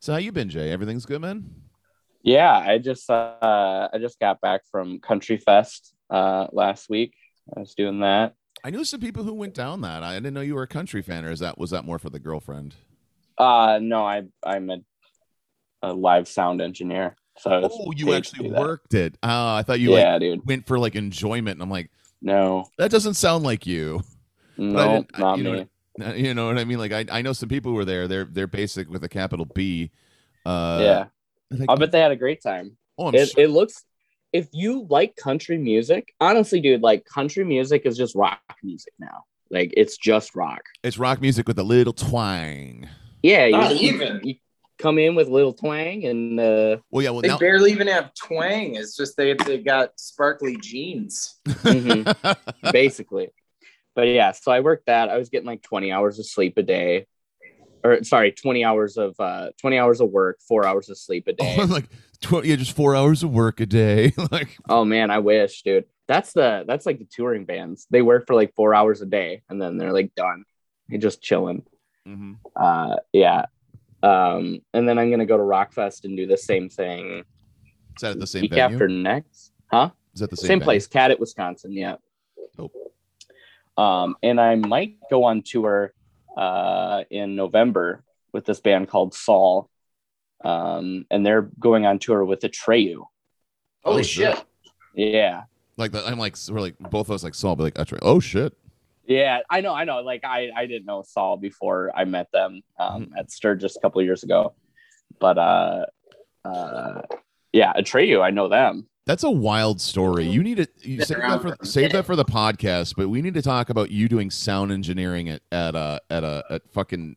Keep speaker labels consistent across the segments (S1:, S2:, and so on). S1: So how you been, Jay? Everything's good, man.
S2: Yeah, I just uh, I just got back from Country Fest uh, last week. I was doing that.
S1: I knew some people who went down that. I didn't know you were a country fan, or is that was that more for the girlfriend?
S2: Uh, no, I I'm a, a live sound engineer. So I was
S1: Oh, you
S2: paid to
S1: actually
S2: do that.
S1: worked it. Oh, I thought you
S2: yeah,
S1: like
S2: dude.
S1: went for like enjoyment, and I'm like,
S2: No,
S1: that doesn't sound like you. I
S2: no,
S1: didn't- I-
S2: not
S1: you know
S2: me.
S1: what- You know what I mean? Like I, I know some people who were there. They're they're basic with a capital B. Uh,
S2: yeah,
S1: like,
S2: I bet they had a great time.
S1: oh, I'm
S2: It,
S1: sure-
S2: it looks if you like country music, honestly, dude, like country music is just rock music now. Like it's just rock.
S1: it's rock music with a little twang.
S2: Yeah, you,
S3: Not
S2: you-
S3: even.
S2: you come in with little twang and uh,
S1: Well, yeah. Well,
S3: They
S1: now
S3: barely even have twang. It's just they they got sparkly jeans.
S2: mhm. basically. But yeah, so I worked that. I was getting like 20 hours of sleep a day. Or sorry, 20 hours of uh 20 hours of work, 4 hours of sleep a day.
S1: Oh, I'm like tw- yeah, just four hours of work a day. like
S2: oh man, I wish, dude. That's the that's like the touring bands. They work for like 4 hours a day and then they're like done. They're just chilling.
S1: mhm.
S2: Uh yeah. Um and then I'm going to go to Rockfest and do the same thing
S1: is that at the same
S2: week
S1: venue?
S2: after next. Huh?
S1: is that the same,
S2: same
S1: venue?
S2: place, Cat at Wisconsin. Yeah.
S1: Oh.
S2: Um, and I might go on tour uh, in November with this band called Saul, um, and they're going on tour with Atreyu.
S3: Holy
S1: Oh,
S3: shit!
S1: shit.
S2: Yeah,
S1: Like the, I'm like so we're like both of us like saw, but like uttering, oh shit.
S2: yeah, I know, I know. Like I, I didn't know Saul before I met them
S1: Mm-hmm.
S2: um, at Sturgis a couple of years ago, but uh, uh, yeah, Atreyu, I know them.
S1: That's a wild story. You need to you
S3: Been
S1: save that
S3: around
S1: for
S3: for a
S1: save that for the podcast. But we need to talk about you doing sound engineering at at uh, at a at fucking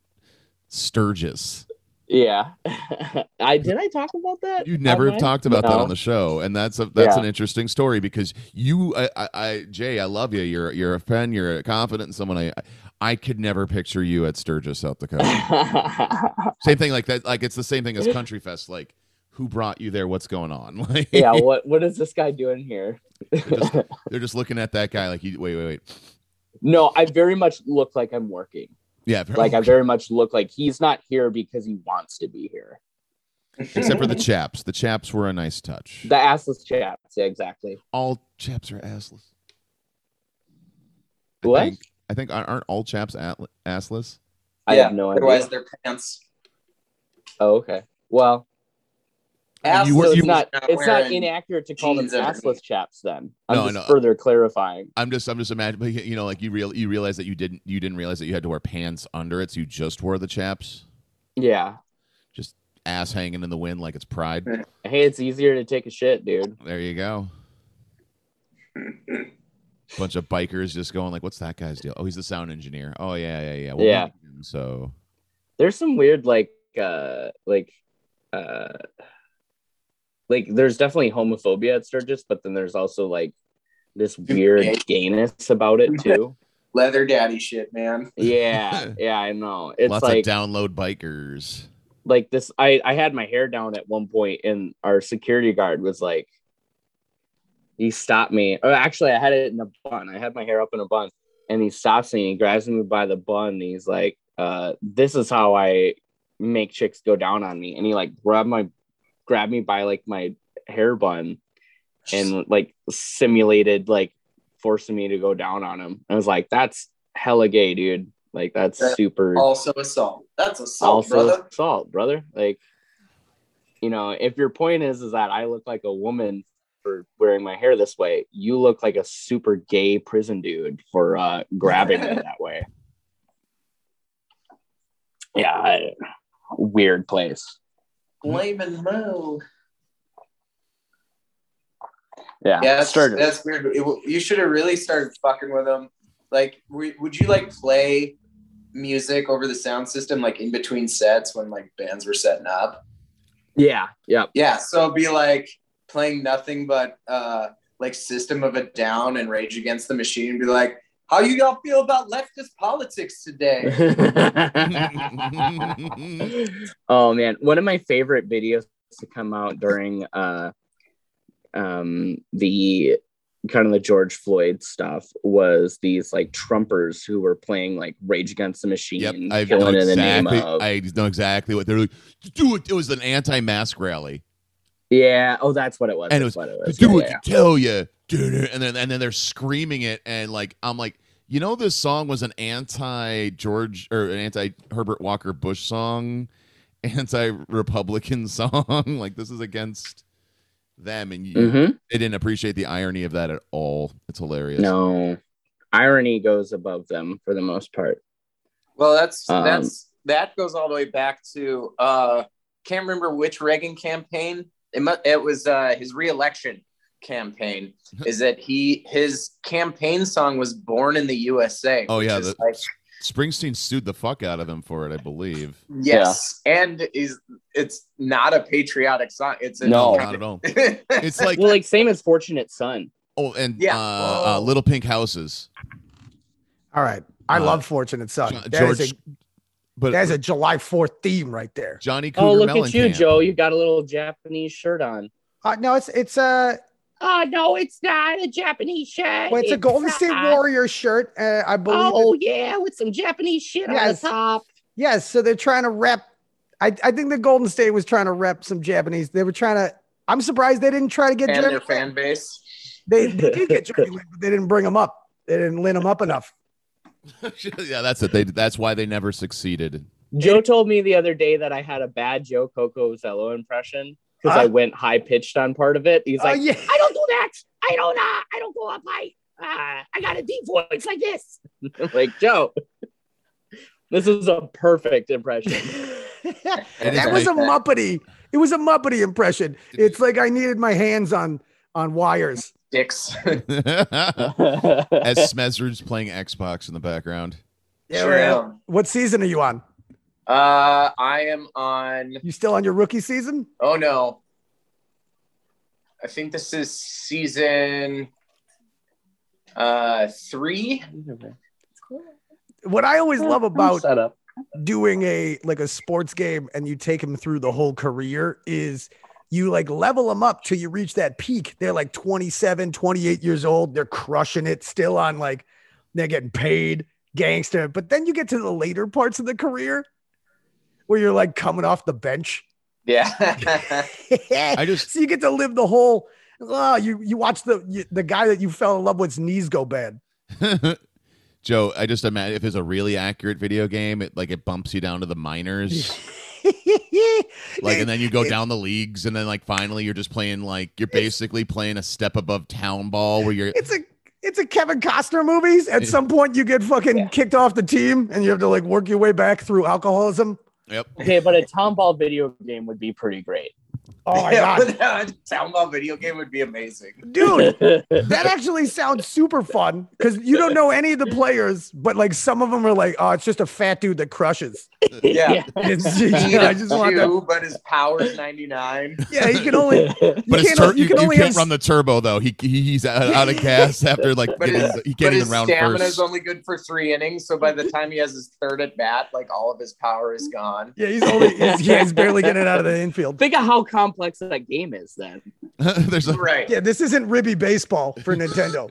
S1: Sturgis.
S2: Yeah, I did. I talk about that.
S1: You never have
S2: online?
S1: talked about that
S2: No.
S1: on the show, and that's a that's
S2: Yeah.
S1: an interesting story because you, I, I, I, Jay, I love you. You're you're a fan. You're confident in someone. I I could never picture you at Sturgis, South Dakota. same thing like that. Like it's the same thing as Country Fest. Like who brought you there? What's going on? Like,
S2: yeah, what what is this guy doing here?
S1: they're, just, they're just looking at that guy like, he, wait, wait, wait.
S2: No, I very much look like I'm working.
S1: Yeah,
S2: Like I very much look like he's not here because he wants to be here.
S1: except for the chaps. The chaps were a nice touch.
S2: The assless chaps, yeah, exactly.
S1: all chaps are assless. I
S2: What?
S1: think, I think aren't all chaps at, assless?
S2: I
S3: Yeah,
S2: have no
S3: Otherwise,
S2: idea.
S3: their pants.
S2: Oh, okay. Well,
S1: You
S2: so
S1: were-
S2: it's
S1: you-
S2: not it's not
S3: wearing-
S2: inaccurate to call them
S3: jeans underneath.
S2: assless chaps. Then I'm
S1: No,
S2: just
S1: no.
S2: further clarifying.
S1: I'm just I'm just imagining you know like you real you realize that you didn't you didn't realize that you had to wear pants under it so you just wore the chaps
S2: Yeah.
S1: ass hanging in the wind like it's pride
S2: Hey, it's easier to take a shit, dude.
S1: there you go bunch of bikers just going like what's that guy's deal oh he's the sound engineer oh yeah yeah yeah we
S2: Yeah.
S1: need him, so
S2: There's some weird like uh like uh like there's definitely homophobia at Sturgis, but then there's also like this
S3: gay.
S2: weird gayness about it too.
S3: leather daddy shit, man.
S2: yeah yeah i know it's
S1: lots of
S2: like
S1: download bikers
S2: like this i i had my hair down at one point and our security guard was like he stopped me or actually i had it in a bun i had my hair up in a bun and he stops me and he grabs me by the bun and he's like uh this is how i make chicks go down on me and he like grabbed my grabbed me by like my hair bun and like simulated like forcing me to go down on him i was like that's hella gay dude like that's
S3: Yeah. Oh,
S2: super
S3: also assault. That's assault,
S2: also
S3: brother.
S2: salt, brother. Like, you know, if your point is is that I look like a woman for wearing my hair this way, you look like a super gay prison dude for uh, grabbing me that way. Yeah, I- weird place.
S3: Blaming Mo.
S2: Yeah,
S3: Yeah, that's,
S2: Sturgis.
S3: that's weird. It w- you should have really started fucking with them. Like, w- would you like play music over the sound system, like in between sets when like bands were setting up?
S2: yeah, yeah.
S3: Yeah, so it'd be like playing nothing but uh like System of a Down and Rage Against the Machine and be like, how you all feel about leftist politics today?
S2: oh man, one of my favorite videos to come out during uh um the kind of the George Floyd stuff was these like Trumpers who were playing like Rage Against the Machine,
S1: Yep, I know
S2: killing in the name
S1: exactly.
S2: of.
S1: I know exactly what they're like. Do it. It was an anti-mask rally.
S2: yeah. Oh, that's what it was.
S1: And it
S2: that's what it was.
S1: Do
S2: Yeah,
S1: what
S2: yeah.
S1: you tell you. And then and then they're screaming it, and like I'm like, you know, this song was an anti-George or an anti-Herbert Walker Bush song, anti-Republican song. like this is against them, and you
S2: Mhm.
S1: they didn't appreciate the irony of that at all. It's hilarious.
S2: No, irony goes above them for the most part.
S3: Well, that's
S2: Um,
S3: that's that goes all the way back to uh can't remember which Reagan campaign. It mu- it was uh his reelection campaign. Is that he his campaign song was "Born in the USA"?
S1: Oh, yeah,
S3: which is
S1: the-
S3: like,
S1: Springsteen sued the fuck out of him for it, I believe.
S3: yes, and is it's not a patriotic song. It's a
S2: No.
S1: not at all.
S3: it's
S1: It's like
S2: well, like same as Fortunate Son.
S1: oh, and
S3: Yeah.
S1: uh, uh, Little Pink Houses.
S4: All right. I
S1: Uh,
S4: love Fortunate Son.
S1: Jo-
S4: That is
S1: George-
S4: a,
S1: But
S4: that is a July 4th theme right there.
S1: Johnny Cougar
S2: Oh, look
S1: Mellencamp.
S2: at you, Joe. You got a little Japanese shirt on.
S4: Uh, no, it's it's a
S2: Oh no, it's not a Japanese shirt.
S4: well, it's a Golden State
S2: not.
S4: Warrior shirt. Uh, I believe. it-
S2: Oh yeah, with some Japanese shit
S4: Yes.
S2: on the top.
S4: Yes, so they're trying to rep. I, I think the Golden State was trying to rep some Japanese. They were trying to. I'm surprised they didn't try to get
S3: and
S4: Jeremy.
S3: their fan base.
S4: They, they did get Jeremy, Lin, but they didn't bring him up. They didn't lin him up enough.
S1: yeah, that's it. They that's why they never succeeded.
S2: Joe told me the other day that I had a bad Joe Coco Zello impression because I
S4: Huh?
S2: went high pitched on part of it. He's like,
S4: oh yeah,
S2: I don't do that. I don't. Uh, I don't go up high. Uh, I got a deep voice like this. I'm like Joe, this is a perfect impression.
S4: that was a muppety. It was a muppety impression.
S1: Did
S4: It's like I needed my hands on on wires.
S3: Dicks.
S1: As
S2: That's
S1: Smezzard's playing Xbox in the background.
S3: True.
S4: What season are you on?
S3: Uh, I am on.
S4: You still on your rookie season?
S3: Oh no. I think this is season uh three.
S4: What I always love about
S2: set up.
S4: doing a like a sports game and you take them through the whole career is you like level them up till you reach that peak they're like 27 28 years old they're crushing it still on like they're getting paid gangster but then you get to the later parts of the career where you're like coming off the bench
S3: Yeah.
S1: I just
S4: so you get to live the whole oh, you you watch the you, the guy that you fell in love with's knees go bad
S1: Joe, I just imagine if it's a really accurate video game, it like it bumps you down to the minors. Like and then you go down the leagues and then like finally you're just playing like you're basically playing a step above town ball where you're
S4: it's a it's a Kevin Costner movies. At some point, you get fucking
S2: Yeah.
S4: kicked off the team, and you have to like work your way back through alcoholism.
S1: Yep.
S2: Okay, but a Tom Ball video game would be pretty great.
S4: Oh my god,
S3: Sound ball video game would be amazing.
S4: dude, that actually sounds super fun because you don't know any of the players, but like some of them are like, oh, it's just a fat dude that crushes.
S3: Yeah.
S4: It's- I just want that.
S3: Two, but his power's 99.
S4: Yeah, he can only. You
S1: But
S4: can't,
S1: his tur-
S4: you
S1: you,
S4: can
S1: you
S4: only
S1: can't
S4: have-
S1: run the turbo though. He, he he's out, out of gas after like
S3: But
S1: getting,
S3: his-
S1: he
S3: But
S1: can't
S3: his
S1: even round
S3: stamina's
S1: first.
S3: only good for three innings. So by the time he has his third at bat, like all of his power is gone.
S4: Yeah, he's only. He's, yeah, he's barely getting out of the infield.
S2: Think of how complex that game is then.
S1: There's a
S3: Right.
S4: Yeah, this isn't ribby baseball for Nintendo.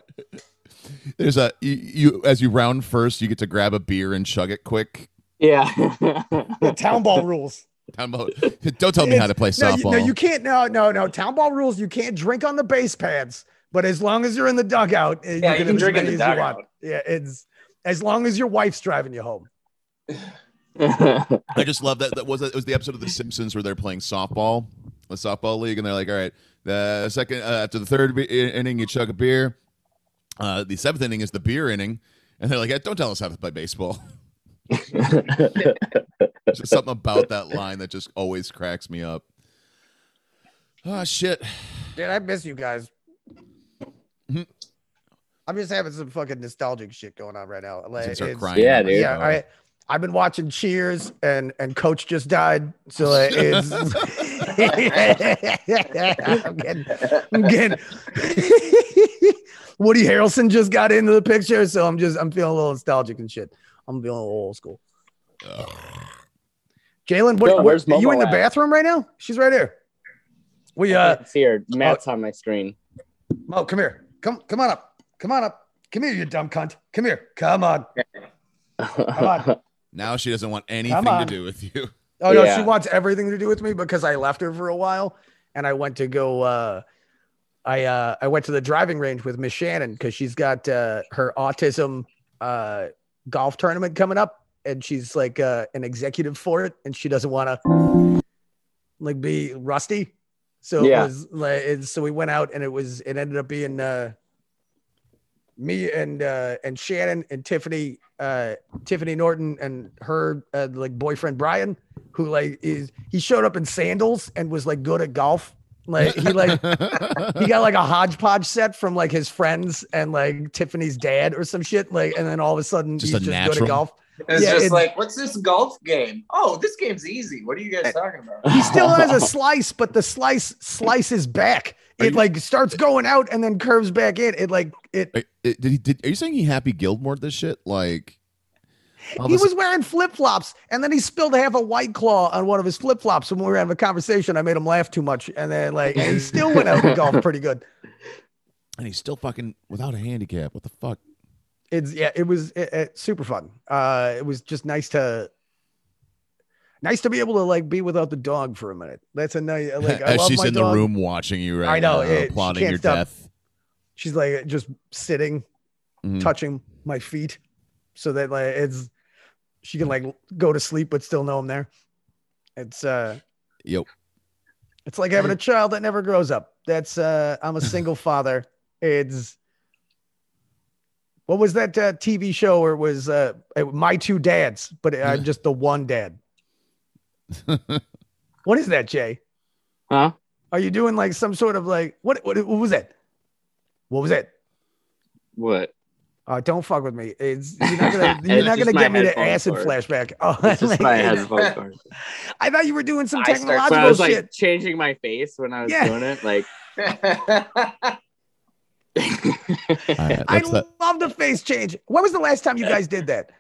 S1: there's a you, you as you round first, you get to grab a beer and chug it quick.
S2: Yeah.
S4: The town ball rules.
S1: Town ball- Don't tell me how to play
S4: No you,
S1: softball.
S4: no, you can't. No, no, no. Town ball rules. You can't drink on the base pads, but as long as you're in the dugout, eh,
S3: Yeah, you
S4: have
S3: can
S4: as
S3: drink in
S4: many
S3: the
S4: as you
S3: dugout.
S4: want. Yeah, it's as long as your wife's driving you home. Uh,
S1: I just love that. That was it was the episode of The Simpsons where they're playing softball, the softball league, and they're like, all right, the second uh, after the third be- inning, you chug a beer. Uh, the seventh inning is the beer inning, and they're like, "Eh, don't tell us how to play baseball. There's just something about that line that just always cracks me up. Oh shit!
S4: Dude, I miss you guys.
S1: Mhm.
S4: I'm just having some fucking nostalgic shit going on right now. Like,
S1: I start
S4: it's-
S1: crying.
S2: Yeah,
S1: I'm like,
S2: dude.
S4: yeah,
S1: oh.
S4: I I've been watching Cheers and and Coach just died, so uh, it's I'm getting, I'm getting Woody Harrelson just got into the picture, so I'm just I'm feeling a little nostalgic and shit. I'm feeling a little old school. Jalen, what,
S2: Yo,
S4: what-
S2: where's
S4: are you
S2: Momo
S4: in the
S2: at?
S4: bathroom right now? She's right here. We uh,
S2: it's here. Matt's on my screen.
S4: Mo, come here, Come, come on up. Come on up. Come here, you dumb cunt. Come here. Come on. Come on.
S1: Now she doesn't want anything to
S4: on.
S1: do with you.
S4: Oh no,
S2: Yeah.
S4: she wants everything to do with me because I left her for a while and I went to go uh I uh I went to the driving range with Miss Shannon because she's got uh her autism uh golf tournament coming up and she's like uh an executive for it and she doesn't wanna like be rusty. So it
S2: Yeah.
S4: was like and so we went out and it was it ended up being uh me and uh and Shannon and Tiffany uh Tiffany Norton and her uh, like boyfriend Brian who like is he showed up in sandals and was like good at golf. Like he like he got like a hodgepodge set from like his friends and like Tiffany's dad or some shit. Like and then all of a sudden
S1: Just
S4: he's
S1: a
S4: just good
S1: natural.
S4: at golf.
S3: It's
S4: Yeah,
S3: just
S4: it-
S3: like, what's this golf game? Oh, this game's easy. What are you guys talking about?
S4: He still has a slice, but the slice slices back.
S1: Are
S4: It
S1: you-
S4: like starts going out and then curves back in. It like it
S1: Are- did he, did, are you saying he happy Gilmore this shit? Like all
S4: he
S1: this-
S4: was wearing flip flops, and then he spilled half a white claw on one of his flip flops when we were having a conversation. I made him laugh too much, and then like and he still went out and golf pretty good.
S1: and he's still fucking without a handicap. What the fuck?
S4: It's yeah, it was it, it- super fun. Uh, it was just nice to nice to be able to like be without the dog for a minute. That's a nice like I
S1: As
S4: love
S1: she's
S4: my
S1: in
S4: dog.
S1: the room watching you right
S4: I know,
S1: now,
S4: it- she
S1: applauding
S4: can't
S1: your
S4: stop.
S1: death.
S4: She's like just sitting,
S1: Mhm.
S4: touching my feet, so that like it's she can like go to sleep but still know I'm there. It's uh
S1: Yep.
S4: It's like having a child that never grows up. That's uh I'm a single father. It's what was that uh, TV show where it was uh it- my two dads, but I'm just the one dad. what is that, Jay?
S2: Huh?
S4: Are you doing like some sort of like what what, what was that? What was that?
S2: What?
S4: Uh, don't fuck with me. It's you're not gonna
S2: It's
S4: you're not
S2: just
S4: gonna
S2: my
S4: get me to
S2: headphones
S4: acid
S2: cord.
S4: flashback. Oh,
S2: It's just
S4: like,
S2: my headphone cord.
S4: I thought you were doing some
S3: I start- so I
S4: technological
S2: So I was
S4: shit.
S2: like changing my face when I was
S4: Yeah.
S2: doing it. Like,
S1: All right,
S4: I
S1: that's that.
S4: love the face change. When was the last time you guys did that?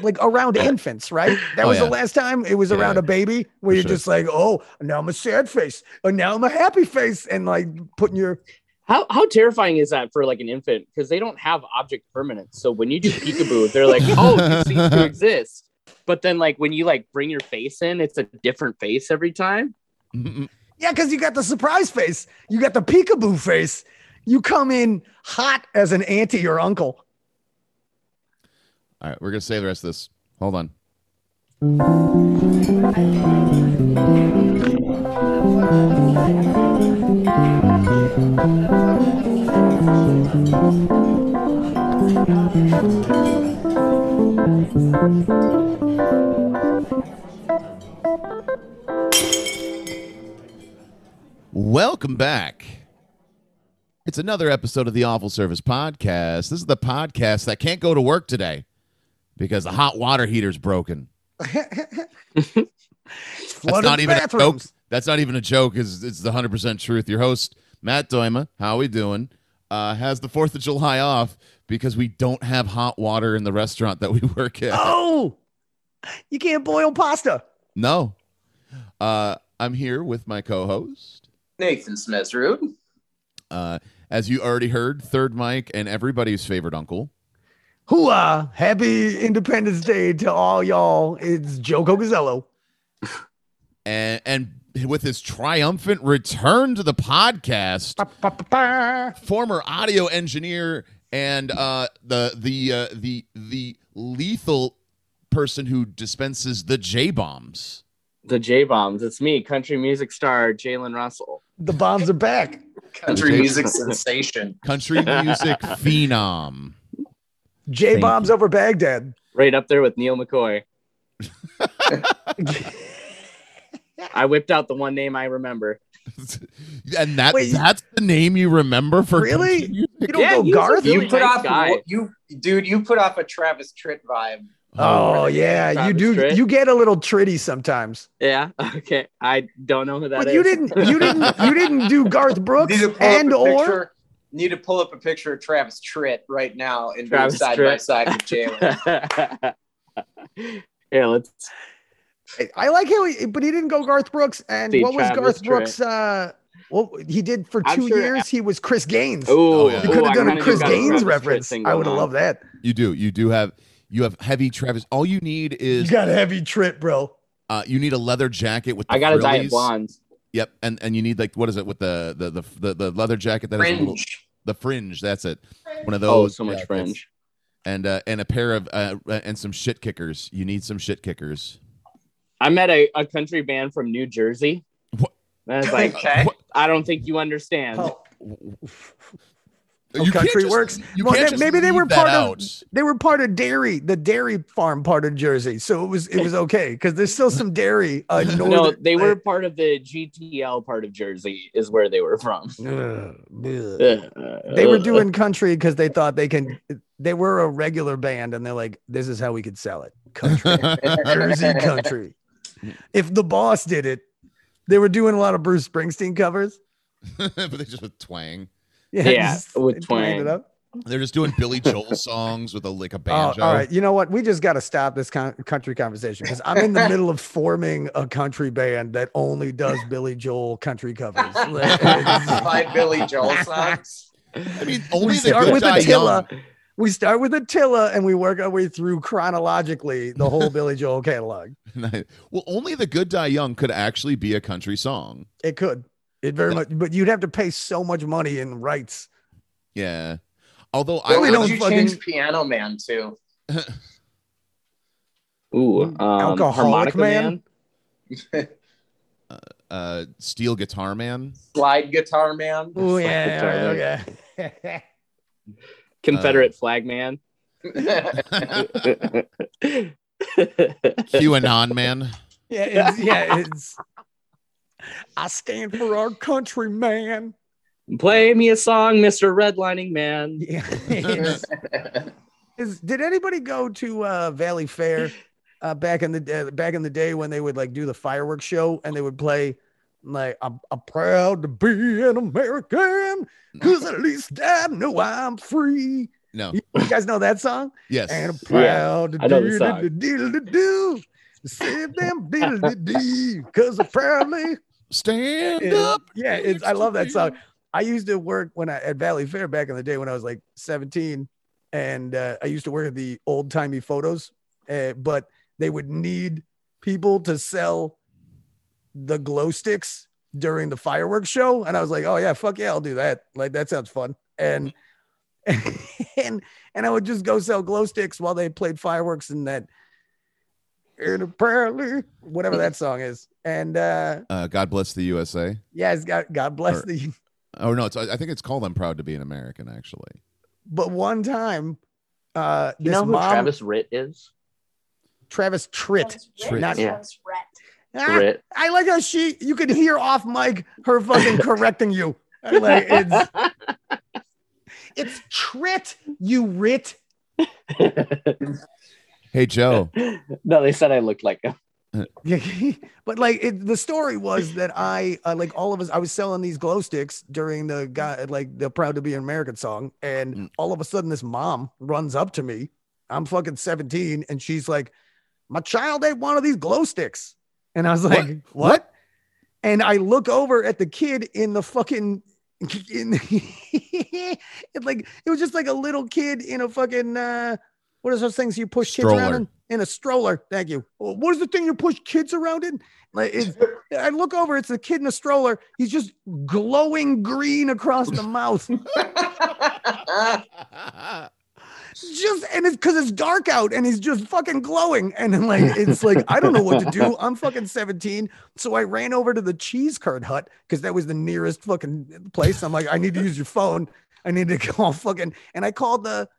S4: Like around infants, right? That
S1: Oh,
S4: was
S1: yeah.
S4: the last time it was
S1: Yeah.
S4: around a baby where
S1: For
S4: you're
S1: sure.
S4: just like, oh, now I'm a sad face, and now I'm a happy face, and like putting your
S2: how how terrifying is that for like an infant? Because they don't have object permanence. So when you do peekaboo, they're like, oh, you cease to exist. But then, like when you like bring your face in, it's a different face every time.
S1: Mm-mm.
S4: yeah, because you got the surprise face, you got the peekaboo face, you come in hot as an auntie or uncle.
S1: All right, we're gonna save the rest of this. Hold on. Welcome back. It's another episode of the Awful Service Podcast. This is the podcast that can't go to work today because the hot water heater's broken.
S4: It's
S1: That's
S4: flooded
S1: not even a
S4: bathrooms.
S1: joke. That's not even a joke. Is it's the hundred percent truth. Your host Matt Doima, how we doing? Uh, has the Fourth of July off because we don't have hot water in the restaurant that we work at.
S4: Oh, you can't boil pasta.
S1: No, uh, I'm here with my co-host.
S3: Nathan Smith Rude.
S1: Uh, as you already heard, third Mike and everybody's favorite uncle.
S4: Hooah! Happy Independence Day to all y'all. It's Joe Cogazello.
S1: and and with his triumphant return to the podcast, former audio engineer and uh, the the uh, the the lethal person who dispenses the J bombs.
S2: The J bombs. It's me, country music star Jalen Russell.
S4: The bombs are back.
S3: Country music sensation.
S1: Country music phenom.
S4: J bombs over Baghdad.
S2: Right up there with Neil McCoy. I whipped out the one name I remember.
S1: and that
S4: Wait.
S1: that's the name you remember for
S4: Really?
S1: country music?
S4: You don't
S2: Yeah,
S4: go
S2: he's a
S4: Garth.
S2: really
S3: you put
S2: nice
S3: off
S2: guy.
S3: you dude, you put off a Travis Tritt vibe.
S4: oh yeah,
S2: Travis
S4: you do.
S2: Tritt.
S4: You get a little tritty sometimes,
S2: Yeah. Okay. I don't know who that is.
S4: but you didn't. You didn't. You didn't do Garth Brooks
S3: Need to pull
S4: and
S3: up a
S4: or.
S3: picture. Need to pull up a picture of Travis Tritt right now and do
S2: Travis
S3: side by
S2: Tritt.
S3: side with Jalen.
S2: Here, let's
S4: I like how he, but he didn't go Garth Brooks. And
S2: See,
S4: what was
S2: Travis
S4: Garth
S2: Tritt.
S4: Brooks? Uh, Well, he did for
S2: I'm
S4: two
S2: sure-
S4: years. He was Chris Gaines.
S2: Ooh,
S1: Oh, yeah.
S4: you could
S1: ooh,
S4: have
S1: I
S4: done a
S1: kinda
S4: Chris
S1: got a
S4: Gaines reference. I would have loved that.
S1: You do. You do have you have heavy Travis. All you need
S4: You
S1: is
S4: got a heavy trip, bro.
S1: uh, you need a leather jacket with. The
S2: I got a diet
S1: frillies.
S2: blonde.
S1: Yep, and and you need like what is it with the the the the, the leather jacket that has a little,
S3: Fringe.
S1: the fringe. That's it. One of those.
S2: Oh, so much
S1: jackets.
S2: fringe.
S1: And uh, and a pair of uh, and some shit kickers. You need some shit kickers.
S2: I met a, a country band from New Jersey.
S1: What?
S2: And I was like,
S3: okay.
S1: What-
S2: I don't think you understand.
S4: Oh.
S1: You can't
S4: country
S1: just-
S4: works.
S1: You
S4: Well,
S1: can't
S4: they-
S1: just
S4: maybe they
S1: leave
S4: were
S1: that
S4: part of-
S1: out.
S4: They were part of dairy, the dairy farm part of Jersey, so it was it was okay because there's still some dairy. Uh, northern,
S2: no, they were part of the GTL part of Jersey, is where they were from. Uh,
S4: Ugh, ugh.
S2: they
S4: they were doing country because they thought they can. They were a regular band, and they're like, "This is how we could sell it: country, Jersey country." If the boss did it, they were doing a lot of Bruce Springsteen covers.
S1: but they just with twang.
S2: Yeah,
S4: just-
S2: with
S4: they played it
S2: twang.
S4: up.
S1: They're just doing Billy Joel songs with a like a
S4: Oh,
S1: banjo.
S4: all right, you know what? We just got to stop this con- country conversation because I'm in the middle of forming a country band that only does Billy Joel country covers.
S3: By Billy Joel songs.
S1: I mean,
S4: we
S1: only the
S4: start
S1: good
S4: with
S1: die
S4: Attila.
S1: young.
S4: We start with Attila and we work our way through chronologically the whole Billy Joel catalog.
S1: well, only the good die young could actually be a country song.
S4: It could. It very
S1: Yeah.
S4: much, but you'd have to pay so much money in rights.
S1: Yeah. Although I
S3: What
S4: Really
S3: would
S4: don't
S3: you
S4: fucking-
S3: change Piano Man to?
S2: Ooh, um,
S4: Alcoholic
S2: harmonica
S4: man?
S2: man.
S1: uh steel guitar man.
S3: Slide Guitar Man?
S4: Oh
S2: It's like
S4: yeah,
S2: guitar,
S4: okay.
S2: Confederate flag man.
S1: QAnon man.
S4: yeah, it's, yeah. It's. I stand for our country, man.
S2: Play me a song, Mr. Redlining Man.
S4: Yeah. it's- Is, did anybody go to uh, Valley Fair uh, back in the day, back in the day when they would like do the fireworks show and they would play like I'm, I'm proud to be an American because at least I know I'm free.
S1: No.
S4: You you guys know that song?
S1: Yes.
S4: And I'm proud
S2: I
S4: to
S2: know the
S4: do
S2: song.
S4: do do do do. Save them diddly dee, cause I proudly
S1: Stand
S4: is-
S1: up.
S4: yeah, it's, I love that song. I used to work when I at Valley Fair back in the day when I was like 17, and uh, I used to wear the old timey photos, uh, but they would need people to sell the glow sticks during the fireworks show, and I was like, oh yeah, fuck yeah, I'll do that. Like that sounds fun, and and and I would just go sell glow sticks while they played fireworks and that. And apparently, whatever that song is, and uh,
S1: Uh, God bless the USA.
S4: Yes, God, God
S1: Or-
S4: bless the.
S1: Oh no, it's I I think it's called I'm proud to be an American actually.
S4: But one time, uh,
S2: You
S4: this
S2: know who
S4: mom, Travis,
S2: Travis Ritt is?
S4: Travis Tritt.
S1: Tritt.
S4: Not-
S2: Yeah.
S5: One's red.
S4: Ah,
S2: Ritt.
S4: I like how she. You can hear off mic her fucking correcting you. Like it's it's Tritt, you writ.
S1: Hey Joe.
S2: no, they said I looked like him.
S4: but like it, the story was that I uh, like all of us. I was selling these glow sticks during the guy like the "Proud to Be an American" song, and
S1: Mm.
S4: all of a sudden this mom runs up to me. I'm fucking 17, and she's like, "My child ate one of these glow sticks," and I was like, "What?" And I look over at the kid in the fucking in the, it like it was just like a little kid in a fucking uh what are those things you push kids around
S1: Stroller.
S4: in? in a stroller. Thank you. Oh, What is the thing you push kids around in? Like it's, I look over, it's a kid in a stroller. He's just glowing green across the mouth. Just and it's because it's dark out and he's just fucking glowing. And then like it's like I don't know what to do. I'm fucking 17. So I ran over to the cheese curd hut because that was the nearest fucking place. I'm like, I need to use your phone. I need to call fucking and I called the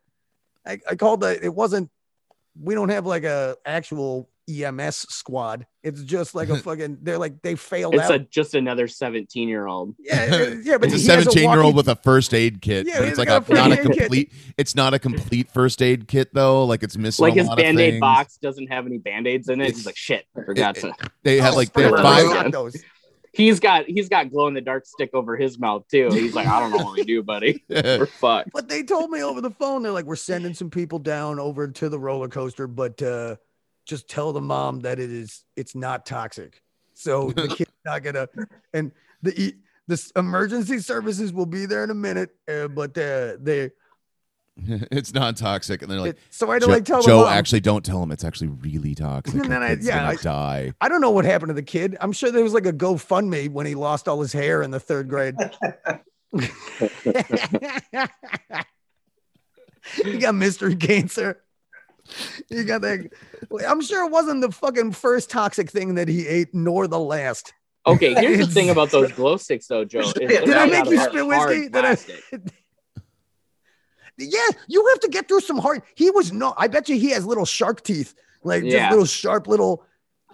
S4: I, I called the it wasn't we don't have like a actual EMS squad. It's just like a fucking they're like they failed
S2: It's
S4: out.
S2: a, just another 17 year old.
S4: yeah, it- yeah, but
S1: it's a
S4: he has
S1: 17 year old
S4: walkie-
S1: with a first aid kit.
S4: Yeah,
S1: but
S4: he's
S1: it's like
S4: got
S1: a,
S4: a
S1: not a
S4: first aid kit.
S1: complete. It's not a complete first aid kit though. Like it's missing
S2: Like
S1: a
S2: his
S1: lot of
S2: band aid
S1: things.
S2: box doesn't have any band aids in it. He's like, shit, I forgot
S1: It-
S2: to.
S1: They have like they
S4: Oh,
S1: have
S2: for
S1: five.
S2: real?
S4: got those.
S2: He's got he's got glow in the dark stick over his mouth too. He's like, I don't know what we do, buddy. We're fucked.
S4: But they told me over the phone, they're like, we're sending some people down over to the roller coaster, but uh, just tell the mom that it is, it's not toxic. So the kid's not gonna, and the, E- This emergency services will be there in a minute, uh, but uh, they.
S1: it's non toxic, and they're like,
S4: it- so I had to
S1: Joe,
S4: like tell
S1: Joe,
S4: the mom.
S1: actually, don't tell him. It's actually really toxic.
S4: And then
S1: Your
S4: I-
S1: kid's
S4: yeah,
S1: gonna
S4: I-
S1: die.
S4: I don't know what happened to the kid. I'm sure there was like a GoFundMe when he lost all his hair in the third grade. you got mystery cancer. You got that. I'm sure it wasn't the fucking first toxic thing that he ate, nor the last.
S2: Okay, here's the thing about those glow sticks, though, Joe. is
S3: Did
S2: they're
S3: I
S2: made
S3: make
S2: out
S3: you
S2: of
S4: spit
S2: hard
S4: whiskey? Did I-
S2: plastic.
S4: Yeah, you have to get through some hard. He was no. I bet you he has little shark teeth, like
S2: Yeah.
S4: just little sharp little,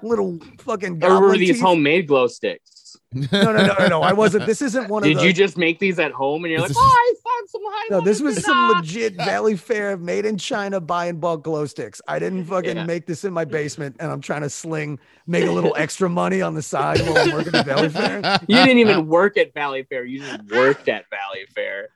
S4: little fucking.
S2: Or were
S4: goblin
S2: these
S4: teeth.
S2: homemade glow sticks?
S4: No, no, no, no, no. I wasn't. This isn't one of
S2: Did
S4: the.
S2: you just make these at home and you're like,
S1: This is-
S2: oh, I found some high
S4: No, this
S2: level
S4: was some
S2: design."
S4: legit Valley Fair made in China buy and bulk glow sticks. I didn't fucking
S2: Yeah.
S4: make this in my basement and I'm trying to sling, make a little extra money on the side while I'm working at Valley Fair.
S2: You didn't even work at Valley Fair. You just worked at Valley Fair.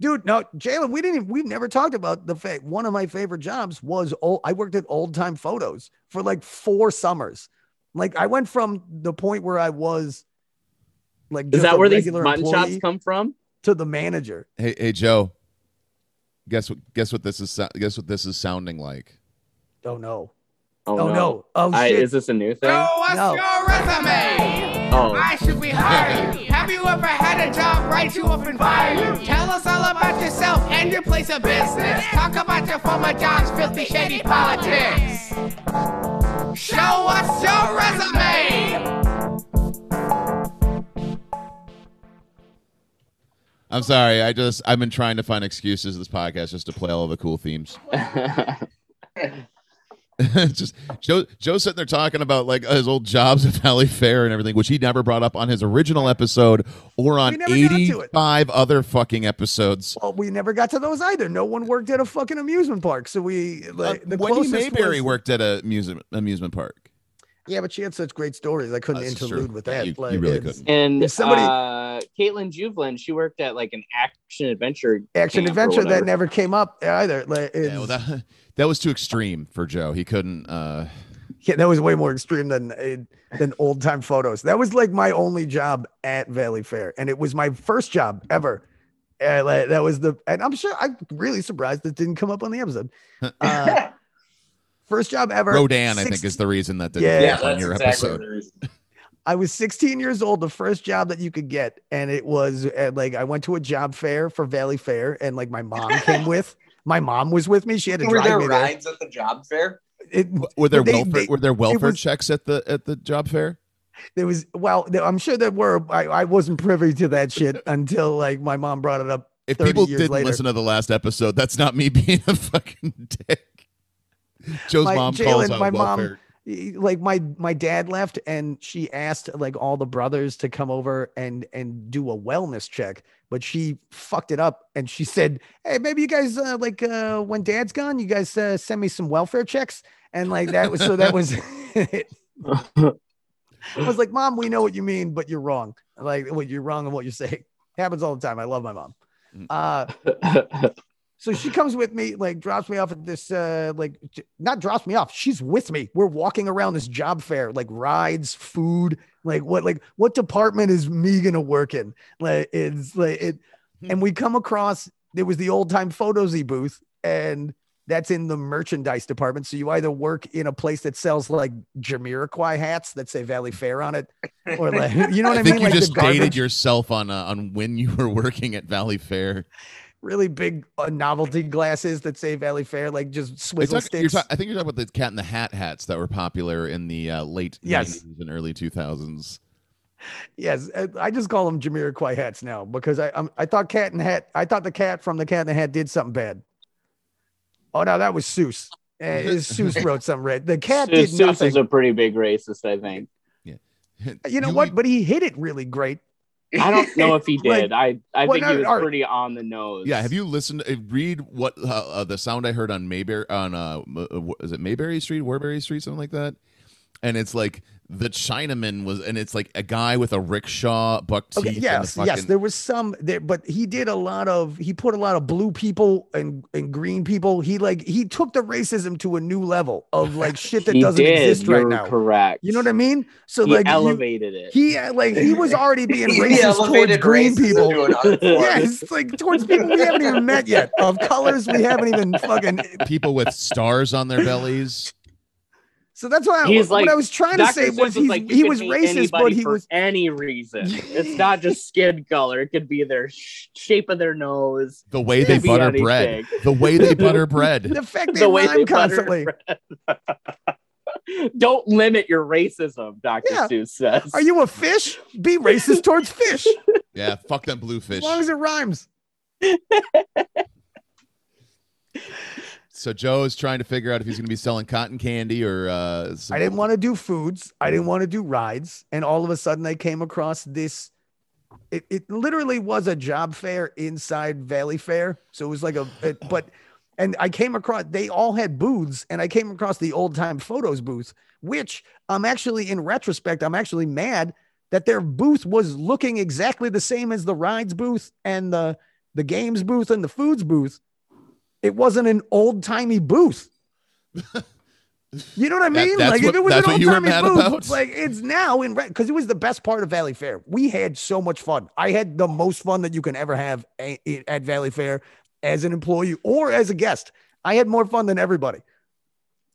S4: Dude, no, Jalen, we didn't even, we've never talked about the fact one of my favorite jobs was old. I worked at old time photos for like four summers. Like I went from the point where I was like,
S2: Is
S4: just
S2: that
S4: a
S2: where these
S4: regular
S2: mutton chops
S4: employee
S2: come from?
S4: to the manager?
S1: Hey, hey, Joe. Guess what? Guess what this is. sou- Guess what this is sounding like.
S4: Oh no. Oh, no. Oh
S2: I,
S4: shit.
S2: is this a new thing?
S5: So what's
S4: No.
S5: your resume?
S2: Oh,
S5: Why should we hire you? Have you ever had a job write you up and fire you? Tell us all about yourself and your place of business. Talk about your former job's filthy, shady politics. Show us your resume.
S1: I'm sorry. I just I've been trying to find excuses this podcast just to play all the cool themes. just Joe Joe's sitting there talking about like his old jobs at Valley Fair and everything, which he never brought up on his original episode or on
S4: never got to it.
S1: 85 other fucking episodes.
S4: Well, we never got to those either. No one worked at a fucking amusement park, so we like the
S1: Uh, Wendy
S4: closest
S1: Mayberry
S4: was-
S1: worked at a amusement amusement park.
S4: Yeah, but she had such great stories. I couldn't
S1: That's true.
S4: interlude with
S1: Yeah,
S4: that.
S1: you- you
S4: like,
S1: really
S4: it's
S1: couldn't.
S2: and
S4: If somebody-
S2: uh, Caitlin Juvelin, she worked at like an action adventure.
S4: Action
S2: camp or
S4: adventure that
S2: whatever.
S4: never came up either. Like, it's-
S1: Yeah, well, that that was too extreme for Joe. He couldn't. uh
S4: yeah, that was way more extreme than uh, than old time photos. That was like my only job at Valley Fair, and it was my first job ever. Uh, like, that was the, and I'm sure I'm really surprised that didn't come up on the episode. Uh, first job ever.
S1: Rodan, I think,
S4: Six-
S1: is the reason that didn't
S4: Yeah,
S1: yeah,
S4: Yeah,
S1: up on your episode.
S3: the reason.
S4: I was 16 years old, the first job that you could get. And it was at, like, I went to a job fair for Valley Fair, and like my mom came with. My mom was with me. She had to
S3: Were
S4: drive
S3: there
S4: me there.
S3: rides at the job fair?
S4: It,
S1: Were there
S4: They-
S1: welfare
S4: they-
S1: were there welfare
S4: was-
S1: checks at the at the job fair?
S4: there was, well, there- I'm sure there were. I, I wasn't privy to that shit until like my mom brought it up.
S1: If
S4: 30
S1: people
S4: years
S1: didn't
S4: later.
S1: listen to the last episode, that's not me being a fucking dick. Joe's
S4: My-
S1: mom calls
S4: Jalen,
S1: out
S4: my mom-
S1: welfare.
S4: e, Like my my dad left, and she asked like all the brothers to come over and and do a wellness check, but she fucked it up, and she said, "Hey, maybe you guys uh, like uh, when Dad's gone, you guys uh, send me some welfare checks." And like that was so that was. I was like, "Mom, we know what you mean, but you're wrong. Like, what you're wrong and what you're saying happens all the time." I love my mom.
S1: Mm.
S4: Uh, so she comes with me, like drops me off at this, uh, like j- not drops me off. She's with me. We're walking around this job fair, like rides, food, like what, like what department is me gonna work in? Like it's like it, and we come across there was the old time photosy booth, and that's in the merchandise department. So you either work in a place that sells like Jamiroquai hats that say Valley Fair on it, or like you know what I,
S1: I think
S4: mean?
S1: you
S4: like
S1: just
S4: garbage-
S1: dated yourself on uh, on when you were working at Valley Fair.
S4: really big uh, novelty glasses that say Valley Fair, like just
S1: You're
S4: swizzle
S1: talking- you're
S4: sticks.
S1: ta- I think you're talking about the Cat in the Hat hats that were popular in the uh, late
S4: Yes.
S1: 90s and early 2000s.
S4: yes, uh, I just call them Jamiroquai hats now because I I'm, I thought Cat and Hat. I thought the cat from the Cat and the Hat did something bad. Oh no, that was Seuss. Uh, Seuss wrote something red. The cat
S2: Seuss,
S4: did
S2: Seuss
S4: nothing.
S2: is a pretty big racist, I think.
S4: you know
S1: You-
S4: what? But he hit it really great.
S2: I don't know if he
S4: Like,
S2: did. I, I
S4: well,
S2: think
S4: no,
S2: he was
S4: all right.
S2: pretty on the nose.
S1: Yeah, have you listened? uh, Read what uh, uh, the sound I heard on Mayberry on uh, m- uh, wh- is it Mayberry Street, Warberry Street, something like that. And it's like the Chinaman was, and it's like a guy with a rickshaw, buck teeth.
S4: Okay,
S1: and a
S4: yes, yes,
S1: fucking-
S4: there was some there, but he did a lot of he put a lot of blue people and and green people. He like he took the racism to a new level of like shit that
S2: he
S4: doesn't
S2: did.
S4: exist right
S2: You're
S4: now.
S2: Correct.
S4: You know what I mean? So
S2: He
S4: like you-
S2: elevated it.
S4: he uh, like he was already being
S3: He
S4: racist towards
S3: elevated
S4: green
S3: racism
S4: people.
S3: to an art form.
S4: Yeah, it's like towards people we haven't even met yet, of colors we haven't even fucking.
S1: people with stars on their bellies.
S4: So that's why I,
S2: He's
S4: what
S2: like-
S4: I was trying to
S2: Dr.
S4: say
S2: Seuss
S4: was
S2: is
S4: he's,
S2: like, you
S4: he
S2: can
S4: was
S2: hate
S4: racist, but
S2: anybody
S4: he
S2: for
S4: was
S2: any reason. it's not just skin color; it could be their sh- shape of their nose.
S1: The way
S2: It
S1: they
S2: could be
S1: butter bread.
S2: anything.
S1: The way they butter bread.
S4: the fact they
S2: The way
S4: rhyme
S2: they butter
S4: constantly.
S2: bread. Don't limit your racism, Doctor
S4: Yeah.
S2: Seuss says.
S4: Are you a fish? Be racist towards fish,
S1: Yeah, fuck them bluefish.
S4: as long as it rhymes.
S1: So Joe is trying to figure out if he's going to be selling cotton candy or uh, some-
S4: I didn't want to do foods. I didn't want to do rides. And all of a sudden, I came across this. It, it literally was a job fair inside Valley Fair. So it was like a, it- but, and I came across, they all had booths. And I came across the old time photos booth, which I'm actually, in retrospect, I'm actually mad that their booth was looking exactly the same as the rides booth and the, the games booth and the foods booth. It wasn't an old timey booth. You know what I
S1: That-
S4: mean?
S1: that's
S4: like
S1: what-
S4: if it was
S1: that's what
S4: an old
S1: you were
S4: timey
S1: mad
S4: booth,
S1: about?
S4: like it's now in because it was the best part of Valley Fair. We had so much fun. I had the most fun that you can ever have a- i- at Valley Fair as an employee or as a guest. I had more fun than everybody.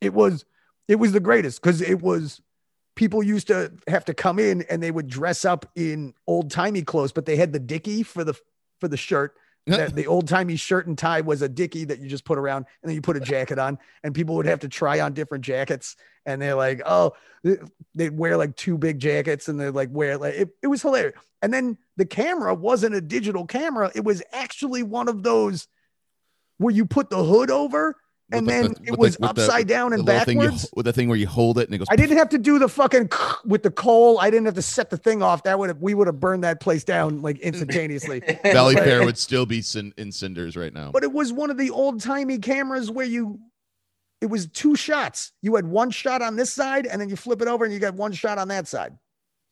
S4: It was it was the greatest because it was people used to have to come in and they would dress up in old timey clothes, but they had the dicky for the for the shirt. That the old timey shirt and tie was a dicky that you just put around and then you put a jacket on, and people would have to try on different jackets. And they're like, oh, th- they'd wear like two big jackets and they'd like wear like it, it was hilarious. And then the camera wasn't a digital camera, it was actually one of those where you put the hood over
S1: With
S4: and
S1: the-
S4: then
S1: with the-
S4: it was
S1: with the-
S4: upside down
S1: the
S4: and
S1: little thing you,
S4: backwards.
S1: with the thing where you hold it and it goes.
S4: I didn't have to do the fucking with the coal. I didn't have to set the thing off. That would have we would have burned that place down like instantaneously.
S1: Valley
S4: Right.
S1: Fair would still be cin- in cinders right now.
S4: but it was one of the old timey cameras where you it was two shots. You had one shot on this side and then you flip it over and you got one shot on that side.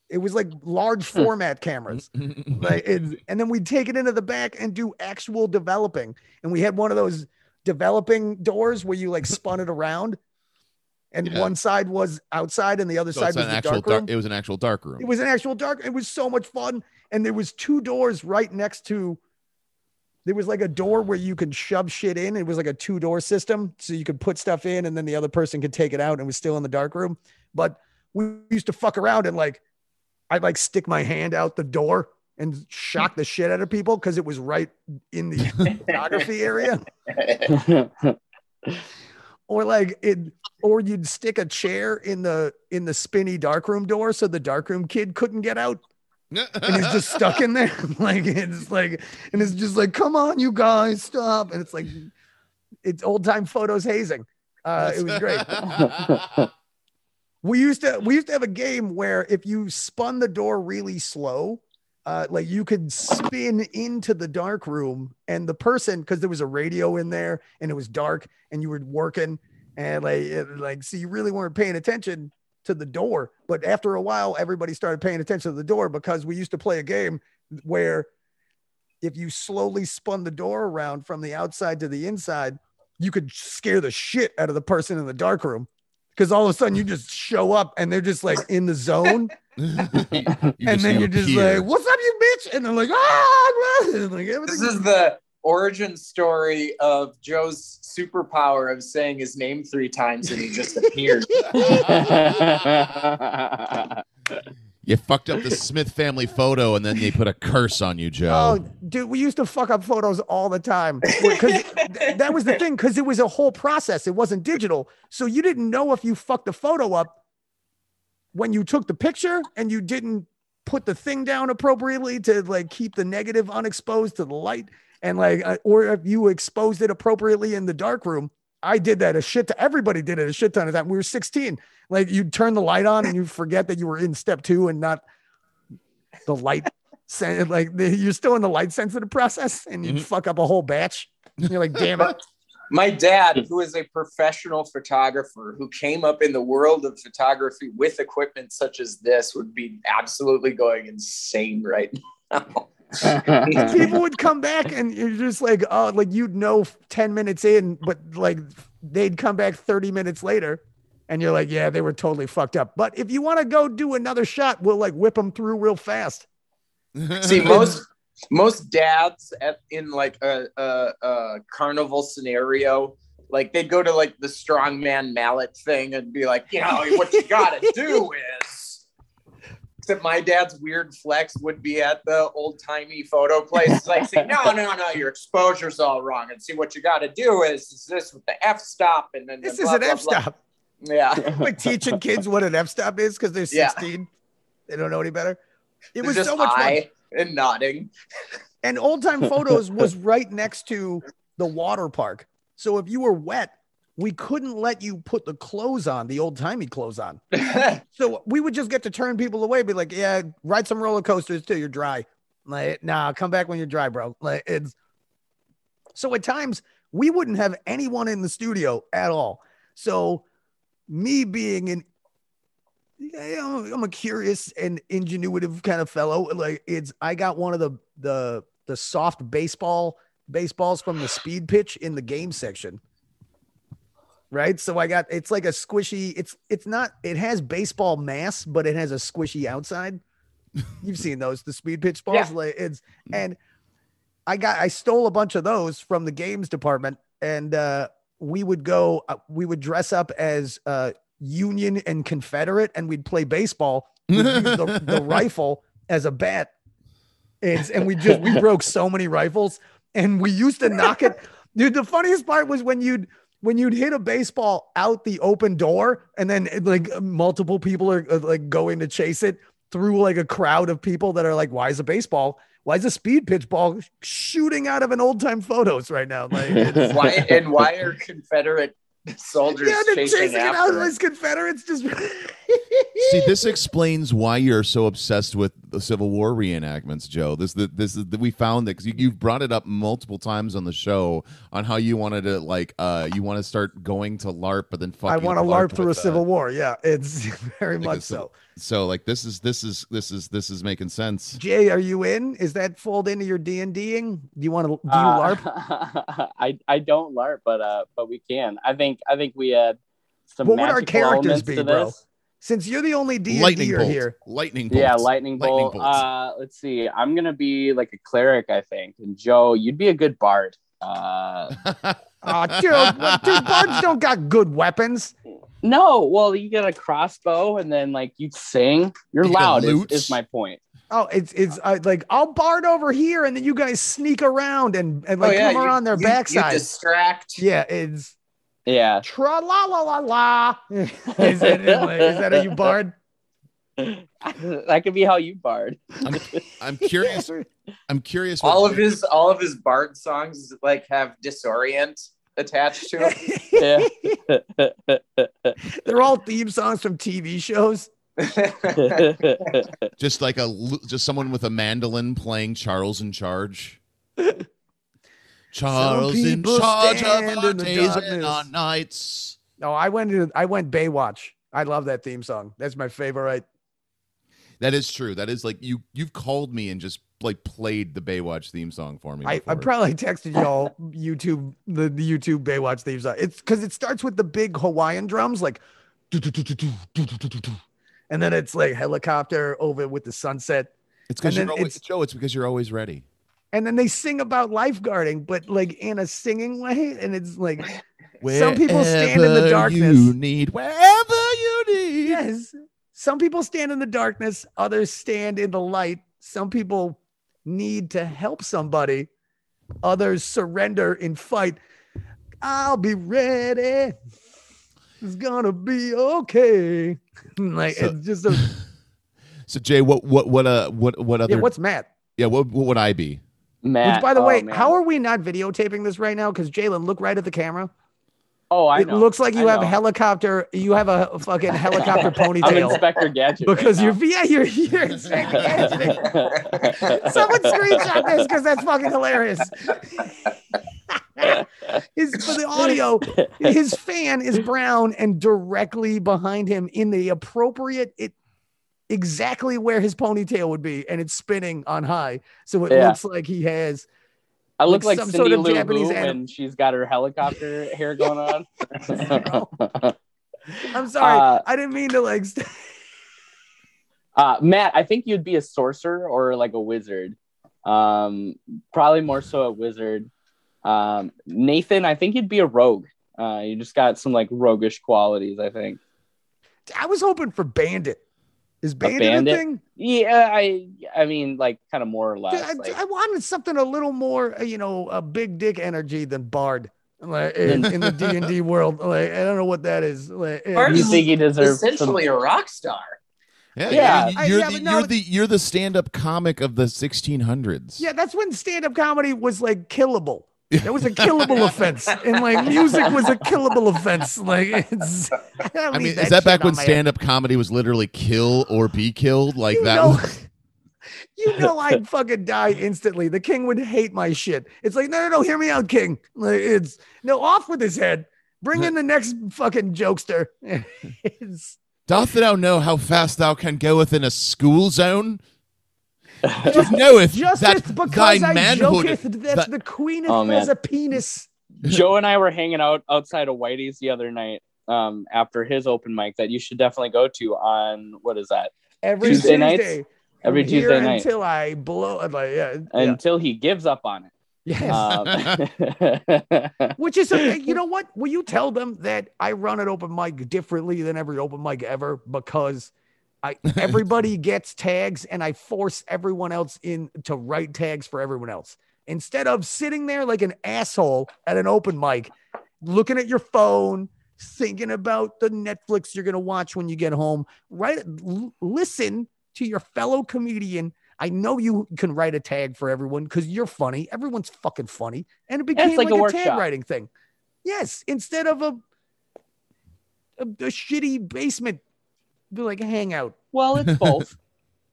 S4: It was like large
S1: Hmm.
S4: format cameras. like it's, and then we'd take it into the back and do actual developing and we had one of those developing doors where you like spun it around and
S1: Yeah.
S4: one side was outside and the other
S1: So
S4: side
S1: it's
S4: was
S1: an
S4: the
S1: actual
S4: dark
S1: dark-
S4: room.
S1: It was an actual dark room.
S4: It was an actual dark. It was so much fun, and there was two doors right next to. There was like a door where you could shove shit in. It was like a two door system, so you could put stuff in, and then the other person could take it out, and it was still in the dark room. But we used to fuck around and like, I'd like stick my hand out the door and shock the shit out of people because it was right in the photography area or like it or you'd stick a chair in the in the spinny darkroom door so the darkroom kid couldn't get out and he's just stuck in there like it's like and it's just like come on you guys stop and it's like it's old time photos hazing uh, it was great we used to we used to have a game where if you spun the door really slow, uh, like you could spin into the dark room and the person because there was a radio in there and it was dark and you were working and like it- like so you really weren't paying attention to the door. But after a while, everybody started paying attention to the door because we used to play a game where if you slowly spun the door around from the outside to the inside, you could scare the shit out of the person in the dark room because all of a sudden you just show up and they're just like in the zone, and then you're just like, "What's up, you bitch?" And they're like, "Ah!" and like
S3: This
S4: everything.
S3: is the origin story of Joe's superpower of saying his name three times and he just appeared.
S1: you fucked up the Smith family photo, and then they put a curse on you,
S4: Oh,
S1: Joe.
S4: dude, we used to fuck up photos all the time because that was the thing. Because it was a whole process; it wasn't digital, so you didn't know if you fucked the photo up when you took the picture and you didn't put the thing down appropriately to like keep the negative unexposed to the light, and like, uh, or if you exposed it appropriately in the dark room. I did that a shit. To, everybody did it a shit ton of time. We were 16. Like you'd turn the light on and you forget that you were in step two and not the light sen- like the, you're still in the light sensitive process and you
S1: Mhm.
S4: fuck up a whole batch. And you're like, damn it.
S3: My dad, who is a professional photographer who came up in the world of photography with equipment such as this, would be absolutely going insane right now.
S4: people would come back and you're just like, oh, like you'd know 10 minutes in, but like they'd come back 30 minutes later and you're like, yeah, they were totally fucked up. But if you want to go do another shot, we'll like whip them through real fast. Oh,
S3: See, most most dads at, in like a, a, a carnival scenario, like they'd go to like the strongman mallet thing and be like, you know, what you gotta do is. Except my dad's weird flex would be at the old timey photo place. Like, say, no, no, no, your exposure's all wrong. And see, what you got to do is, is this with the F stop. And then the
S4: This
S3: blah,
S4: is an
S3: blah,
S4: F
S3: blah.
S4: stop.
S3: Yeah.
S4: Like teaching kids what an F stop is because they're
S3: Yeah.
S4: 16. They don't know any better.
S3: They're
S4: It was
S3: just
S4: so much fun.
S3: high and nodding.
S4: And old time photos was right next to the water park. So if you were wet, we couldn't let you put the clothes on, the old timey clothes on. So we would just get to turn people away, be like, yeah, ride some roller coasters till you're dry. Like, nah, come back when you're dry, bro. Like, it's so at times we wouldn't have anyone in the studio at all. So me being an yeah, I'm, I'm a curious and ingenuitive kind of fellow. Like it's I got one of the the the soft baseball baseballs from the speed pitch in the game section. Right? So I got it's like a squishy, it's it's not it has baseball mass, but it has a squishy outside. You've seen those, the speed pitch balls. Like it's and I got I stole a bunch of those from the games department and uh we would go uh, we would dress up as uh Union and Confederate and we'd play baseball we'd use the, the rifle as a bat. It's, and we just we broke so many rifles, and we used to knock it. Dude, the funniest part was when you'd when you'd hit a baseball out the open door, and then it, like multiple people are uh, like going to chase it through like a crowd of people that are like, "Why is a baseball? Why is a speed pitch ball shooting out of an old time photos right now?" Like, it's-
S3: Why and why are Confederate soldiers
S4: yeah, they're
S3: chasing,
S4: chasing it out
S3: after?
S4: of
S3: him?
S4: these Confederates just.
S1: See, this explains why you're so obsessed with the Civil War reenactments, Joe. This, the, this is that we found that because you, you've brought it up multiple times on the show on how you wanted to like, uh, you want to start going to LARP, but then fuck
S4: I
S1: you,
S4: want to LARP
S1: with
S4: through a
S1: the-
S4: civil war. Yeah, it's very
S1: Like a
S4: much so.
S1: civil- So like, this is this is this is this is making sense.
S4: Jay, are you in? Is that fold into your D and Ding? Do you want to? Do you
S2: Uh,
S4: LARP?
S2: LARP? I, I don't LARP, but uh, but we can. I think I think we add some
S4: What would our
S2: magical
S4: characters
S2: elements
S4: be,
S2: to
S4: bro?
S2: this.
S4: Since you're the only D and
S1: lightning
S4: D
S1: bolt.
S4: here,
S1: Lightning bolt.
S2: Yeah, lightning
S1: Lightning
S2: bolt.
S1: bolts.
S2: Uh, let's see. I'm gonna be like a cleric, I think. And Joe, you'd be a good bard. Uh,
S4: oh, dude, what- dude, bards don't got good weapons.
S2: no, well, you get a crossbow, and then like you sing. You're
S1: You get
S2: loud. Is,
S1: lutes.
S2: is my point.
S4: Oh, it's it's uh, like I'll bard over here, and then you guys sneak around and and like come
S3: Oh, you-
S4: around their
S3: you-
S4: backside.
S3: You distract.
S4: yeah, it's
S2: Yeah.
S4: tra la la la la. is, that, is that how you bard?
S2: that could be how you bard.
S1: I'm curious. I'm curious.
S3: All
S1: what-
S3: of his all of his bard songs like have disorient attached to them.
S2: Yeah.
S4: They're all theme songs from TV shows.
S1: just like a lu- just someone with a mandolin playing Charles in Charge. Charles
S4: Some
S1: in
S4: people
S1: charge of
S4: stand
S1: our
S4: in the
S1: days and
S4: darkness.
S1: our nights.
S4: No, I went to I went Baywatch. I love that theme song. That's my favorite.
S1: That is true. That is like you you've called me and just like played the Baywatch theme song for me.
S4: I, I
S1: before.
S4: probably texted y'all YouTube the, the YouTube Baywatch theme song. It's because it starts with the big Hawaiian drums, like, "Do, do, do, do, do, do, do, do, do, do." and then it's like helicopter over with the sunset,
S1: it's because you're
S4: and then
S1: always
S4: it's-
S1: Joe, it's because you're always ready.
S4: and then they sing about lifeguarding, but like in a singing way, and it's like Some people stand in the
S1: Wherever
S4: darkness.
S1: You need wherever you need.
S4: yes, some people stand in the darkness, others stand in the light. Some people need to help somebody, others surrender in fight. I'll be ready. It's gonna be okay. Like
S1: So-
S4: it's just a
S1: So Jay, what what what uh what what other
S4: yeah. What's Matt?
S1: yeah what what would I be?
S2: Matt.
S4: Which, by the
S2: oh,
S4: way,
S2: man.
S4: how are we not videotaping this right now? Because Jalen, look right at the camera.
S2: Oh, I
S4: it
S2: know.
S4: looks like you
S2: I
S4: have
S2: know.
S4: helicopter. You have a fucking helicopter
S2: I'm
S4: ponytail
S2: Inspector Gadget. right
S4: because
S2: now.
S4: you're yeah you're here. Someone screenshot this because that's fucking hilarious. his for the audio, his fan is brown and directly behind him in the appropriate it exactly where his ponytail would be, and it's spinning on high. So it
S2: Yeah.
S4: looks like he has
S2: I look
S4: Like
S2: like,
S4: some
S2: Cindy
S4: sort of
S2: Lou
S4: Japanese
S2: Who
S4: anim-
S2: when she's got her helicopter hair going on.
S4: Oh, I'm sorry,
S2: Uh,
S4: I didn't mean to like
S2: Uh, Matt, I think you'd be a sorcerer or like a wizard. Um, probably more so a wizard. Um, Nathan, I think you'd be a rogue. Uh, you just got some like roguish qualities, I think.
S4: I was hoping for bandit. Is bandit, a
S2: bandit?
S4: thing?
S2: Yeah, I I mean like kind of more or
S4: Dude,
S2: less.
S4: I,
S2: like,
S4: I wanted something a little more, uh, you know, a big dick energy than Bard like, in, in the D and D world. Like, I don't know what that is. Like, eh,
S3: Bard
S2: you
S3: is
S2: think you deserve some-
S3: essentially a rock star.
S1: Yeah,
S2: Yeah.
S1: you-
S4: I-
S1: You're,
S4: yeah,
S1: the,
S4: but no,
S1: you're the you're the stand-up comic of the 1600s.
S4: yeah, that's when stand-up comedy was like killable. That was a killable offense, and like music was a killable offense. Like, it's, I, don't
S1: I
S4: need
S1: mean, is that back
S4: shit on
S1: when
S4: my-
S1: stand-up comedy was literally kill or be killed? Like
S4: you
S1: that.
S4: Know,
S1: was-
S4: you know, I'd fucking die instantly. The king would hate my shit. It's like, no, no, no, hear me out, king. Like, it's no, off with his head. Bring in the next fucking jokester. It's-
S1: Doth thou know how fast thou can goeth in a school zone? Just knoweth
S4: Just
S1: that
S4: it's because
S1: thine
S4: I
S1: manhood.
S4: joketh that,
S1: that-
S4: the queen
S2: Oh,
S4: has
S2: man.
S4: a penis.
S2: Joe and I were hanging out outside of Whitey's the other night um, after his open mic that you should definitely go to on what is that
S4: Every
S2: Tuesday
S4: Tuesday,
S2: nights?
S4: from
S2: every
S4: here
S2: Tuesday night
S4: until I blow. I'm Like, yeah, yeah.
S2: until he gives up on it.
S4: yes.
S2: Um,
S4: Which is, okay. you know what? Will you tell them that I run an open mic differently than every open mic ever because I everybody gets tags and I force everyone else in to write tags for everyone else instead of sitting there like an asshole at an open mic, looking at your phone, thinking about the Netflix you're gonna watch when you get home. Write, l- listen to your fellow comedian. I know you can write a tag for everyone because you're funny. Everyone's fucking funny, and it became
S2: it's like
S4: like,
S2: a
S4: a,
S2: workshop.
S4: tag writing thing. Yes, instead of a a, a shitty basement like hangout.
S2: well, it's both.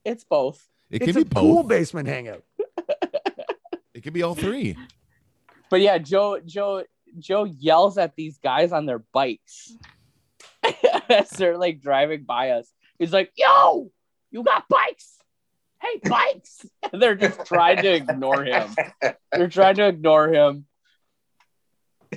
S2: It's both.
S1: it
S4: it's
S1: can
S4: a
S1: be
S4: cool
S1: both.
S4: basement hangout.
S1: It can be all three.
S2: But yeah, Joe Joe Joe yells at these guys on their bikes as they're like driving by us. He's like, "Yo, you got bikes? Hey, bikes!" And they're just trying to ignore him. They're trying to ignore him.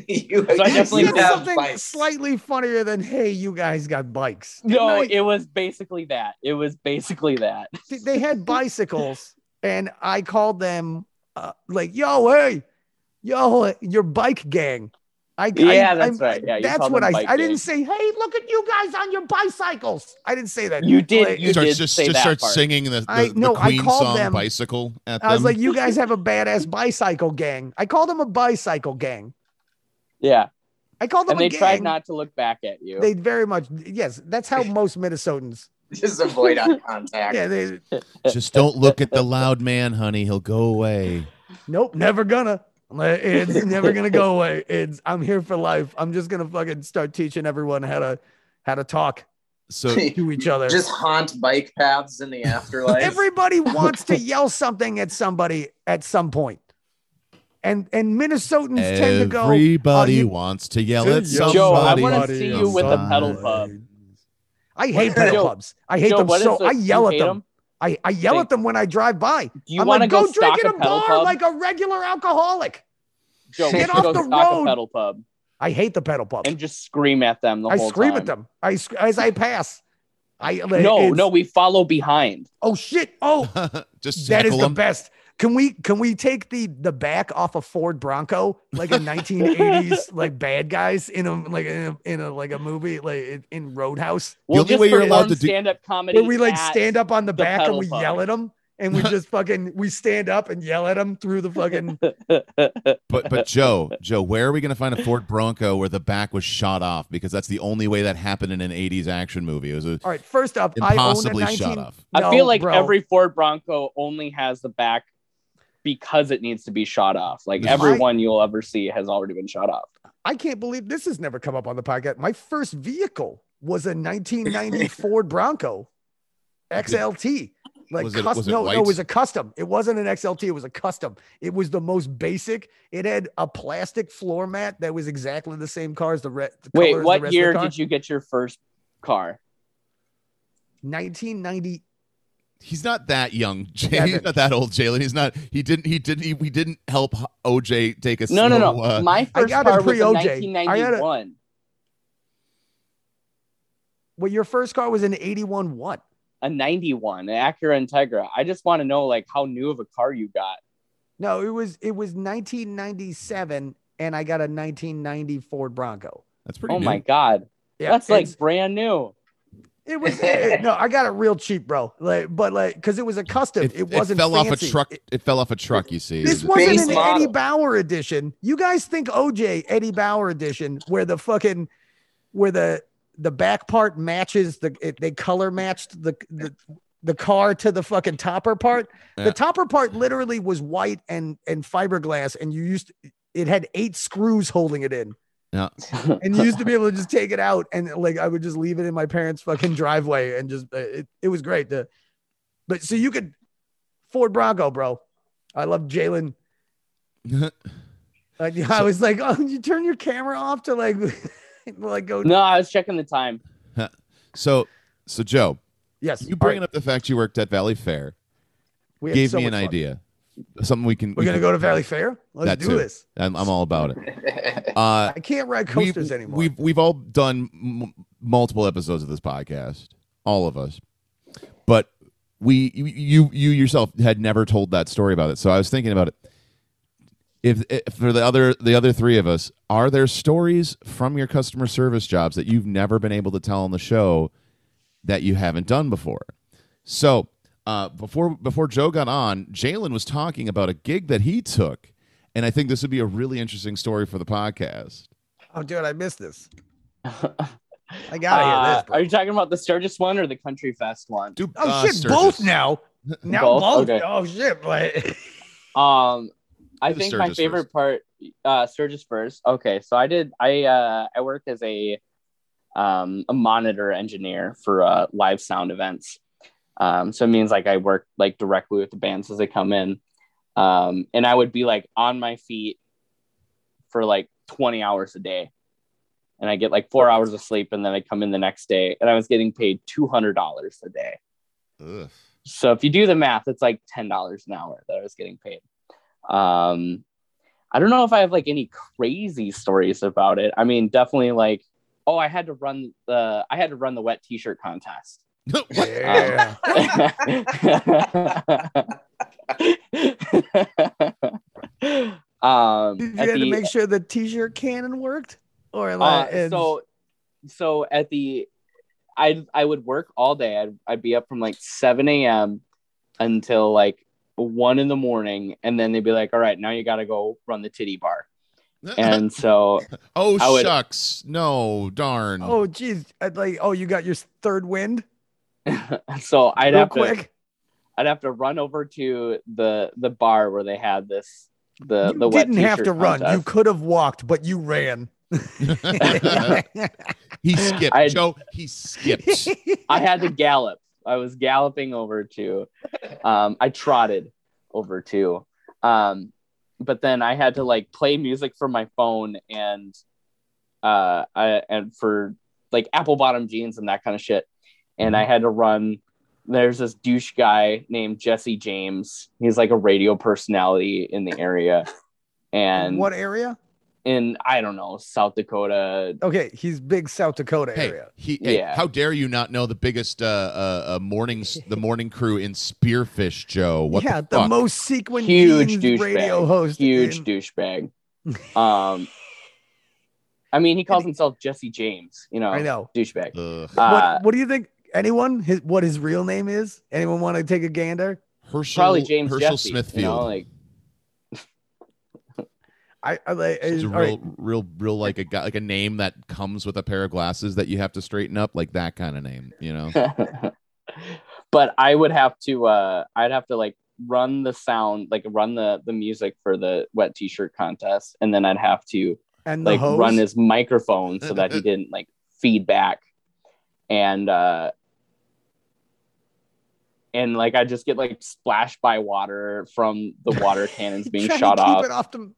S3: you
S2: So I
S3: you
S2: definitely
S4: Said
S2: have
S4: something
S3: bikes.
S4: slightly funnier than "Hey, you guys got bikes." Didn't
S2: No,
S4: I-
S2: it was basically that. It was basically that.
S4: th- they had bicycles and i called them uh, like yo hey yo your bike gang i I-
S2: Yeah, that's
S4: I-
S2: right. Yeah, you
S4: that's
S2: called
S4: what
S2: them
S4: i
S2: bike
S4: i didn't
S2: gang.
S4: say hey look at you guys on your bicycles i didn't say that
S2: You did.
S4: Like,
S2: you
S1: starts
S2: did
S1: just,
S2: say
S1: just
S2: that
S1: starts
S2: part.
S1: singing the, the,
S4: I-
S1: the
S4: no, I
S1: Queen
S4: called
S1: song
S4: them.
S1: bicycle at
S4: i was
S1: them.
S4: like you guys have a badass bicycle gang i called them a bicycle gang
S2: Yeah,
S4: i called them
S2: and
S4: a
S2: they
S4: gang
S2: tried not to look back at you.
S4: they very much yes that's how most minnesotans
S3: Just avoid eye contact.
S4: yeah they
S1: just don't look at the loud man, honey. He'll go away.
S4: nope, never gonna. Like, It's never gonna go away. It's I'm here for life. I'm just gonna fucking start teaching everyone how to how to talk
S1: So
S4: to each other.
S3: Just haunt bike paths in the afterlife.
S4: Everybody wants to yell something at somebody at some point. And and Minnesotans tend to go
S1: everybody
S4: "Oh, you-
S1: wants to yell
S4: Yo,
S1: at somebody.
S2: Joe, I wanna see you with a
S1: sometimes."
S2: pedal pub.
S4: I hate pedal
S2: Joe-
S4: pubs. I hate
S2: Joe,
S4: them
S2: what is
S4: so
S2: the-
S4: I yell
S2: you
S4: at
S2: hate
S4: them.
S2: 'em?
S4: I, I yell
S2: Think-
S4: at them when I drive by.
S2: Do you
S4: I'm
S2: want
S4: like,
S2: to go,
S4: go drink
S2: stock
S4: at
S2: a
S4: a
S2: pedal
S4: bar
S2: pub?
S4: like a regular alcoholic.
S2: Joe,
S3: Get
S2: we should
S4: off
S2: go
S4: the
S2: stock
S4: road.
S2: a pedal pub
S4: I hate the pedal pub.
S2: and just scream at them the
S4: I
S2: whole
S4: scream
S2: time.
S4: at them. I sc- as I pass. I
S2: No,
S4: it's-
S2: no, we follow behind.
S4: Oh shit! Oh,
S1: just
S4: that is
S1: tackle
S4: the
S1: 'em.
S4: best. Can we can we take the the back off a Ford Bronco like a 1980s like bad guys in a like in a, in a like a movie like in- in Roadhouse
S2: We'll
S1: only way you're allowed to do-
S2: stand up comedy.
S4: where we like
S2: at-
S4: stand up on the,
S2: the
S4: back and
S2: pedal
S4: we
S2: pub.
S4: yell at them and we just fucking we stand up and yell at them through the fucking
S1: But but Joe, Joe, where are we going to find a Ford Bronco where the back was shot off? Because that's the only way that happened in an '80s action movie. It was a
S4: all right. First up,
S1: impossibly
S4: I own a 19.
S1: shot off.
S2: I
S4: No,
S2: feel like
S4: bro.
S2: every Ford Bronco only has the back because it needs to be shot off. Like
S1: My-
S2: everyone you'll ever see has already been shot off.
S4: I can't believe this has never come up on the podcast. My first vehicle was a 1990 Ford Bronco XLT. like
S1: Was it-
S4: custom.
S1: was it
S4: no, no,
S1: white?
S4: it was a custom. It wasn't an XLT. It was a custom. It was the most basic. It had a plastic floor mat that was exactly the same car as the, re- the color
S2: Wait,
S4: as the
S2: what
S4: rest of
S2: year
S4: the car.
S2: did you get your first car?
S4: 1990.
S1: He's not that young, Jay.
S4: Yeah, I
S1: He's
S4: bet.
S1: not that old, Jalen. He's not. He didn't. He didn't. He, we didn't help OJ take a.
S2: No, no,
S1: slow,
S2: no.
S1: uh,
S2: My first
S4: got it
S2: car was in
S4: pre-OJ. I got it-
S2: 1991.
S4: Well, your first car was an 81 what?
S2: A 91, an Acura Integra. I just want to know like how new of a car you got.
S4: No, it was it was 1997, and I got a 1990 Ford Bronco.
S1: that's pretty.
S2: Oh
S1: new.
S2: my god.
S4: Yeah,
S2: That's
S4: it's-
S2: like brand new.
S4: it was. it- no, I got it real cheap, bro. Like, but like, because it was a custom. It, wasn't
S1: fell off
S4: fancy.
S1: a truck.
S4: It-
S1: It, fell off a truck. You see,
S4: This
S1: It-
S4: wasn't
S3: base
S4: an
S3: model.
S4: Eddie Bauer edition. You guys think OJ Eddie Bauer edition, where the fucking where the the back part matches the it, they color matched the, the the car to the fucking topper part.
S1: Yeah.
S4: The topper part literally was white and and fiberglass, and you used it had eight screws holding it in.
S1: Yeah.
S4: and you used to be able to just take it out and like I would just leave it in my parents' fucking driveway and just it, it was great. The but so you could Ford Bronco, bro. I love Jalen like, I was like, oh, you turn your camera off to like, like go.
S2: No, I was checking the time.
S1: so, so Joe,
S4: Yes,
S1: you bringing up the fact you worked at Valley Fair
S4: we had
S1: gave
S4: so
S1: me an
S4: much fun.
S1: idea, something we can.
S4: We're
S1: we
S4: gonna
S1: can-
S4: go to Valley Fair. Let's
S1: That
S4: do
S1: too.
S4: this.
S1: I'm, I'm all about it. Uh,
S4: I can't ride coasters
S1: we've,
S4: anymore.
S1: We've we've all done m- multiple episodes of this podcast, all of us. But we you- you you yourself had never told that story about it. So I was thinking about it. If, if for the other the other three of us, are there stories from your customer service jobs that you've never been able to tell on the show that you haven't done before? So uh, before before Joe got on, Jalen was talking about a gig that he took, and I think this would be a really interesting story for the podcast.
S4: oh, dude, I missed this.
S2: Uh,
S4: I gotta hear this, bro.
S2: are you talking about the Sturgis one or the Country Fest one?
S1: Do,
S4: oh
S1: uh,
S4: shit,
S1: Sturgis.
S4: both now. Now both.
S2: Both? Okay.
S4: Oh shit, like,
S2: Um, I
S1: Do the
S2: think my
S1: Sturgis
S2: favorite part, uh, Sturgis first. Okay, so I did. I uh, I worked as a um, a monitor engineer for uh, live sound events. Um, so it means like I work like directly with the bands as they come in, um, and I would be like on my feet for like twenty hours a day, and I get like four hours of sleep, and then I come in the next day, and I was getting paid two hundred dollars a day.
S1: Ugh.
S2: So if you do the math, it's like ten dollars an hour that I was getting paid. Um, I don't know if I have like any crazy stories about it. I mean, definitely like, oh, I had to run the I had to run the wet T-shirt contest.
S1: What?
S4: yeah.
S2: Uh, um,
S4: Did you
S2: at
S4: have to
S2: the-
S4: make sure the t-shirt cannon worked, or
S2: uh,
S4: like, it's-
S2: so so at the I I would work all day. I'd I'd be up from like seven a.m. until like one in the morning, and then they'd be like, "All right, now you got to go run the titty bar." And so
S1: oh
S2: I would-
S1: shucks, no darn.
S4: oh geez, I'd like, oh, you got your third wind
S2: so I'd
S4: real
S2: have
S4: quick.
S2: to I'd have to run over to the the bar where they had this the
S4: you
S2: uh, the wet
S4: didn't have
S2: t-shirt
S4: to run. You
S2: contest.
S4: could have walked, but you ran.
S1: he skipped.
S2: I-
S1: Joe, he skipped.
S2: I had to gallop. I was galloping over to, um, I trotted over to, um, but then I had to like play music from my phone and, uh, I, and for like apple bottom jeans and that kind of shit. And I had to run. There's this douche guy named Jesse James. He's like a radio personality in the area. And
S4: what area?
S2: in, I don't know, South Dakota.
S4: Okay, he's big South Dakota
S1: hey,
S4: area.
S1: he, hey,
S2: Yeah.
S1: how dare you not know the biggest uh, uh, uh morning the morning crew in Spearfish, Joe? What
S4: yeah,
S1: the,
S4: the,
S1: fuck?
S4: most sequined
S2: Huge
S4: jeans
S2: douchebag.
S4: radio host.
S2: huge
S4: in-
S2: douchebag. Um, I mean, he calls himself Jesse James. You know,
S4: I know.
S2: douchebag.
S1: Ugh.
S2: Uh,
S4: what, what do you think? Anyone? His, what his real name is? Anyone want to take a gander?
S1: Herschel,
S2: probably James
S1: Herschel
S2: Jesse,
S1: Smithfield.
S2: You know, like,
S4: I, I like.
S1: It's a
S4: all
S1: real,
S4: right.
S1: real, real like a guy, like a name that comes with a pair of glasses that you have to straighten up, like that kind of name, you know.
S2: but I would have to. Uh, I'd have to like run the sound, like run the the music for the wet T-shirt contest, and then I'd have to
S4: And the
S2: like
S4: hose?
S2: run his microphone so that he didn't like feedback. And uh, and like I just get like splashed by water from the water cannons being
S4: Trying to
S2: shot
S4: keep
S2: off,
S4: it off the-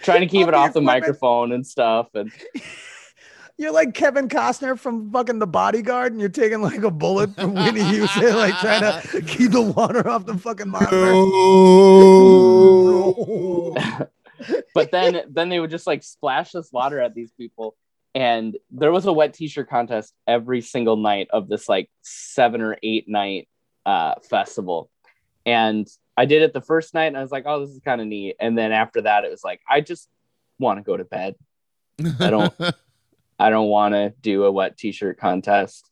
S2: trying to keep
S4: off
S2: it
S4: the
S2: off the
S4: equipment.
S2: microphone and stuff. And
S4: You're like Kevin Costner from fucking The Bodyguard, and you're taking like a bullet from Winnie Houston, like trying to keep the water off the fucking monitor.
S2: but then then they would just like splash this water at these people. And there was a wet t-shirt contest every single night of this like seven or eight night uh, festival. And I did it the first night and I was like, oh, this is kind of neat. And then after that, it was like, I just want to go to bed. I don't- I don't want to do a wet t-shirt contest.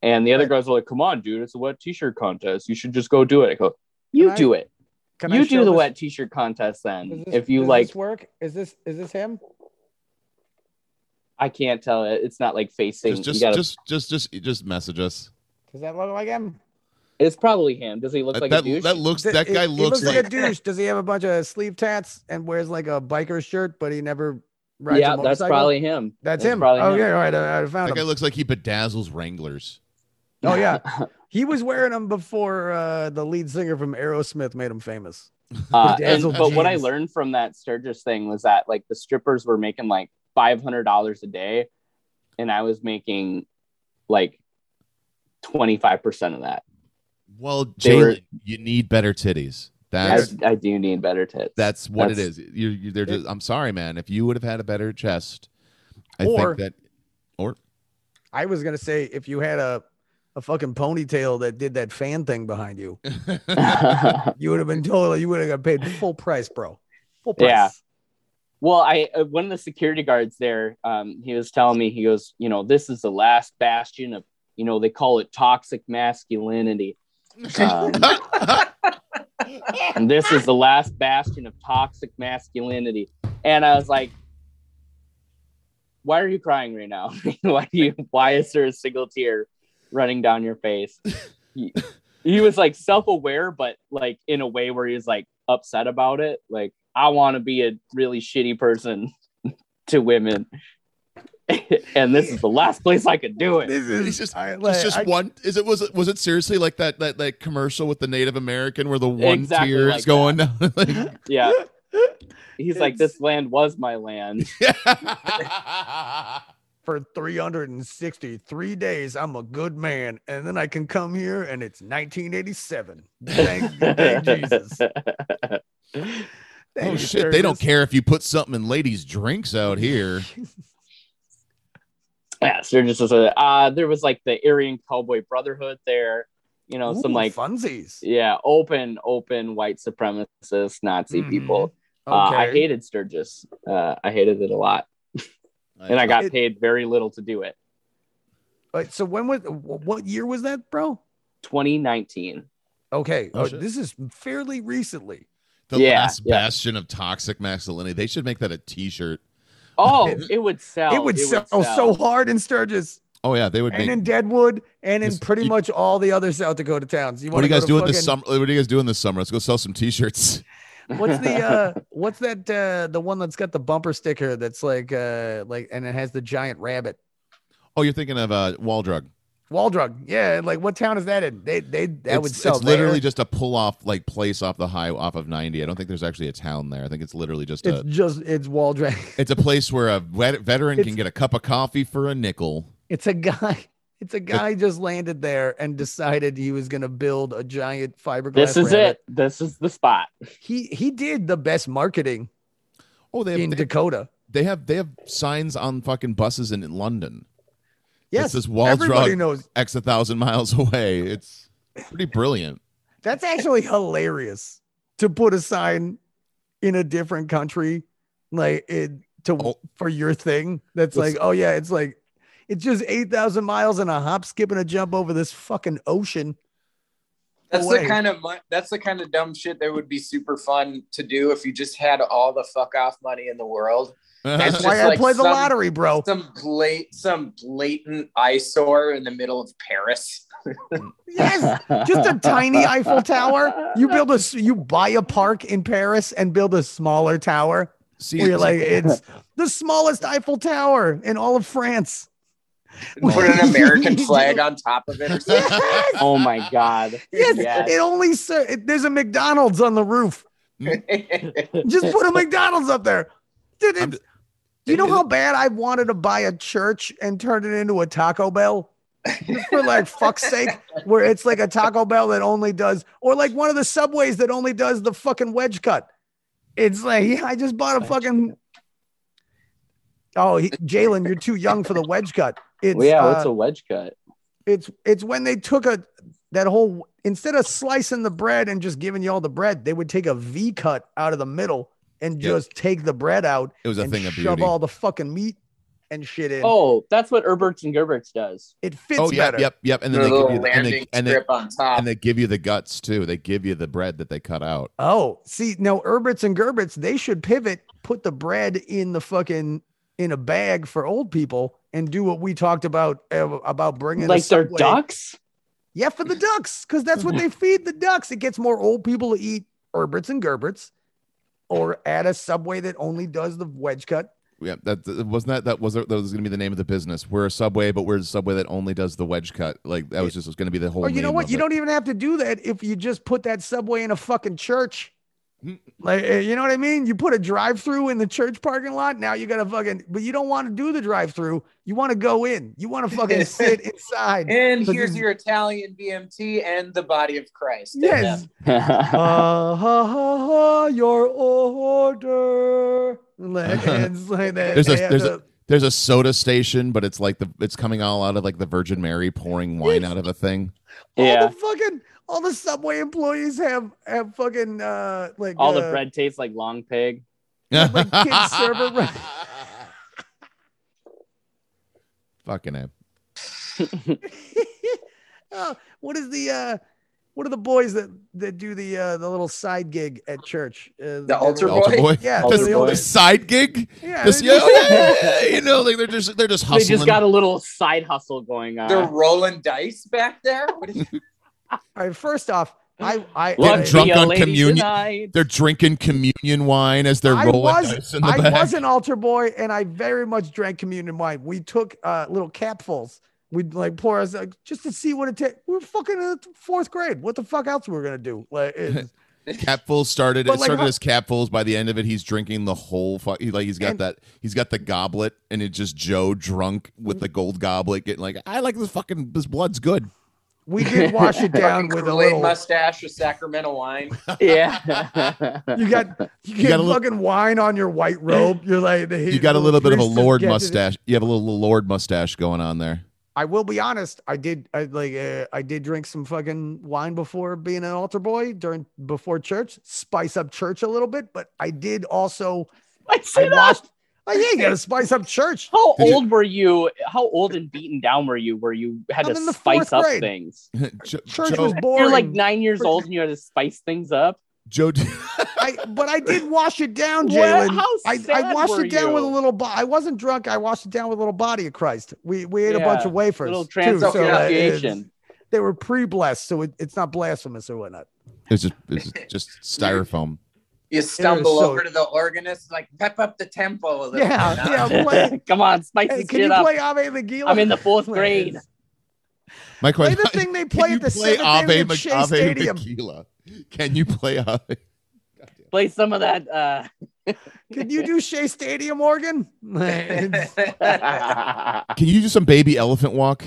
S2: And the other guys were like, come on, dude, it's a wet t-shirt contest. You should just go do it. I go, you
S6: I-
S2: do it.
S6: Can
S2: you
S6: I
S2: do
S6: show
S2: the
S6: this-
S2: wet t-shirt contest then.
S6: does this-
S2: if you
S6: does
S2: like,
S6: this work, is this is this him?
S2: I can't tell it. It's not like facing.
S1: just,
S2: you
S1: just,
S2: gotta,
S1: just, just, just, just message us.
S6: Does that look like him?
S2: it's probably him. Does he look
S1: That,
S2: like a
S1: that,
S2: douche?
S1: that looks.
S4: Th-
S1: That
S4: he-
S1: guy
S4: he
S1: looks like.
S4: a douche. Does he have a bunch of sleeve tats and wears like a biker shirt, but he never rides a
S2: yeah, that's
S4: motorcycle?
S2: probably him.
S4: that's him.
S2: probably
S4: Oh yeah, all right, I, I found
S1: that guy
S4: him.
S1: looks like he bedazzles Wranglers.
S4: Oh yeah, he was wearing them before uh, the lead singer from Aerosmith made him famous.
S2: Uh, and,
S4: Bedazzled
S2: but what I
S4: jeans.
S2: learned from that Sturgis thing was that like the strippers were making like five hundred dollars a day, and I was making like twenty five percent of that.
S1: Well,
S2: They were-
S1: Jalen, you need better titties.
S2: I,
S1: That's
S2: I do need better tits.
S1: that's what
S2: that's-
S1: it is. You're, you're they're just, I'm sorry, man. If you would have had a better chest, I
S4: Or-
S1: think that. Or
S4: I was gonna say if you had a a fucking ponytail that did that fan thing behind you, you would have been totally. You would have got paid full price, bro. Full price.
S2: Yeah. Well, I uh, one of the security guards there, um, he was telling me, he goes, you know, this is the last bastion of, you know, they call it toxic masculinity. Um, and this is the last bastion of toxic masculinity. And I was like, why are you crying right now? why do you? Why is there a single tear running down your face? He, he was like self-aware, but like in a way where he was like upset about it. Like I want to be a really shitty person to women, and this is the last place I could do it.
S4: This is
S1: It's just-
S4: I,
S1: it's
S4: like,
S1: just
S4: I-
S1: one. Is it was it was it seriously like that that that commercial with the Native American where the one
S2: Exactly
S1: tear
S2: like
S1: is going down?
S2: Yeah, he's like,
S4: It's-
S2: this land was my land.
S1: Like-
S4: for 363 days. I'm a good man, and then I can come here, and it's 1987. Thank, thank Jesus. Thank
S1: oh
S4: you,
S1: shit! They don't
S4: Sturgis.
S1: care if you put something in ladies' drinks out here.
S2: yeah, Sturgis was a. Uh, there was like the Aryan Cowboy Brotherhood there. You know, some
S4: Ooh,
S2: like
S4: funsies.
S2: yeah, open, open white supremacist Nazi
S4: Mhm.
S2: people. Uh,
S4: Okay.
S2: I hated Sturgis. Uh, I hated it a lot, and I got
S4: It-
S2: paid very little to do it.
S4: But so when was wh- what year was that, bro?
S2: 2019.
S4: Okay,
S1: Oh,
S4: oh,
S1: shit.
S4: this is fairly recently.
S1: the
S2: yeah,
S1: last
S2: yeah.
S1: bastion of toxic masculinity. They should make that a T-shirt.
S2: Oh, it uh, would sell.
S4: it would sell, so hard in Sturgis
S1: Oh yeah, they would
S4: and
S1: make.
S4: in Deadwood and in
S1: Just-
S4: pretty
S1: you-
S4: much all the other South Dakota towns. You
S1: What are
S4: wanna
S1: you guys
S4: go to
S1: doing
S4: fucking,
S1: this summer? What are you guys doing this summer? Let's go sell some T-shirts.
S4: What's the uh what's that uh the one that's got the bumper sticker that's like uh like and it has the giant rabbit
S1: Oh, you're thinking of uh, wall drug.
S4: wall drug yeah like what town is that in they they that
S1: it's,
S4: would sell
S1: It's literally
S4: there.
S1: just a pull off like place off the high off of 90. I don't think there's actually a town there. I think it's literally just a.
S4: it's just it's wall drug
S1: It's a place where a vet- veteran can
S4: It's-
S1: get a cup of coffee for a nickel.
S4: it's a guy it's a guy just landed there and decided he was gonna build a giant fiberglass
S2: This is
S4: rabbit.
S2: it. This is the spot.
S4: he he did the best marketing
S1: Oh, they
S4: in
S1: have, they,
S4: Dakota
S1: they have they have signs on fucking buses in, in London.
S4: yes
S1: this wall
S4: everybody
S1: drug.
S4: knows
S1: X a thousand miles away. It's pretty brilliant.
S4: That's actually hilarious to put a sign in a different country, like it to
S1: Oh.
S4: for your thing. That's
S1: Let's-
S4: like, oh yeah, it's like it's just eight thousand miles and a hop, skip, and a jump over this fucking ocean.
S3: That's
S4: away.
S3: the kind of mon- that's the kind of dumb shit that would be super fun to do if you just had all the fuck off money in the world. That's
S4: Why
S3: just
S4: I
S3: like
S4: play the
S3: some-
S4: lottery, bro?
S3: Some blat- some blatant eyesore in the middle of Paris.
S4: Yes, just a tiny Eiffel Tower. You build a s- you buy a park in Paris and build a smaller tower.
S1: See,
S4: Where you're like, it's the smallest Eiffel Tower in all of France.
S3: Put an American flag on top of it or something.
S4: yes,
S2: Oh my god.
S4: yes.
S2: Yes.
S4: It only ser- it, there's a McDonald's on the roof. Just put a McDonald's up there, dude.
S1: I'm
S4: it's- do you know how bad I wanted to buy a church and turn it into a Taco Bell? Just for like fuck's sake, where it's like a Taco Bell that only does, or like one of the subways that only does the fucking wedge cut. It's like yeah, I just bought a fucking. Oh, he, Jalen, you're too young for the wedge cut. It's,
S2: Well, yeah,
S4: uh,
S2: what's a wedge cut?
S4: it's it's when they took a that whole instead of slicing the bread and just giving you all the bread, they would take a V cut out of the middle and
S1: Yeah.
S4: just take the bread out
S1: It was a
S4: and
S1: thing of
S4: shove
S1: beauty.
S4: all the fucking meat and shit in.
S2: Oh, that's what Herberts and Gerberts does.
S4: it fits
S1: oh, yep,
S4: better.
S1: yep, yep. And then
S3: Put a
S1: they give you
S3: little
S1: the, and they,
S3: landing
S1: and, they,
S3: strip on top.
S1: and they give you the guts too. They give you the bread that they cut out.
S4: Oh, see now Herberts and Gerberts, they should pivot, put the bread in the fucking in a bag for old people and do what we talked about uh, about bringing a
S2: Like they're
S4: Subway-
S2: ducks?
S4: Yeah, for the ducks, because that's what they
S1: Mm-hmm.
S4: feed the ducks. It gets more old people to eat Herberts and Gerberts, or add a subway that only does the wedge cut.
S1: Yeah, that that- wasn't that. That was that was going to be the name of the business. We're a subway, but we're a subway that only does the wedge cut. Like that was just was going to be the whole.
S4: or Oh, you know
S1: name
S4: what?
S1: of
S4: You
S1: it.
S4: don't even have to do that if you just put that subway in a fucking church.
S1: Mm.
S4: Like, eh, you know what I mean? You put a drive through in the church parking lot. Now you got to fucking, but you don't want to do the drive through. You want to go in. You want to fucking sit inside.
S3: and
S4: So
S3: here's
S4: you-
S3: your Italian BMT and the body of Christ.
S4: Yes. uh, ha, ha, ha, your order. Like, it's like that.
S1: Uh-huh. There's a-
S4: they have
S1: there's a-
S4: to-
S1: There's a soda station, but it's like the it's coming all out of like the Virgin Mary pouring wine out of a thing.
S4: All
S2: yeah.
S4: the fucking all the subway employees have have fucking uh like
S2: All the
S4: uh,
S2: bread tastes like long pig.
S4: Like kid server bread.
S1: Fucking a.
S4: Oh, what is the uh what are the boys that that do the uh the little side gig at church? Uh,
S3: The altar
S4: everyone-
S1: Altar boy.
S4: Yeah,
S1: This-
S2: Altar
S1: the
S2: boy.
S1: side gig.
S4: Yeah,
S1: This,
S4: they
S1: yeah,
S4: just-
S1: oh, yeah, yeah, yeah, you know, like they're just they're just hustling.
S2: They just got a little side hustle going on.
S3: They're rolling dice back there. What is-
S4: All right, first off, I I
S1: Getting
S2: Lucky
S1: drunk
S2: a
S1: on
S2: lady
S1: communion.
S2: tonight.
S1: they're drinking communion wine as they're
S4: I
S1: rolling
S4: was-
S1: dice in the
S4: I
S1: back.
S4: was an altar boy, and I very much drank communion wine. We took uh, little capfuls. We'd like pour us like, just to see what it takes. We were fucking in fourth grade. What the fuck else we were gonna do? Like, it's-
S1: Capfuls started.
S4: But,
S1: it
S4: like,
S1: started
S4: how-
S1: as capfuls. By the end of it, he's drinking the whole. Fu- he, like he's got
S4: And-
S1: that. He's got the goblet, and it's just Joe drunk with the gold goblet, getting like, I like this fucking. This blood's good.
S4: we did wash it down
S3: Fucking
S4: with a
S3: Kool-Aid
S4: little.
S3: mustache with Sacramento wine.
S2: Yeah.
S4: You got you get
S1: got a little-
S4: fucking wine on your white robe. You're like
S1: You got a little bit of a
S4: priestess
S1: lord
S4: gets it.
S1: mustache. You have a little, little lord mustache going on there.
S4: I will be honest. I did I like uh, I did drink some fucking wine before being an altar boy during before church. Spice up church a little bit, but I did also
S2: I
S4: I
S2: see that.
S4: watched. Oh yeah, you gotta spice up church.
S2: How
S1: Did you-
S2: old were you? How old and beaten down were you where you had
S4: I'm
S2: to
S4: in the
S2: spice
S4: fourth
S2: up
S4: grade.
S2: things?
S1: Jo-
S4: Church
S1: Joe,
S4: was boring.
S2: You're like nine years old and you had to spice things up.
S1: Joe,
S4: I, but I did wash it down,
S2: What?
S4: Jalen.
S2: How
S4: I, I
S2: sad
S4: washed
S2: were
S4: it down with a
S2: you?
S4: little. Bo- I wasn't drunk. I washed it down with a little body of Christ. We we ate a bunch
S2: Yeah,
S4: of wafers.
S2: Little
S4: too, so, uh, it's-
S2: transubstantiation.
S4: they were pre-blessed, so it, it's not blasphemous or whatnot.
S1: it's just it's just styrofoam.
S3: You stumble
S4: so-
S3: over to the organist, like pep up the tempo a little.
S4: Yeah,
S3: bit.
S4: yeah. Play,
S2: Come on, spice
S4: hey,
S2: this
S4: can you
S2: shit up.
S4: play Ave Megillah?
S2: I'm in the fourth
S4: Please.
S2: grade.
S1: My
S4: Play
S1: question:
S4: the thing they
S1: Can
S4: play
S1: you
S4: at the
S1: play
S4: seventh day
S1: Ave,
S4: of
S1: Mag-
S4: Shea
S1: Ave
S4: Stadium.
S1: Magila? Can you play Ave?
S2: Play some of that. Uh...
S4: Can you do Shea Stadium organ? It's-
S1: Can you do some baby elephant walk?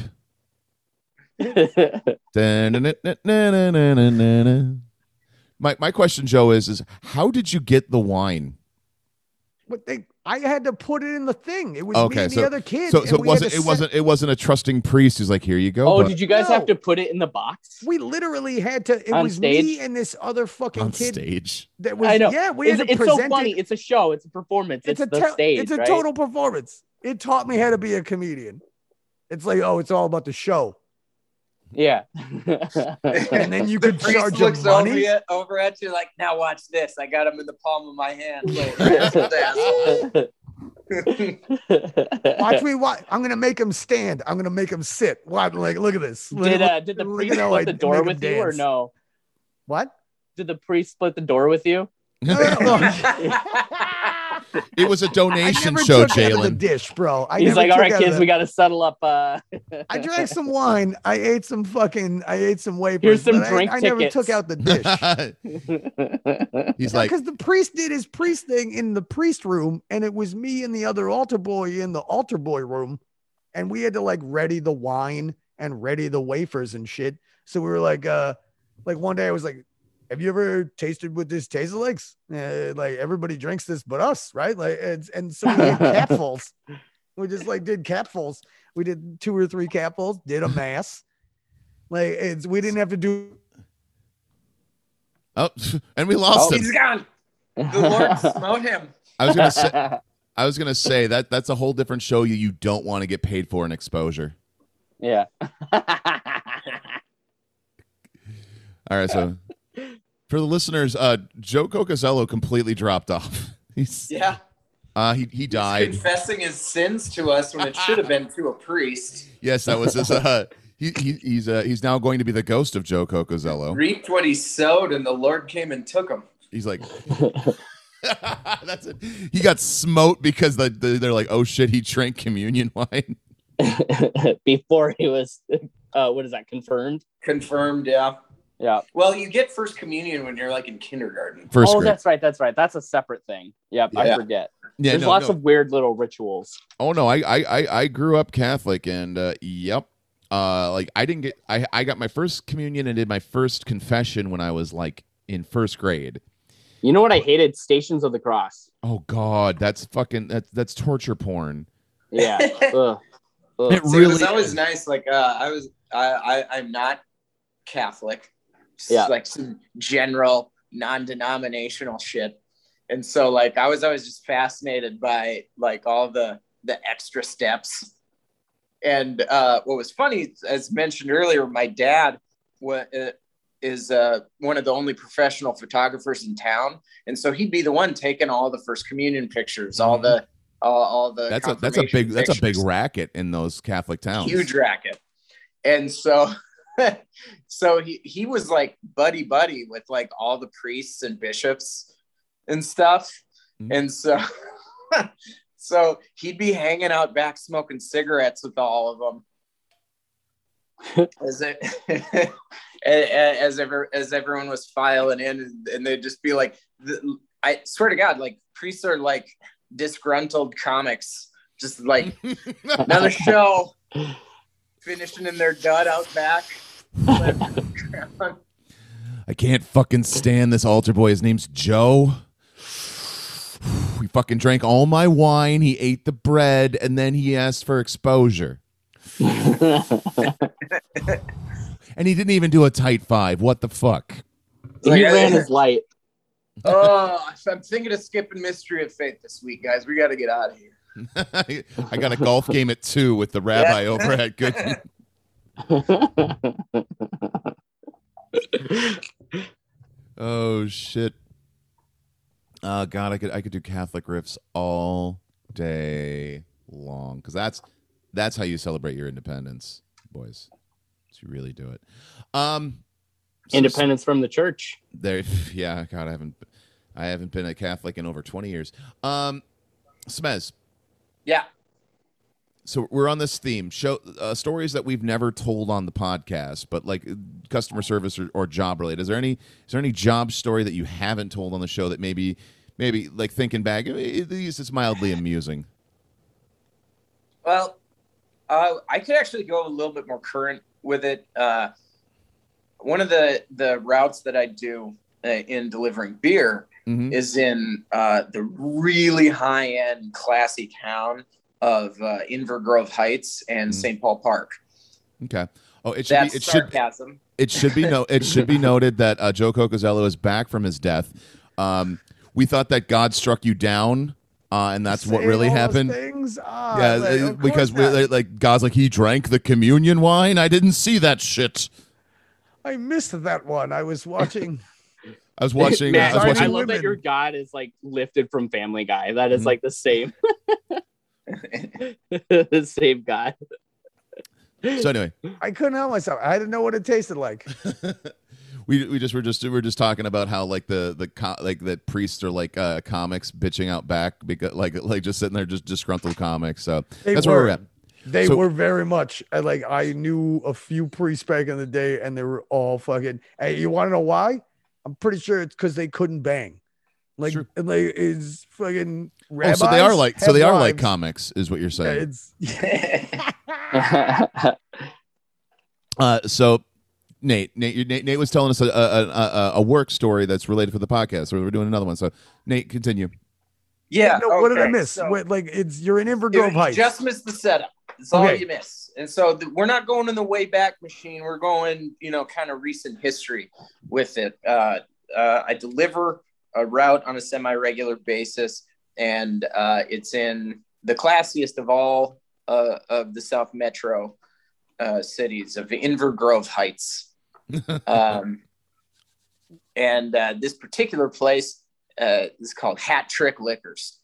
S1: Da-na-na-na-na-na-na-na. My my question, Joe, is is how did you get the wine?
S4: But they, I had to put it in the thing. It was
S1: Okay,
S4: me and
S1: so-
S4: the other kid.
S1: So
S4: and
S1: so it
S4: we had to
S1: wasn't it
S4: set-
S1: wasn't it wasn't a trusting priest who's like, here you go.
S2: oh,
S1: bud."
S2: did you guys
S4: No.
S2: have to put it in the box?
S4: We literally had to. It
S2: On
S4: was me
S2: stage?
S4: and this other fucking
S1: on
S4: kid
S1: stage?
S4: that was.
S2: I know.
S4: Yeah, we
S2: It's,
S4: had to
S2: it's so
S4: present
S2: funny.
S4: it.
S2: It's a show. It's a performance. It's,
S4: a
S2: the
S4: to-
S2: stage.
S4: It's a
S2: right?
S4: total performance. It taught me how to be a comedian. It's like, oh, it's all about the show,
S2: Yeah.
S4: and then you
S3: The
S4: could
S3: priest
S4: charge them
S3: looks over,
S4: money.
S3: you, over at you like, now watch this. I got him in the palm of my hand. Like, that's what the asshole-
S4: Watch me. Watch. I'm gonna make him stand. I'm gonna make him sit. What? Like, look at this. Look-
S2: did uh, did the
S4: look at
S2: priest
S4: how I
S2: split the door
S4: make 'em
S2: with you or
S4: dance.
S2: no?
S4: What?
S2: Did the priest split the door with you?
S4: No, no, no.
S1: It was a donation
S4: I never
S1: show,
S4: took out of the
S1: Jalen.
S4: dish, bro. I
S2: He's
S4: never
S2: like, all
S4: took
S2: right,
S4: out of
S2: kids,
S4: the-
S2: we got to settle up. Uh,
S4: I drank some wine. I ate some fucking. I ate some wafers.
S2: Here's some
S4: but I-
S2: drink
S4: I, never
S2: tickets.
S4: took out the dish.
S1: He's like,
S4: Because the priest did his priest thing in the priest room, and it was me and the other altar boy in the altar boy room, and we had to like ready the wine and ready the wafers and shit. So we were like, uh, like one day I was like, "Have you ever tasted what this tastes like?" Uh, like everybody drinks this but us, right? Like, and, and so we did capfuls. We just like did capfuls. We did two or three capfuls. Did a mass. Like it's, we didn't have to do.
S1: oh, and we lost
S2: Oh,
S1: him.
S3: He's gone. The Lord smote him.
S1: I was gonna say, I was gonna say that that's a whole different show you you don't want to get paid for an exposure.
S2: yeah.
S1: All right, so for the listeners, uh, Joe Cocasello completely dropped off. He's
S3: Yeah.
S1: uh, he he died.
S3: Confessing his sins to us when it should have been to a priest.
S1: Yes, that was his. Uh, he, he he's uh, he's now going to be the ghost of Joe Cocasello.
S3: Reaped what he sowed, and the Lord came and took him.
S1: He's like, that's it. He got smote because the, the, they're like, oh shit, he drank communion wine.
S2: Before he was, uh, what is that, confirmed?
S3: Confirmed, yeah.
S2: Yeah.
S3: Well, you get first communion when you're like in kindergarten.
S1: First
S2: oh,
S1: grade.
S2: that's right. That's right. That's a separate thing. Yep. I
S3: Yeah.
S2: forget.
S1: yeah,
S2: There's
S1: no,
S2: lots
S1: no.
S2: of weird little rituals.
S1: Oh no, I I I, I grew up Catholic, and uh, yep, uh, like I didn't get I I got my first communion and did my first confession when I was like in first grade.
S2: You know what I hated? Stations of the Cross.
S1: Oh god, that's fucking that's that's torture porn.
S2: Yeah. Ugh. Ugh.
S1: It
S3: See, it was
S1: really
S3: always
S1: is.
S3: nice. Like uh, I was, I, I, I'm not Catholic. Just
S2: Yeah.
S3: Like some general non-denominational shit, and so like I was always just fascinated by like all the the extra steps. And uh, what was funny, as mentioned earlier, my dad wa- uh, is uh, one of the only professional photographers in town, and so he'd be the one taking all the first communion pictures, all the all, all the
S1: Mm-hmm. That's a that's a big
S3: confirmation
S1: that's a big
S3: pictures
S1: racket in those Catholic towns.
S3: huge racket. And so, so he he was like buddy buddy with like all the priests and bishops and stuff.
S1: Mhm.
S3: And so, so he'd be hanging out back smoking cigarettes with all of them. As, it, as ever as everyone was filing in, and they'd just be like, the- "I swear to God, like priests are like disgruntled comics, just like another show finishing in their dud out back
S1: I can't fucking stand this altar boy. His name's Joe. We fucking drank all my wine. He ate the bread, and then he asked for exposure. and he didn't even do a tight five. What the fuck?
S2: he ran his light.
S3: oh i'm thinking of skipping mystery of faith this week guys we got to get out of here
S1: I got a golf game at two with the rabbi over at Good. oh shit! Oh god, I could I could do Catholic riffs all day long because that's that's how you celebrate your independence, boys. You really do it. Um, so-
S2: Independence from the church.
S1: there yeah god i haven't i haven't been a catholic in over 20 years um smez
S3: Yeah.
S1: so we're on this theme show uh, stories that we've never told on the podcast but like customer service or, or job related is there any is there any job story that you haven't told on the show that maybe maybe like thinking back at least it's mildly amusing
S3: well uh, i could actually go a little bit more current with it uh, one of the the routes that i do uh, in delivering beer
S1: Mhm.
S3: is in uh, the really high end, classy town of uh, Invergrove Heights and
S1: Mhm.
S3: St. Paul Park.
S1: okay oh it should
S3: That's
S1: be it should
S3: sarcasm.
S1: It should be no. It should be noted that uh, Joe Cocozello is back from his death. Um, we thought that God struck you down, uh, and that's what
S4: Say
S1: really
S4: all those
S1: happened.
S4: Things? Ah,
S1: Yeah,
S4: like,
S1: uh,
S4: of
S1: because
S4: course not.
S1: we're, like God's like he drank the communion wine. I didn't see that shit.
S4: I missed that one. I was watching.
S1: I was watching. uh,
S2: Man,
S1: I was
S2: sorry, I
S1: watching.
S2: love
S4: women.
S2: that your God is like lifted from Family Guy. That is,
S1: Mhm.
S2: like the same. the same God.
S1: so anyway,
S4: I couldn't help myself. I didn't know what it tasted like.
S1: we we just were just we were just talking about how like the the co- like that priests are like uh comics bitching out back because like like just sitting there just disgruntled comics. So
S4: They
S1: that's
S4: were,
S1: where we're at.
S4: They
S1: So-
S4: were very much I, like I knew a few priests back in the day, and they were all fucking. Hey, you want to know why? I'm pretty sure it's because they couldn't bang. Like,
S1: Sure.
S4: and they is fucking.
S1: Oh,
S4: Rabbis
S1: so they are like so
S4: have
S1: they are like
S4: wives.
S1: comics is what you're
S4: Yeah,
S1: saying.
S4: it's
S1: Uh, so Nate, Nate, Nate, Nate was telling us a, a, a, a work story that's related for the podcast. So we're doing another one. So Nate, continue.
S3: yeah.
S4: no, what did I
S3: okay,
S4: miss?
S3: so-
S4: Wait, like it's you're in Invergrove
S3: Dude, you
S4: Heights.
S3: just missed the setup. It's all
S4: Okay.
S3: you miss. And so th- we're not going in the way back machine. We're going, you know, kind of recent history with it. Uh, uh, I deliver a route on a semi-regular basis, and uh, it's in the classiest of all uh, of the South Metro uh, cities of Invergrove Heights. um, and uh, this particular place uh, is called Hat Trick Liquors.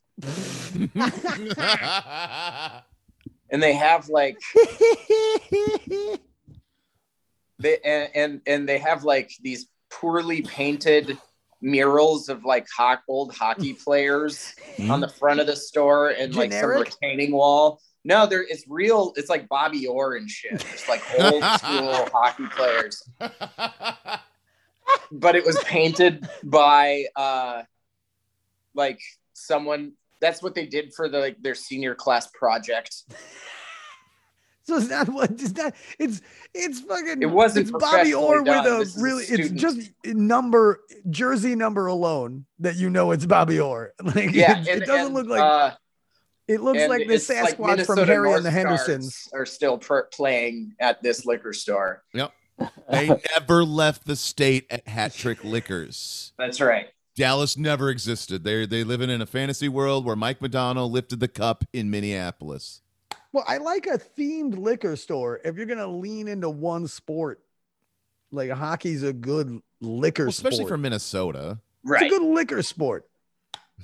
S3: and they have like they and, and and they have like these poorly painted murals of like hot old hockey
S4: Mm.
S3: players on the front of the store and like
S4: Mm-hmm. Generic?
S3: some retaining wall. No, there it's real. It's like Bobby Orr and shit. It's like old school hockey players, but it was painted by uh like someone. That's what they did for the like their senior class project.
S4: So it's not what it's not it's it's fucking
S3: It wasn't
S4: it's Bobby Orr
S3: professionally done.
S4: with a
S3: This is a
S4: really it's
S3: student.
S4: just number jersey number alone that you know it's Bobby Orr. Like
S3: Yeah, and-
S4: it, it doesn't
S3: and,
S4: look like
S3: uh,
S4: it looks
S3: And
S4: like the
S3: it's
S4: Sasquatch from
S3: Minnesota
S4: Harry
S3: North
S4: and the Hendersons.
S3: Stars are still per- playing at this liquor store.
S1: they never left the state at Hat Trick Liquors.
S3: That's right.
S1: Dallas never existed. They they living in a fantasy world where Mike McDonald lifted the cup in Minneapolis.
S4: Well, I like a themed liquor store if you're gonna lean into one sport. Like hockey's a good liquor
S1: Well, especially
S4: sport.
S1: for Minnesota.
S4: it's a
S3: Right.
S4: good liquor sport,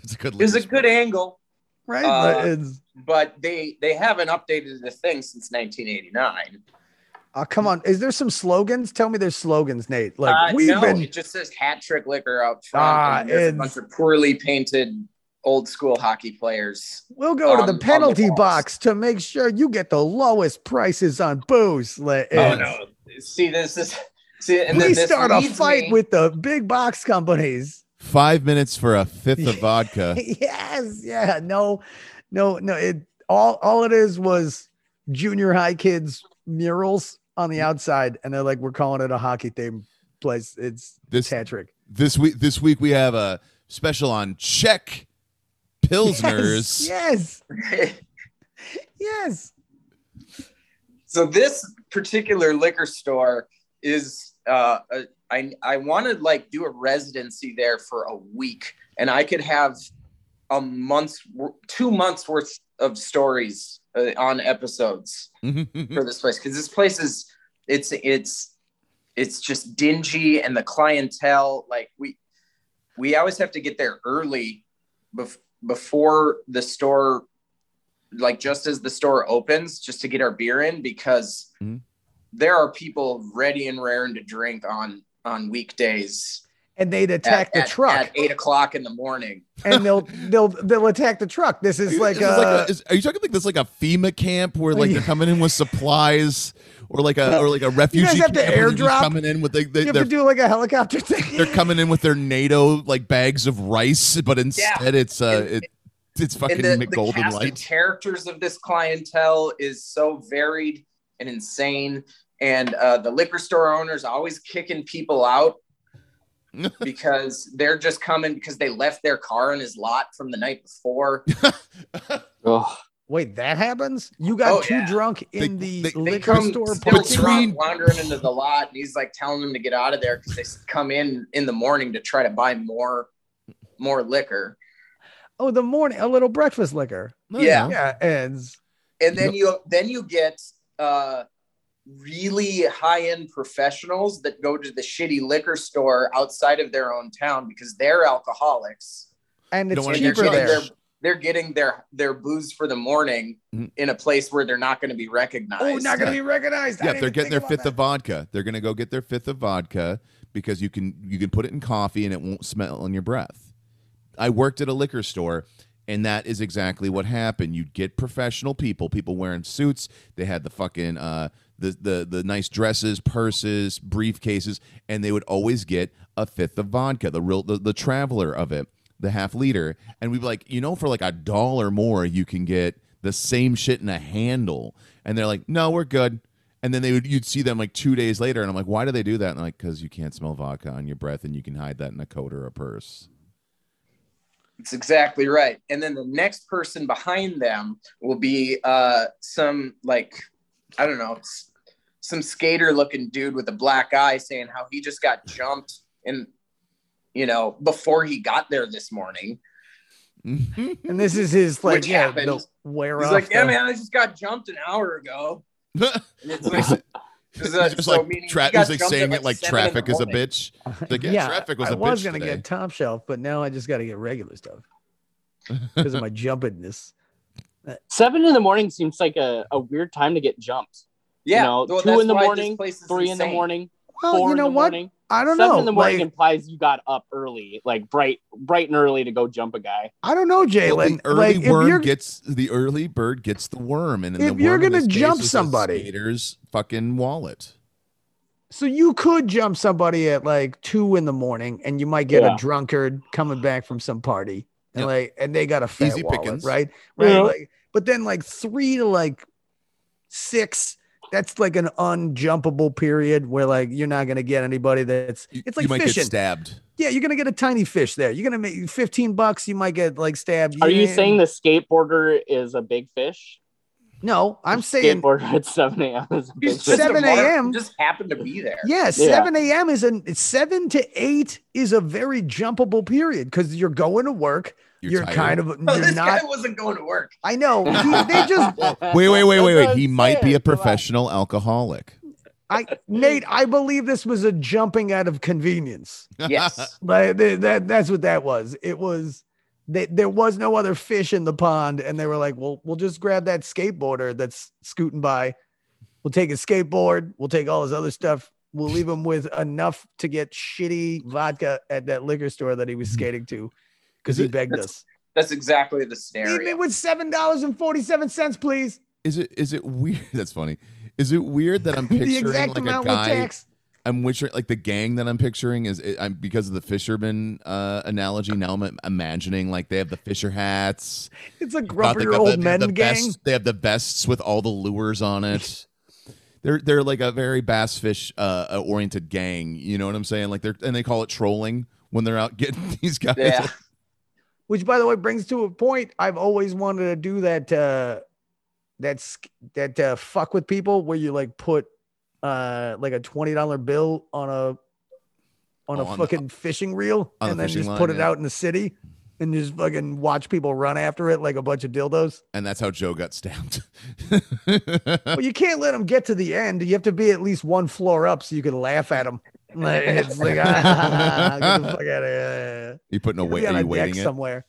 S1: It's a good
S3: It's a
S1: liquor
S3: good angle,
S4: right?
S3: Uh,
S4: Like, it's,
S3: but they they haven't updated the thing since 1989.
S4: oh, come on. Is there some slogans? Tell me there's slogans, Nate. Like
S3: Uh,
S4: we've
S3: no,
S4: been
S3: it just says hat trick liquor out front.
S4: Ah,
S3: and there's a
S4: it's-
S3: bunch of poorly painted old school hockey players.
S4: We'll go
S3: on-
S4: to
S3: on
S4: the
S3: the
S4: penalty
S3: walls.
S4: box to make sure you get the lowest prices on booze. Like,
S3: Oh
S4: it's-
S3: no! See this is see, and then
S4: We
S3: this
S4: start a
S3: leads
S4: fight
S3: me-
S4: with the big box companies.
S1: Five minutes for a fifth of vodka.
S4: yes, yeah, no, no, no. It all all it is was junior high kids murals on the outside, and they're like, we're calling it a hockey theme place. It's
S1: This
S4: Patrick.
S1: this week this week we have a special on Czech Pilsners.
S4: Yes, yes, yes.
S3: so this particular liquor store is uh, a- I I want to like do a residency there for a week, and I could have a month's wor- two months worth of stories uh, on episodes
S4: Hmm.
S3: for this place because this place is it's it's it's just dingy and the clientele like we we always have to get there early bef- before the store like just as the store opens just to get our beer in because
S4: Hmm.
S1: Mhm.
S3: there are people ready and raring to drink on on weekdays
S4: And they'd attack
S3: at,
S4: the
S3: at-
S4: truck,
S3: at eight o'clock in the morning
S4: and they'll they'll they'll attack the truck. This is like uh,
S1: Is this
S4: a,
S1: is- are you talking like this like a FEMA camp where like they're coming in with supplies or like a or like a refugee
S4: have to
S1: camp where they're just
S4: airdrop?
S1: coming in with like they,
S4: you have to
S1: they're
S4: do like a helicopter thing.
S1: they're coming in with their NATO like bags of rice, but instead it's uh
S3: And-
S1: it it's fucking
S3: and the, the
S1: McGolden
S3: cast of
S1: Light.
S3: characters of this clientele is so varied and insane and uh, the liquor store owners always kicking people out because they're just coming because they left their car in his lot from the night before
S2: Oh,
S4: Wait, that happens? You got
S3: Oh,
S4: too
S3: yeah.
S4: drunk
S1: They-
S4: in the
S1: they- they
S4: liquor
S3: come
S4: store
S3: still
S4: parking lot?
S1: between-
S3: drunk, wandering into the lot and he's like telling them to get out of there because they s- come in in the morning to try to buy more more liquor
S4: Oh, the morning, a little breakfast liquor.
S1: No,
S3: Yeah.
S1: no.
S4: Yeah, and
S3: and then you then you get uh really high-end professionals that go to the shitty liquor store outside of their own town because they're alcoholics
S4: and
S1: Don't
S4: it's
S1: wanna
S3: and they're,
S4: cheaper
S1: get
S3: getting
S4: there.
S3: their, they're getting their their booze for the morning
S1: Mhm.
S3: in a place where they're not going to be recognized
S4: Oh, not gonna be recognized. I
S1: Yeah, they're
S4: didn't even
S1: getting
S4: think
S1: their
S4: about
S1: fifth
S4: that.
S1: of vodka. They're gonna go get their fifth of vodka. because you can you can put it in coffee and it won't smell on your breath. I worked at a liquor store and that is exactly what happened. You'd get professional people, people wearing suits, they had the fucking uh the the the nice dresses, purses, briefcases, and they would always get a fifth of vodka, the real the, the traveler of it, the half liter. And we'd be like, you know, for like a dollar more you can get the same shit in a handle. And they're like, No, we're good. And then they would you'd see them like two days later, and I'm like, why do they do that? And I'm like, because you can't smell vodka on your breath, and you can hide that in a coat or a purse.
S3: It's exactly right. And then the next person behind them will be uh, some like I don't know, s- some skater looking dude with a black eye saying how he just got jumped and you know before he got there this morning.
S4: And this is his like
S3: Which
S4: yeah,
S3: happened.
S4: the wear
S3: He's
S4: off.
S3: like, yeah,
S4: the-
S3: man, I just got jumped an hour ago. And it's like,
S1: He's
S3: uh,
S1: just
S3: so
S1: like,
S3: meaning
S1: tra-
S3: he got
S1: he's like
S3: jumped
S1: saying
S3: at,
S1: it like
S3: like, seven in the
S1: traffic is a
S3: morning.
S1: bitch. Like, yeah, traffic was
S4: I
S1: a
S4: was
S1: bitch
S4: gonna
S1: today.
S4: get top shelf, but now I just got to get regular stuff because of my jumpiness.
S2: Seven in the morning seems like a, a weird time to get jumped.
S3: yeah,
S2: You know,
S3: well,
S2: two
S3: that's
S2: in the
S3: why this
S2: morning,
S3: place is
S2: Three in the
S3: insane.
S2: morning,
S1: Oh,
S4: Well,
S2: four
S4: you know
S2: in the
S4: what?
S2: morning.
S4: I don't
S2: Seven
S4: know.
S2: in the morning
S4: like,
S2: implies you got up early, like bright, bright and early to go jump a guy.
S4: I don't know,
S1: Well,
S4: Jalen.
S1: the early
S4: like, if
S1: worm
S4: you're
S1: gets the early bird gets the worm, and then
S4: If
S1: the worm
S4: you're
S1: in
S4: gonna
S1: this case
S4: jump
S1: was the
S4: somebody-
S1: skater's fucking wallet.
S4: so you could jump somebody at like two in the morning, and you might get
S2: Yeah.
S4: a drunkard coming back from some party, and
S1: Yeah.
S4: like, and they got a fat
S1: Easy
S4: wallet,
S1: pickings.
S4: right? Right.
S2: Yeah.
S4: Like, but then like three to like six. That's like an unjumpable period where like you're not gonna get anybody that's
S1: You,
S4: it's like
S1: you might
S4: fishing.
S1: get stabbed.
S4: Yeah, you're gonna get a tiny fish there. You're gonna make 15 bucks. You might get like stabbed.
S2: Are you
S4: Yeah.
S2: saying the skateboarder is a big fish?
S4: No, I'm saying
S2: skateboarder at seven a.m. is a big
S3: He's
S2: fish.
S3: just a
S4: 7
S3: mark.
S4: a.m..
S3: He Just happened to be there.
S4: yeah,
S2: Yeah.
S4: 7 a.m. is an it's seven to eight is a very jumpable period because you're going to work. You're,
S1: You're, tired.
S4: kind of
S3: No,
S4: you're
S3: Oh, this
S4: not.
S3: guy wasn't going to work.
S4: I know. He- they just
S1: Wait, wait, wait, wait,
S2: That's
S1: wait.
S2: what
S1: He
S2: I'm
S1: might be
S2: saying.
S1: a professional alcoholic.
S4: I Nate, I believe this was a jumping out of convenience.
S3: Yes.
S4: Like th- that that's what that was. It was they, there was no other fish in the pond, and they were like, "Well, we'll just grab that skateboarder that's scooting by. We'll take his skateboard. We'll take all his other stuff. We'll leave him with enough to get shitty vodka at that liquor store that he
S1: Mm-hmm.
S4: was skating to, because he
S1: Is it-
S4: begged us.
S3: That's exactly the
S4: Leave me
S3: scenario.
S4: with seven dollars and forty-seven cents, please.
S1: Is it is it weird? That's funny. Is it weird that I'm
S4: The
S1: picturing
S4: exact
S1: like a
S4: amount with
S1: guy?
S4: tax.
S1: I'm picturing like the gang that I'm picturing is I'm because of the fisherman uh, analogy. Now I'm imagining like they have the fisher hats.
S4: It's a
S1: about
S4: grumpier
S1: the-
S4: old
S1: they have
S4: men
S1: the
S4: gang.
S1: Vests, they have the vests with all the lures on it. they're they're like a very bass fish uh, uh, oriented gang. You know what I'm saying? Like they're and they call it trolling when they're out getting these guys.
S3: Yeah.
S4: which by the way brings to a point i've always wanted to do that uh that's that uh fuck with people where you like put uh like a $20 bill on a on
S1: Oh, on
S4: a
S1: the-
S4: fucking fishing reel
S1: on the
S4: and then
S1: fishing
S4: just
S1: line,
S4: put it
S1: yeah.
S4: out in the city and just fucking watch people run after it like a bunch of dildos
S1: and that's how Joe got stabbed.
S4: but you can't let them get to the end you have to be at least one floor up so you can laugh at them like, it's like ah, get the fuck out of here.
S1: you putting a
S4: You'll be
S1: Oh, wait?
S4: on
S1: Are
S4: a
S1: you
S4: deck
S1: waiting it?
S4: somewhere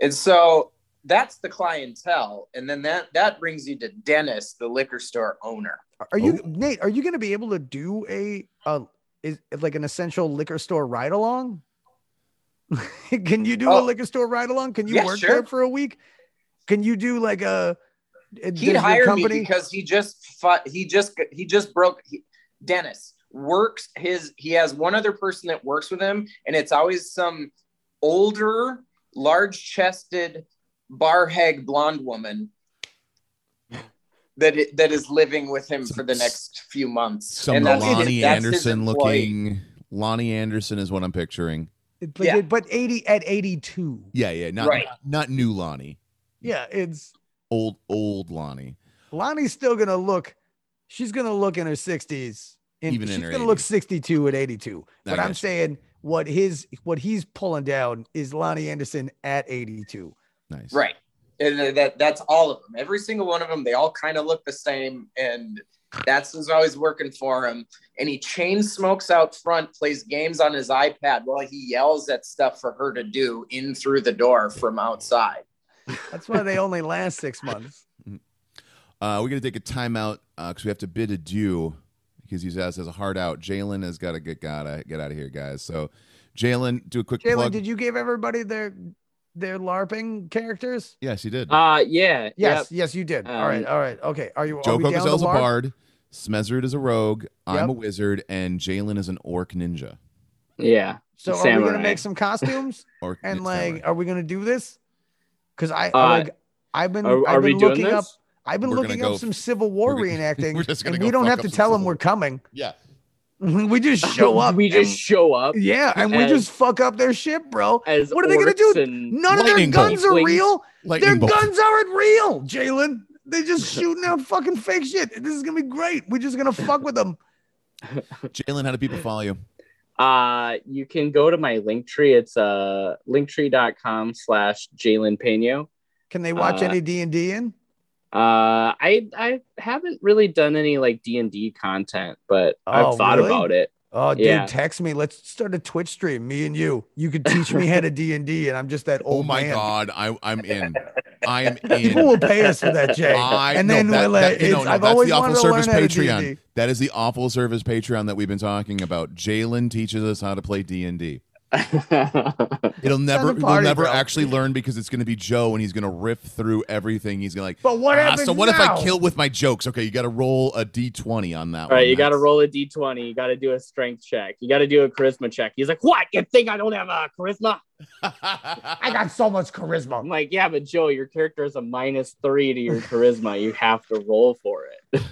S3: And so that's the clientele. And then that that brings you to Dennis, the liquor store owner.
S4: Are
S3: Oh.
S4: you Nate? Are you going to be able to do a uh is like an essential liquor store ride along? Can you do a
S3: Oh.
S4: liquor store ride along? Can you
S3: Yeah,
S4: work
S3: sure.
S4: there for a week? Can you do like a? a- does
S3: He'd
S4: your
S3: hire me
S4: company-
S3: because he just fu- he just he just broke he, Dennis works his he has one other person that works with him and it's always some older large-chested bar hag blonde woman that i- that is living with him for the next few months
S1: Some
S3: that's his-
S1: Lonnie
S3: that's his
S1: Anderson
S3: employee.
S1: looking. Lonnie Anderson is what I'm picturing.
S4: but,
S3: yeah.
S4: but eighty at eighty-two.
S1: Yeah, yeah, not
S3: Right.
S1: not, not new Lonnie,
S4: Yeah, it's
S1: old old Lonnie.
S4: Lonnie's still gonna look. She's gonna look in her sixties. And
S1: Even in
S4: she's
S1: her
S4: gonna look
S1: 80s.
S4: sixty-two at eighty-two.
S1: I
S4: But
S1: gotcha.
S4: I'm saying what his what he's pulling down is Lonnie Anderson at eighty-two.
S1: Nice.
S3: Right. And th- that that's all of them. Every single one of them, they all kind of look the same. And that's who's always working for him. And he chain smokes out front, plays games on his iPad while he yells at stuff for her to do in through the door from outside.
S4: That's why they only last six months.
S1: Uh, we're gonna take a timeout because we have to bid adieu because his ass has a heart out. Jalen has got to get gotta get out of here, guys. So, Jalen, do a quick
S4: Jalen,
S1: plug.
S4: did you give everybody their their LARPing characters?
S1: yes, he did.
S2: Uh, yeah.
S4: Yes, yes, you did. all right,
S2: Um,
S4: all right, okay. Are you? Are
S1: Joe
S4: we down to
S1: Cocazel's a
S4: LARP?
S1: bard. Smezrud is a rogue. I'm
S4: Yep.
S1: a wizard, and Jalen is an orc ninja.
S2: Yep. Yeah.
S4: So are we
S2: Samurai.
S4: gonna make some costumes?
S1: Orc
S4: and
S1: nin-
S4: like,
S1: samurai.
S4: are we gonna do this? Because I,
S2: Uh,
S4: like, I've been,
S2: Are,
S4: I've
S2: are
S4: been
S2: we
S4: looking
S2: doing this?
S4: up, I've been
S1: We're gonna
S4: looking
S1: go-
S4: up some Civil War
S1: we're gonna-
S4: reenacting,
S1: we're just gonna
S4: and
S1: go
S4: we don't
S1: fuck
S4: have
S1: up
S4: to
S1: some
S4: tell them
S1: Civil
S4: we're
S1: War.
S4: coming.
S1: yeah,
S4: we just show up.
S2: We just
S4: and-
S2: show up
S4: yeah, and we
S2: as-
S4: just fuck up their ship, bro.
S2: as
S4: What are they gonna
S2: orcs
S4: do?
S2: and-
S4: None of their
S1: Lightning bolt.
S4: guns are
S2: Wings.
S4: real. Their
S1: lightning bolt.
S4: guns aren't real, Jalen. They're just shooting out fucking fake shit. This is gonna be great. We're just gonna fuck with them.
S1: Jalen, how do people follow you?
S2: Uh, you can go to my link tree. It's uh, linktree.com slash Jalen Peno.
S4: Can they watch
S2: Uh,
S4: any D and D in?
S2: Uh, I I haven't really done any like D and D content, but
S4: Oh,
S2: I've thought
S4: really?
S2: about it.
S4: Oh, dude,
S2: yeah.
S4: text me. Let's start a Twitch stream. Me and you. You could teach me how to D and D, and I'm just that
S1: Oh
S4: old
S1: my
S4: man.
S1: god, I I'm in. I am
S4: People
S1: in.
S4: will pay us for that, Jay.
S1: I-
S4: and
S1: no,
S4: then
S1: that-
S4: we'll,
S1: that-
S4: uh,
S1: you
S4: it's,
S1: know, no,
S4: I've
S1: that's the
S4: always
S1: awful
S4: wanted to
S1: service
S4: learn how to
S1: Patreon.
S4: D&D.
S1: That is the awful service Patreon that we've been talking about. Jalen teaches us how to play D and D. It'll never, we'll
S4: party,
S1: never
S4: bro.
S1: actually learn because it's going to be Joe, and he's going to riff through everything. He's going to like.
S4: But what
S1: "Ah,
S4: happens
S1: so what if I
S4: now?
S1: kill with my jokes? Okay, you got to roll a d twenty on that.
S2: All right, you got to
S1: That's-
S2: roll a d20. You got to do a strength check. You got to do a charisma check. He's like, "What? You think I don't have a charisma?"
S4: I got so much charisma.
S2: I'm like, "Yeah, but Joe, your character is a minus three to your charisma. You have to roll for it."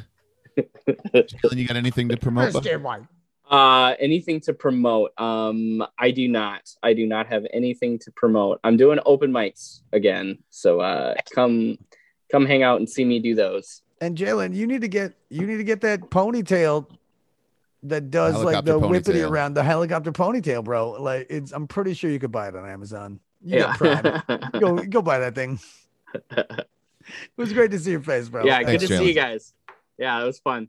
S1: Jalen, you got anything to promote?
S4: First game one.
S2: Uh, anything to promote? Um, I do not. I do not have anything to promote. I'm doing open mics again, so uh, come, come hang out and see me do those.
S4: And Jalen, you need to get you need to get that ponytail that does like the
S1: Helicopter
S4: whippity
S1: ponytail.
S4: around the helicopter ponytail, bro. Like it's I'm pretty sure you could buy it on Amazon. You got Prime.
S2: yeah.
S4: go go buy that thing. it was great to see your face, bro.
S2: yeah. Good
S1: Thanks,
S2: to
S1: Jalen.
S2: see you guys. Yeah, it was fun.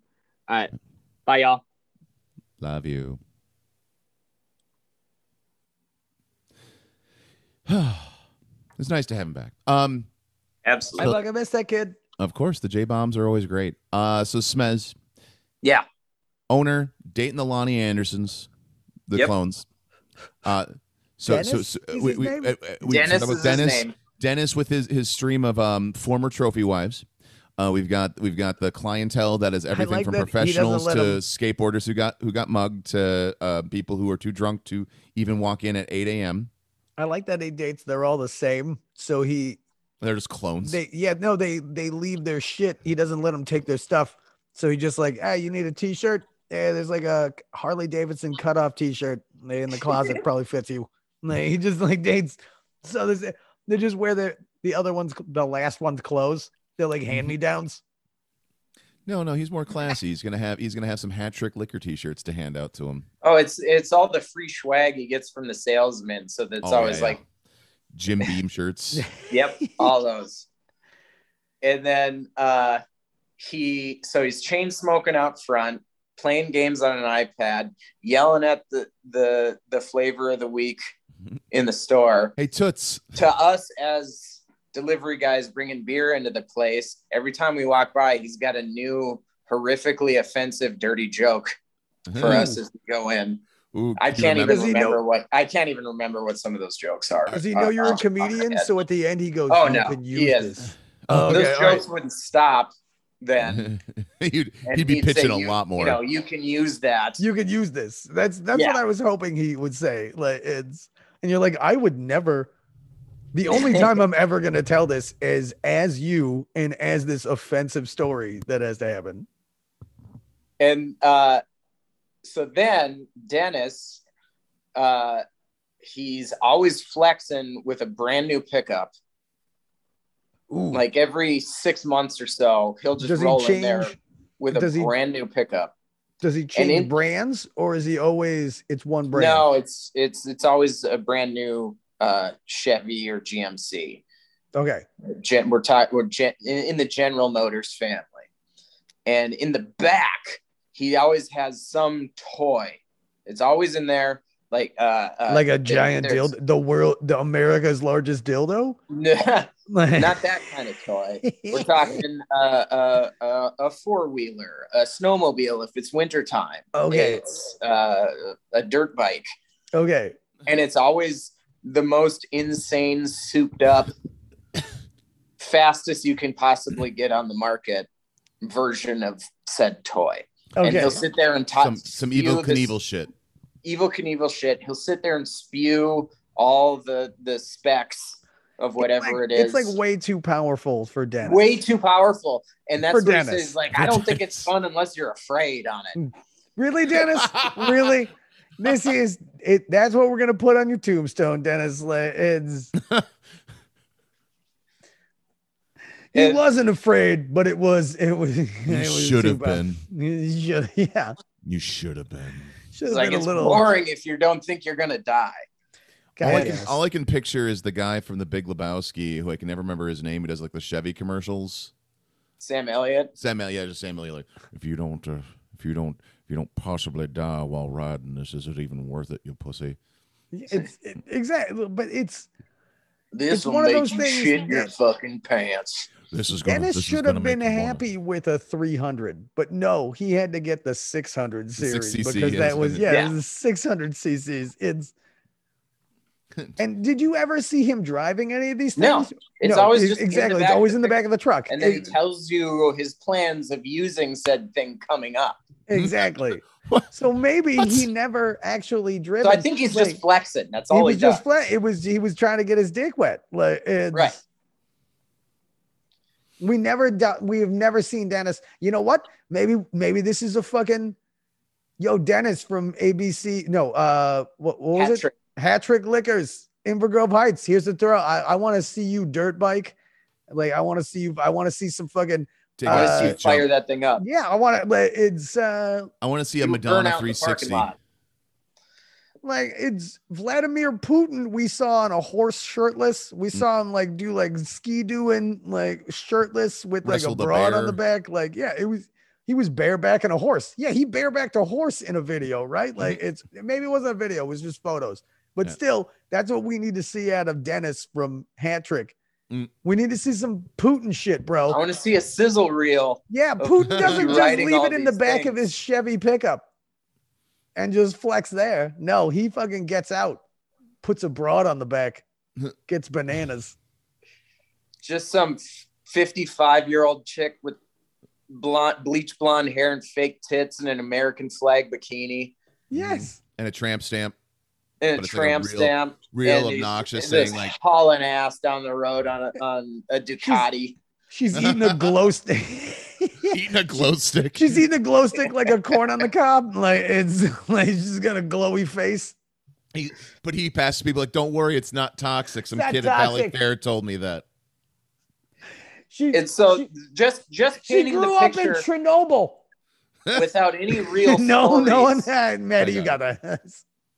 S2: All right, bye, y'all.
S1: Love you. it's nice to have him back. Um,
S4: I
S3: Absolutely.
S4: like I miss that kid.
S1: of course, the J bombs are always great. Uh, so Smez,
S3: Yeah.
S1: owner, dating the Lonnie Andersons, the
S3: Yep.
S1: clones. Uh, so so,
S4: Dennis
S1: so
S4: is
S1: we,
S4: his
S1: we,
S4: name?
S1: uh, uh, we
S3: Dennis
S1: said
S3: is
S1: about
S3: his
S1: Dennis.
S3: name.
S1: Dennis with his his stream of um former trophy wives. Uh, we've got we've got the clientele that is everything
S4: like
S1: from
S4: that he doesn't
S1: professionals
S4: let
S1: to
S4: him-
S1: skateboarders who got who got mugged to uh, people who are too drunk to even walk in at 8 a.m.
S4: I like that he dates they're all the same. So he
S1: They're just clones.
S4: they yeah no they they leave their shit he doesn't let them take their stuff so he just like hey you need a t-shirt yeah there's like a harley davidson cutoff t-shirt in the closet probably fits you Like, he just like dates so there's, they just wear the the other ones the last one's clothes they're like hand me downs
S1: no, no, he's more classy. He's gonna have he's gonna have some hat trick liquor T-shirts to hand out to him.
S3: Oh, it's it's all the free swag he gets from the salesman. So that's
S1: Oh, yeah,
S3: always
S1: yeah.
S3: like,
S1: Jim Beam shirts.
S3: yep, all those. And then uh he so he's chain smoking out front, playing games on an iPad, yelling at the the the flavor of the week in the store.
S1: hey Toots,
S3: to us as delivery guys bringing beer into the place, every time we walk by, he's got a new horrifically offensive dirty joke for us as we go in.
S1: Ooh,
S3: I
S1: Hmm. do you
S3: can't even
S1: remember-
S4: Does he know-
S3: remember what I can't even remember what some of those jokes are.
S4: does he know
S3: Uh,
S4: you're a
S3: off the top of my
S4: comedian
S3: head.
S4: so at the end he goes
S3: Oh,
S4: "You
S3: no,
S4: can
S3: he
S4: use
S3: is.
S4: this."
S1: Oh,
S4: okay,
S3: those
S4: all right.
S3: jokes wouldn't stop then.
S1: he'd,
S3: And
S1: he'd be
S3: he'd say,
S1: pitching a
S3: "You-
S1: lot more.
S3: You know, you can use that.
S4: you could use this. That's that's what
S3: Yeah.
S4: I was hoping he would say. Like it's and you're like, I would never the only time I'm ever gonna tell this is as you and as this offensive story that has to happen.
S3: and uh, so then Dennis, uh, he's always flexing with a brand new pickup.
S4: Ooh,
S3: Like every six months or so, he'll just
S4: does he
S3: roll in there
S4: change
S3: with a
S4: does he-
S3: brand new pickup.
S4: does he change
S3: in-
S4: brands or is he always it's one brand?
S3: No, it's it's it's always a brand new uh, Chevy or GMC.
S4: Okay.
S3: Gen, we're talking we're gen, in, in the General Motors family, and in the back, he always has some toy. It's always in there, like uh, uh
S4: like a
S3: there-
S4: giant
S3: there's-
S4: dildo, the world, the America's largest dildo.
S3: Not
S4: Like,
S3: that kind of toy. We're talking uh, uh, uh, a four wheeler, a snowmobile if it's wintertime.
S4: Okay.
S3: It's uh, a dirt bike.
S4: okay.
S3: And it's always the most insane, souped up, fastest you can possibly get on the market version of said toy. And
S4: Okay.
S3: he'll sit there and talk
S1: Some some evil
S3: this-
S1: Knievel shit.
S3: evil Knievel shit. He'll sit there and spew all the the specs of whatever
S4: Like,
S3: it is.
S4: It's like way too powerful for Dennis.
S3: way too powerful. And that's
S4: For
S3: what he
S4: Dennis.
S3: says. Like,
S1: For
S3: I don't think
S1: Dennis.
S3: it's fun unless you're afraid on it.
S4: Really, Dennis? really? This is it. That's what we're gonna put on your tombstone, Dennis. Le- It's he
S3: It-
S4: wasn't afraid, but it was it was. It
S1: You
S4: was
S1: should
S4: too
S1: have
S4: pow-
S1: been.
S4: You should- yeah,
S1: You should have been.
S4: should
S3: It's
S4: have
S3: like
S4: been a
S3: it's
S4: little.
S3: boring if you don't think you're gonna die.
S1: All I,
S4: God,
S1: can,
S4: yes.
S1: all I can picture is the guy from The Big Lebowski, who I can never remember his name, who does like the Chevy commercials.
S3: Sam Elliott.
S1: Sam, Elliott- yeah, just Sam Elliott. Like, if you don't, uh, if you don't, if you don't possibly die while riding, this isn't even worth it, you pussy.
S4: It's it, exactly, but it's
S3: This
S4: It's
S3: will
S4: one of
S3: make
S4: those
S3: you
S4: things
S3: shit your
S4: that-
S3: fucking pants.
S1: This is gonna.
S4: Dennis
S1: this is
S4: should
S1: gonna
S4: have been
S1: make you wanna-
S4: happy with a 300, but no, he had to get the 600 series
S1: 6cc,
S4: because
S1: yeah,
S4: that was
S1: isn't it?
S4: yeah,
S3: Yeah.
S4: it was 600 cc's. It's and did you ever see him driving any of these
S3: No,
S4: things?
S3: It's always
S4: it-
S3: just in the
S4: e- exactly.
S3: back
S4: it's always
S3: of
S4: in the
S3: the-
S4: back of the truck.
S3: And then he
S4: It-
S3: tells you his plans of using said thing coming up.
S4: exactly.
S1: What?
S4: so maybe he
S1: What's-
S4: never actually
S3: So
S4: driven.
S3: I think he's
S4: Like,
S3: just flexing. That's
S4: he
S3: all
S4: was
S3: he, does.
S4: just flat. It was he was trying to get his dick wet. Like it's,
S3: Right.
S4: We never doubt. We have never seen Dennis. You know what? Maybe maybe this is a fucking yo Dennis from ABC. No, uh, what, what was it?
S3: Patrick,
S4: Hatrick Liquors, Inver Grove Heights. Here's the throw. I, I want to see you dirt bike. Like I want to see you. I want to see some fucking.
S1: Take
S4: Uh,
S1: a
S3: honestly,
S1: seat,
S3: fire
S1: Chuck.
S3: that thing up.
S4: Yeah, I want to. Like, it's uh,
S1: I want to see
S3: You
S1: a
S3: burn
S1: Madonna
S3: out the parking
S1: 360.
S3: lot.
S4: like it's Vladimir Putin. We saw on a horse shirtless. We
S1: Hmm.
S4: saw him like do like ski doing like shirtless with like
S1: Wrestled
S4: a
S1: a
S4: broad on
S1: bear.
S4: the back. Like yeah, it was he was barebacking a horse. Yeah, he barebacked a horse in a video, right? Like it's maybe it wasn't a video, it was just photos. But
S1: Mm-hmm. Yeah.
S4: still, that's what we need to see out of Dennis from Hattrick.
S1: Mm.
S4: We need to see some Putin shit,
S3: I
S4: bro.
S3: want to see a sizzle reel.
S4: Yeah,
S3: of
S4: Putin
S1: you
S4: doesn't just
S3: writing
S4: leave
S3: all
S4: it in the
S3: these
S4: back of
S3: things.
S4: his Chevy pickup and just flex there. No, he fucking gets out, puts a broad on the back, gets bananas.
S3: Just some fifty-five-year-old chick with blonde, bleach blonde hair and fake tits and an American flag bikini Mm-hmm.
S4: Yes.
S1: and a tramp stamp. But
S3: and a
S1: it's like a
S3: tramp
S1: real-
S3: stamp.
S1: Real
S3: he's-
S1: obnoxious,
S3: and
S1: saying
S3: just
S1: like,
S3: hauling ass down the road on a on a Ducati.
S4: She's eating a glow stick.
S1: eating a glow stick.
S4: she's eating a glow stick like a corn on the cob. Like it's like she's got a glowy face.
S1: He, but he passes people like, don't worry, it's not toxic. Some
S4: not
S1: kid at Valley
S4: toxic.
S1: Fair told me that.
S4: She
S3: And so
S4: she,
S3: just just
S4: she
S3: painting
S4: grew
S3: the
S4: up in
S3: picture
S4: Chernobyl.
S3: without any real
S4: no, no one
S3: stories.
S4: had Maddie, you
S1: got
S4: got that.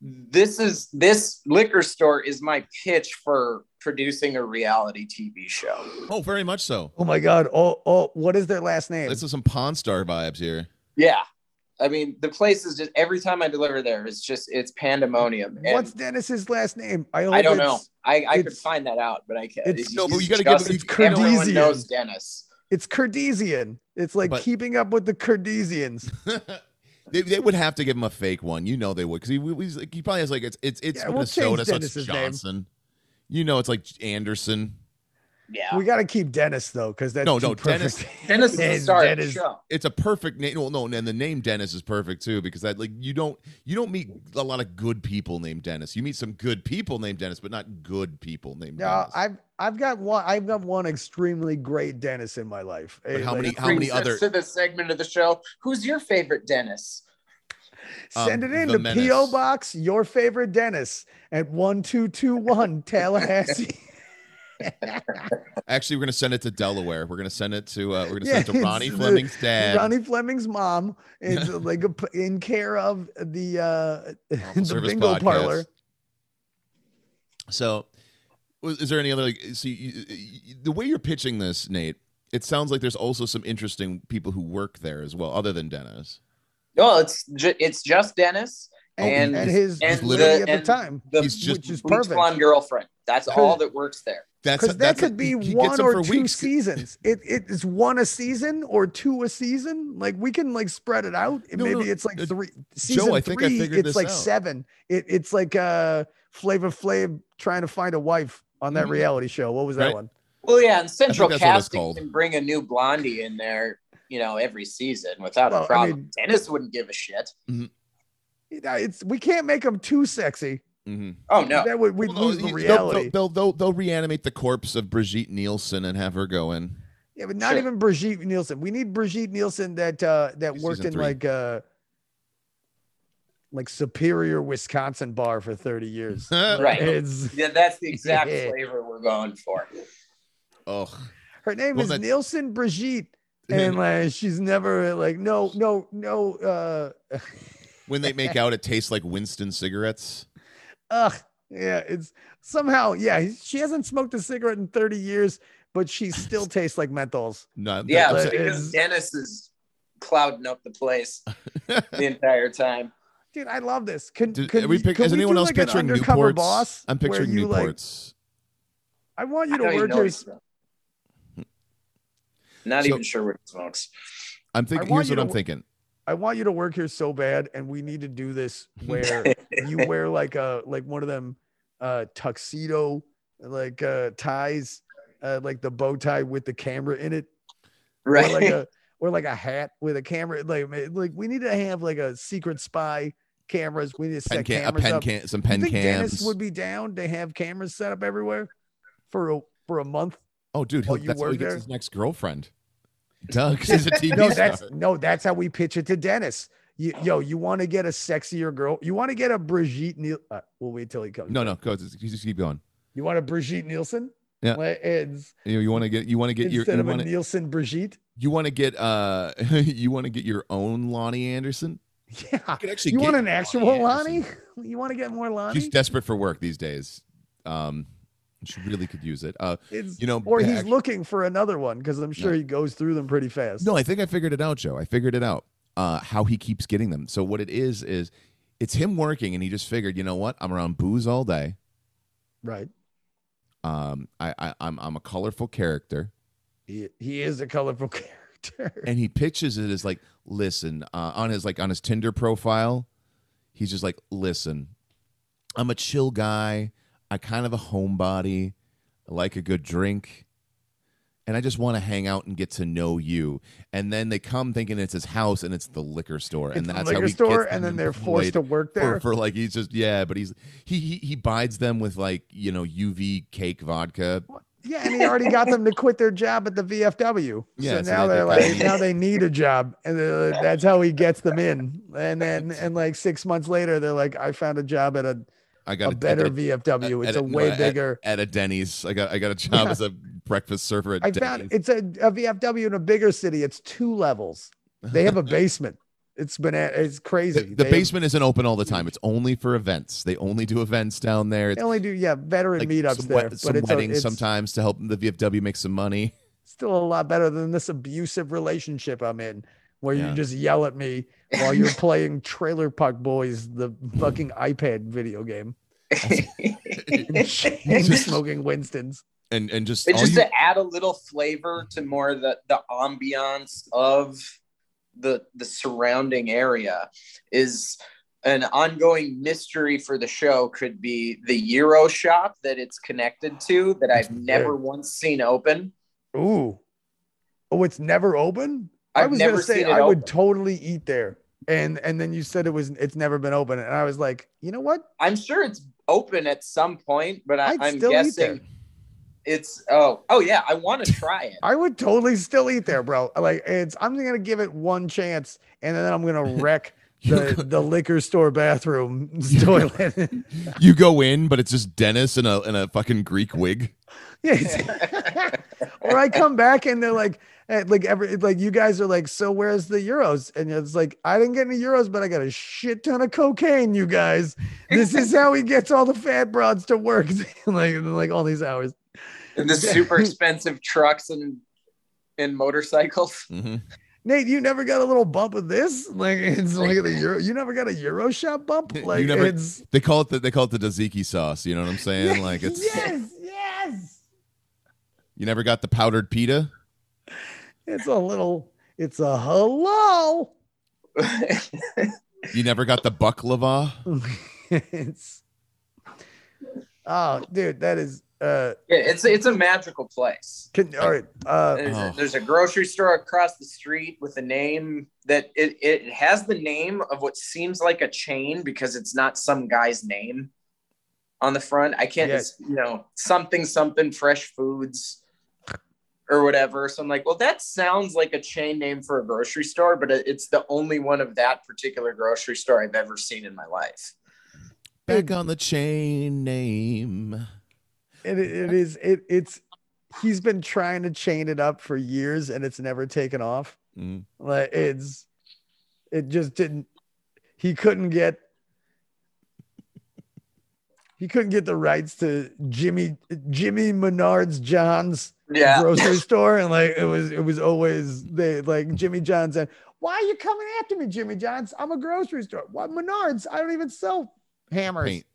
S3: This is this liquor store is my pitch for producing a reality TV show.
S1: Oh, very much so.
S4: Oh my god. Oh, oh, what is their last name?
S1: This is some Pawn Star vibes here.
S3: Yeah. I mean, the place is just every time I deliver there, it's just it's pandemonium. And
S4: What's Dennis's last name?
S3: I
S4: hope
S3: don't know.
S4: it's-
S3: I, I could
S4: it's-
S3: find that out, but I can't.
S4: it's-
S3: he's
S1: No, but you gotta
S3: just-
S1: give-
S3: it's-
S1: it's
S3: everyone
S4: Kardashian.
S3: knows Dennis.
S4: It's Cartesian. It's like
S1: But-
S4: keeping up with the Cartesians.
S1: they, they would have to give him a fake one. You know they would because he, he's like, he probably has like it's it's it's
S4: Yeah, we'll change
S1: Minnesota, so it's
S4: Dennis's name.
S1: Johnson. You know it's like Anderson.
S3: Yeah.
S4: We got to keep Dennis though, because that's
S1: No,
S4: too
S1: no, Dennis-
S4: perfect.
S3: Dennis is the
S4: Dennis-
S3: star of the
S4: Dennis-
S3: show.
S1: It's a perfect name. Well, no, and the name Dennis is perfect too because that like you don't you don't meet a lot of good people named Dennis. You meet some good people named Dennis, but not good people named
S4: No,
S1: Dennis.
S4: I've I've got one. I've got one extremely great Dennis in my life.
S1: But
S4: Eh,
S1: how
S4: like,
S1: many how many
S3: brings us
S1: other
S3: to this segment of the show? Who's your favorite Dennis?
S4: Send
S1: um,
S4: it in
S1: the
S4: to
S1: Menace.
S4: PO Box. Your favorite Dennis at one two two one Tallahassee.
S1: Actually, we're gonna send it to Delaware. We're gonna send it to uh, we're gonna send it
S4: Yeah,
S1: to Ronnie
S4: it's, uh,
S1: Fleming's dad,
S4: Ronnie Fleming's mom is uh, like a p in care of the uh,
S1: Awful
S4: the
S1: Service
S4: bingo
S1: Podcast.
S4: parlor.
S1: So, was- is there any other like? See, you, you- the way you're pitching this, Nate, it sounds like there's also some interesting people who work there as well, other than Dennis.
S3: Well, it's ju- it's just Dennis, And-
S4: and, and his
S3: and
S4: literally
S3: the-
S4: at
S3: and
S4: the time,
S3: The
S1: Oh, He's just-
S4: which is
S3: bleach
S4: perfect.
S3: blonde girlfriend. That's all that works there.
S1: That's
S4: Because that
S1: that's
S4: could be
S1: he- he gets
S4: one
S1: them
S4: or
S1: for
S4: two
S1: weeks.
S4: seasons. It it is one a season or two a season. Like we can like spread it out. And
S1: No, no,
S4: maybe it's like
S1: uh,
S4: three season
S1: I think I
S4: three.
S1: figured
S4: it's
S1: this
S4: like
S1: out.
S4: seven. It it's like uh Flavor Flav trying to find a wife on that
S1: Mhm.
S4: reality show. What was that
S1: Right.
S4: one?
S3: Well, yeah, and
S1: think
S3: central
S1: that's what it's
S3: casting
S1: called.
S3: can bring a new blondie in there, you know, every season without
S4: Well, I
S3: a problem.
S4: mean-
S3: Dennis wouldn't give a shit.
S4: You know, It's we can't make them too sexy.
S1: Mhm.
S3: Oh no,
S4: That would we'd
S1: Well, no,
S4: lose the
S1: you- they'll-
S4: reality.
S1: They'll, they'll, they'll they'll reanimate the corpse of Brigitte Nielsen and have her go in.
S4: Yeah, but not
S3: Sure.
S4: even Brigitte Nielsen. We need Brigitte Nielsen that uh that
S1: Season
S4: worked in
S1: three.
S4: like uh like Superior, Wisconsin bar for 30 years.
S3: Right.
S4: It's-
S3: yeah, that's the exact flavor we're going for.
S1: Ugh.
S4: her name
S1: Well,
S4: is
S1: that-
S4: Nielsen Brigitte. And like she's never like no no no uh
S1: when they make out, it tastes like Winston cigarettes.
S4: ugh yeah it's somehow yeah she hasn't smoked a cigarette in 30 years but she still tastes like menthols
S1: No, that-
S3: Yeah,
S1: I'm
S4: That
S3: it's because
S4: is-
S3: Dennis is clouding up the place
S1: sorry.
S3: the entire time.
S4: dude I love this can,
S1: Did-
S4: can
S1: are we
S4: you-
S1: pic-
S4: can
S1: is
S4: we
S1: anyone
S4: do,
S1: else
S4: like, an
S1: picturing
S4: undercover
S1: Newports?
S4: boss
S1: I'm
S4: where
S1: picturing
S4: you, like,
S1: Newports.
S4: I want
S3: I
S4: you to
S3: don't even
S4: work
S3: know
S4: your
S3: what he smokes. Not
S1: So-
S3: even sure what he smokes.
S1: I'm thinking.
S4: want
S1: Here's
S4: you
S1: what
S4: to
S1: I'm
S4: w-
S1: thinking.
S4: I want you to work here so bad, and we need to do this where you wear like a like one of them uh tuxedo like uh ties, uh, like the bow tie with the camera in it,
S3: Right.
S4: or like a or like a hat with a camera. Like ma- like we need to have like a secret spy cameras. We need to
S1: Pen
S4: set
S1: can, a
S4: cameras
S1: pen
S4: up.
S1: can, some
S4: You
S1: pen
S4: think
S1: cans.
S4: Dennis would be down to have cameras set up everywhere for a for a month?
S1: oh, dude, he'll,
S4: while you
S1: that's how he
S4: work
S1: gets
S4: there?
S1: his next girlfriend. Doug, 'cause he's a TV
S4: no,
S1: star.
S4: that's no, that's how we pitch it to Dennis. You, yo, you want to get a sexier girl? You want to get a Brigitte Niel? Uh, we'll wait till he comes.
S1: No, no, go. Just, just keep going.
S4: You want a Brigitte Nielsen?
S1: Yeah.
S4: Like, it's-
S1: You, want to get. You want to get your.
S4: instead
S1: You
S4: of a
S1: want to.
S4: Nielsen Brigitte.
S1: You want to get. Uh, you want to get your own Lonnie Anderson.
S4: Yeah.
S1: could actually.
S4: You
S1: get
S4: want an
S1: Lonnie
S4: actual Lonnie?
S1: Anderson.
S4: You want to get more Lonnie?
S1: She's desperate for work these days. Um, she really could use it. Uh,
S4: It's-
S1: you know,
S4: or he's
S1: act-
S4: looking for another one because I'm sure he goes through them pretty fast.
S1: No, I think I figured it out, Joe. I figured it out. Uh, how he keeps getting them. So what it is is, it's him working, and he just figured, you know what? I'm around booze all day.
S4: Right.
S1: Um, I, I I'm I'm a colorful character,
S4: He he is a colorful character.
S1: and he pitches it as like, listen, uh, on his like on his Tinder profile, he's just like, listen, I'm a chill guy. I kind of a homebody. I like a good drink. And I just want to hang out and get to know you. And then they come thinking it's his house and it's the liquor store.
S4: It's
S1: and
S4: the
S1: that's how
S4: liquor
S1: he
S4: store,
S1: gets
S4: and
S1: them
S4: then they're forced
S1: employed.
S4: to work
S1: for,
S4: there.
S1: for like he's just yeah, but he's he he he bides them with like you know UV cake vodka.
S4: Yeah, and he already got them to quit their job at the VFW.
S1: Yeah,
S4: so
S1: so
S4: now
S1: they-
S4: they, are
S1: they-
S4: like, now they need a job, and they're like- that's how he gets them in. And then, and like six months later, they're like, I found a job at a,
S1: I got
S4: a better VFW.
S1: at-
S4: It's
S1: at
S4: a
S1: a- no,
S4: way
S1: at-
S4: bigger.
S1: at a Denny's. I got I got a job
S4: Yeah.
S1: as a breakfast server at
S4: I
S1: Denny's.
S4: found it's a, a VFW in a bigger city. It's two levels. They have a basement. It's been it's
S1: the,
S4: crazy.
S1: the
S4: They-
S1: basement isn't open all the time. It's only for events. They only do events down there.
S4: They
S1: It's
S4: only do yeah veteran
S1: like
S4: meetups
S1: some, we-
S4: there,
S1: some
S4: but it's, a,
S1: weddings
S4: it's
S1: sometimes to help the VFW make some money.
S4: still a lot better than this abusive relationship I'm in, where
S1: Yeah.
S4: you just yell at me while you're playing Trailer Park Boys, the fucking iPad video game, and smoking Winston's.
S1: and and just
S3: It's
S1: all
S3: just
S1: you-
S3: to add a little flavor to more of the the ambiance of the the surrounding area is an ongoing mystery for the show could be the Euro shop that it's connected to that I've never once seen open.
S4: Ooh, oh, it's never open. I
S3: I've
S4: was
S3: never
S4: gonna say
S3: seen it
S4: I would
S3: open.
S4: totally eat there, and and then you said it was it's never been open, and I was like, you know what?
S3: I'm sure it's open at some point, but I,
S4: I'd
S3: I'm
S4: still eat
S3: guessing it's oh oh yeah, I want to try it.
S4: I would totally still eat there, bro. Like it's I'm gonna give it one chance, and then I'm gonna wreck.
S1: You
S4: The, the liquor store bathroom
S1: You go-
S4: toilet.
S1: you go in, but it's just Dennis in a in a fucking Greek wig.
S4: Yeah. it's- or I come back and they're like, eh, like every like you guys are like, so where's the euros? And it's like, I didn't get any euros, but I got a shit ton of cocaine, you guys. This is how he gets all the fat broads to work, like like all these hours.
S3: And the super expensive trucks and and motorcycles.
S1: Mhm.
S4: Nate, you never got a little bump of this? Like it's like the Euro. You never got a Euro shot bump?
S1: You
S4: Like
S1: never-
S4: it's
S1: They call it the they call it the tzatziki sauce. You know what I'm saying? Like it's
S6: Yes, yes.
S1: you never got the powdered pita.
S4: it's a little it's a hello.
S1: You never got the baklava.
S4: it's oh dude, that is uh
S3: it's it's a magical place.
S4: can all right. Uh
S3: There's,
S1: Oh.
S3: a, there's a grocery store across the street with a name that it, it has the name of what seems like a chain because it's not some guy's name on the front. I can't,
S4: Yeah.
S3: you know, something something fresh foods or whatever. So I'm like, well, that sounds like a chain name for a grocery store, but it- it's the only one of that particular grocery store I've ever seen in my life.
S1: Back on the chain name.
S4: it, it is it it's he's been trying to chain it up for years and it's never taken off.
S1: Mm.
S4: Like it's it just didn't he couldn't get he couldn't get the rights to Jimmy Jimmy Menards John's
S3: Yeah.
S4: grocery store and like it was it was always they like Jimmy John's and why are you coming after me Jimmy John's I'm a grocery store what Menards I don't even sell hammers
S1: Paint.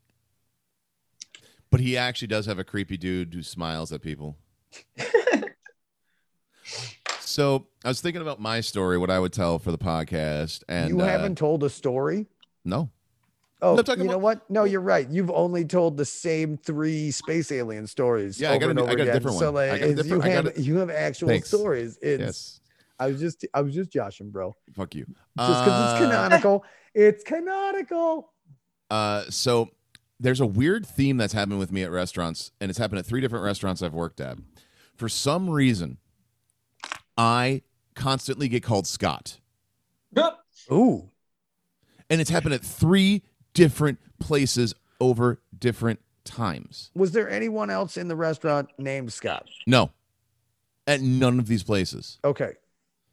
S1: But he actually does have a creepy dude who smiles at people. so I was thinking about my story, what I would tell for the podcast, and
S4: you
S1: uh,
S4: haven't told a story
S1: no,
S4: oh
S1: I'm talking
S4: you know
S1: about-
S4: what no you're right you've only told the same three space alien stories
S1: Yeah, I got
S4: over and
S1: a- I
S4: over
S1: got a
S4: again.
S1: different
S4: so
S1: one. I
S4: like
S1: got a
S4: it's- you
S1: different- I
S4: have
S1: got a-
S4: you have actual
S1: Thanks.
S4: stories it's
S1: yes,
S4: I was just I was just joshing bro
S1: fuck you.
S4: just because it's
S1: Uh,
S4: canonical it's canonical
S1: Uh, so there's a weird theme that's happened with me at restaurants, and it's happened at three different restaurants I've worked at. For some reason, I constantly get called Scott,
S4: ooh
S1: and it's happened at three different places over different times.
S4: was there anyone else in the restaurant named Scott
S1: No, at none of these places.
S4: okay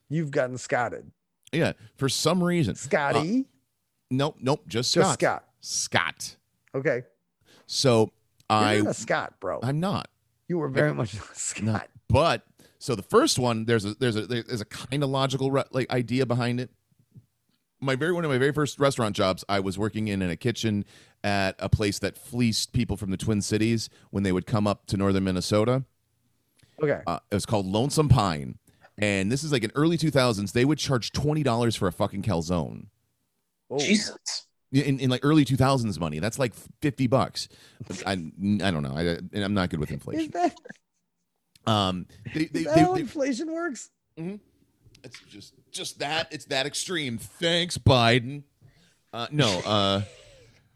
S4: you've gotten scotted
S1: Yeah, for some reason.
S4: Scotty.
S1: Nope, nope, just Uh, Scott.
S4: Just Scott.
S1: Scott.
S4: Okay.
S1: So
S4: You're
S1: I,
S4: not a Scott, bro.
S1: I'm not.
S4: you were very much a Scott.
S1: No. But so the first one, there's a there's a there's a kind of logical re- like idea behind it. My very one of my very first restaurant jobs, I was working in in a kitchen at a place that fleeced people from the Twin Cities when they would come up to northern Minnesota.
S4: Okay.
S1: Uh, it was called Lonesome Pine, and this is like in early 2000s. They would charge twenty dollars for a fucking calzone
S4: Oh.
S3: Jesus.
S1: in, in like early 2000s money. That's like fifty bucks. I I don't know. I, and I'm not good with
S4: Is
S1: inflation.
S4: that,
S1: Um, they, they,
S4: is that
S1: they-
S4: how
S1: they-
S4: inflation works?
S1: It's just just that. It's that extreme. Thanks, Biden. Uh, no. Uh,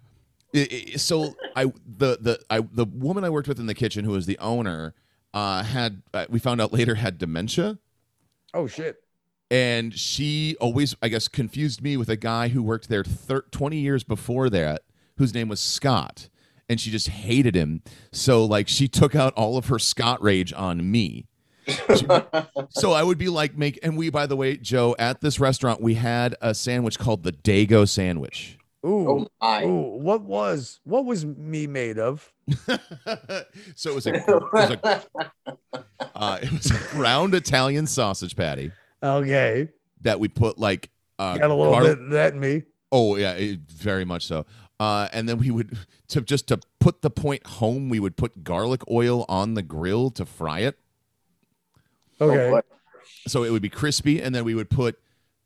S1: i- i- so I the the I the woman I worked with in the kitchen who was the owner uh, had uh, we found out later had dementia
S4: Oh shit.
S1: and she always I guess confused me with a guy who worked there thir- 20 years before that whose name was Scott and she just hated him so like she took out all of her Scott rage on me so I would be like, make and we by the way, Joe, at this restaurant we had a sandwich called the Dago sandwich.
S4: Ooh.
S3: oh my.
S4: Ooh. What was what was me made of?
S1: so it was a, it was a uh, it was a ground Italian sausage patty
S4: Okay.
S1: that we put like uh,
S4: Got a little
S1: gar-
S4: bit of that in me.
S1: Oh yeah, it, very much so. Uh, and then we would to just to put the point home, we would put garlic oil on the grill to fry it,
S4: Okay.
S3: boy.
S1: so it would be crispy. And then we would put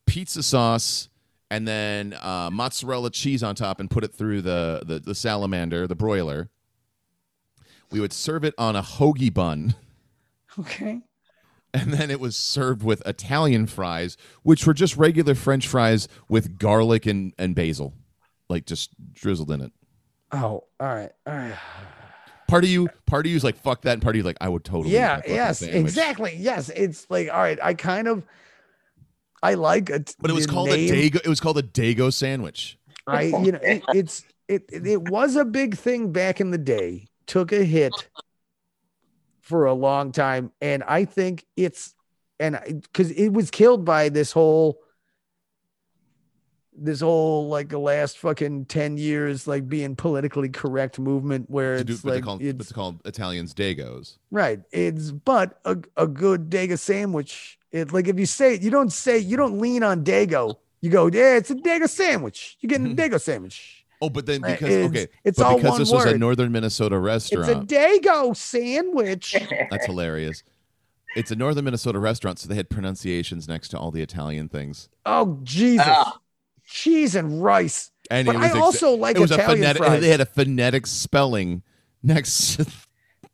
S1: pizza sauce and then uh, mozzarella cheese on top, and put it through the the, the salamander, the broiler. We would serve it on a hoagie bun,
S6: Okay.
S1: and then it was served with Italian fries, which were just regular French fries with garlic and, and basil, like just drizzled in it.
S6: Oh, all right. All right.
S1: Part of you, part of you's like fuck that, and part of you's like I would totally. eat
S4: yeah.
S1: that fucking
S4: Yes.
S1: sandwich."
S4: Exactly. Yes. It's like all right. I kind of I like it.
S1: But it was
S4: the
S1: called
S4: name.
S1: a dago. It was called a dago sandwich.
S4: I you know it, it's it it it was a big thing back in the day. Took a hit for a long time, and I think it's and because it was killed by this whole this whole like the last fucking ten years like being politically correct movement where
S1: To do,
S4: it's
S1: but they
S4: like
S1: call, but
S4: it's
S1: they call Italians dagos.
S4: right it's but a a good Dega sandwich It like if you say it, you don't say you don't lean on Dago. You go, yeah, it's a Dago sandwich. You're getting a Dago sandwich.
S1: Oh, but then because
S4: it's,
S1: okay,
S4: it's
S1: but
S4: all
S1: because
S4: one
S1: this was
S4: word.
S1: a northern Minnesota
S4: it's a
S1: restaurant.
S4: Dago sandwich.
S1: that's hilarious. It's a northern Minnesota restaurant, so they had pronunciations next to all the Italian things,
S4: Oh Jesus,
S3: Ah.
S4: cheese and rice.
S1: and
S4: But
S1: it was
S4: I
S1: ex-
S4: also like
S1: it was a
S4: Italian
S1: phonetic.
S4: fries.
S1: They had a phonetic spelling next. to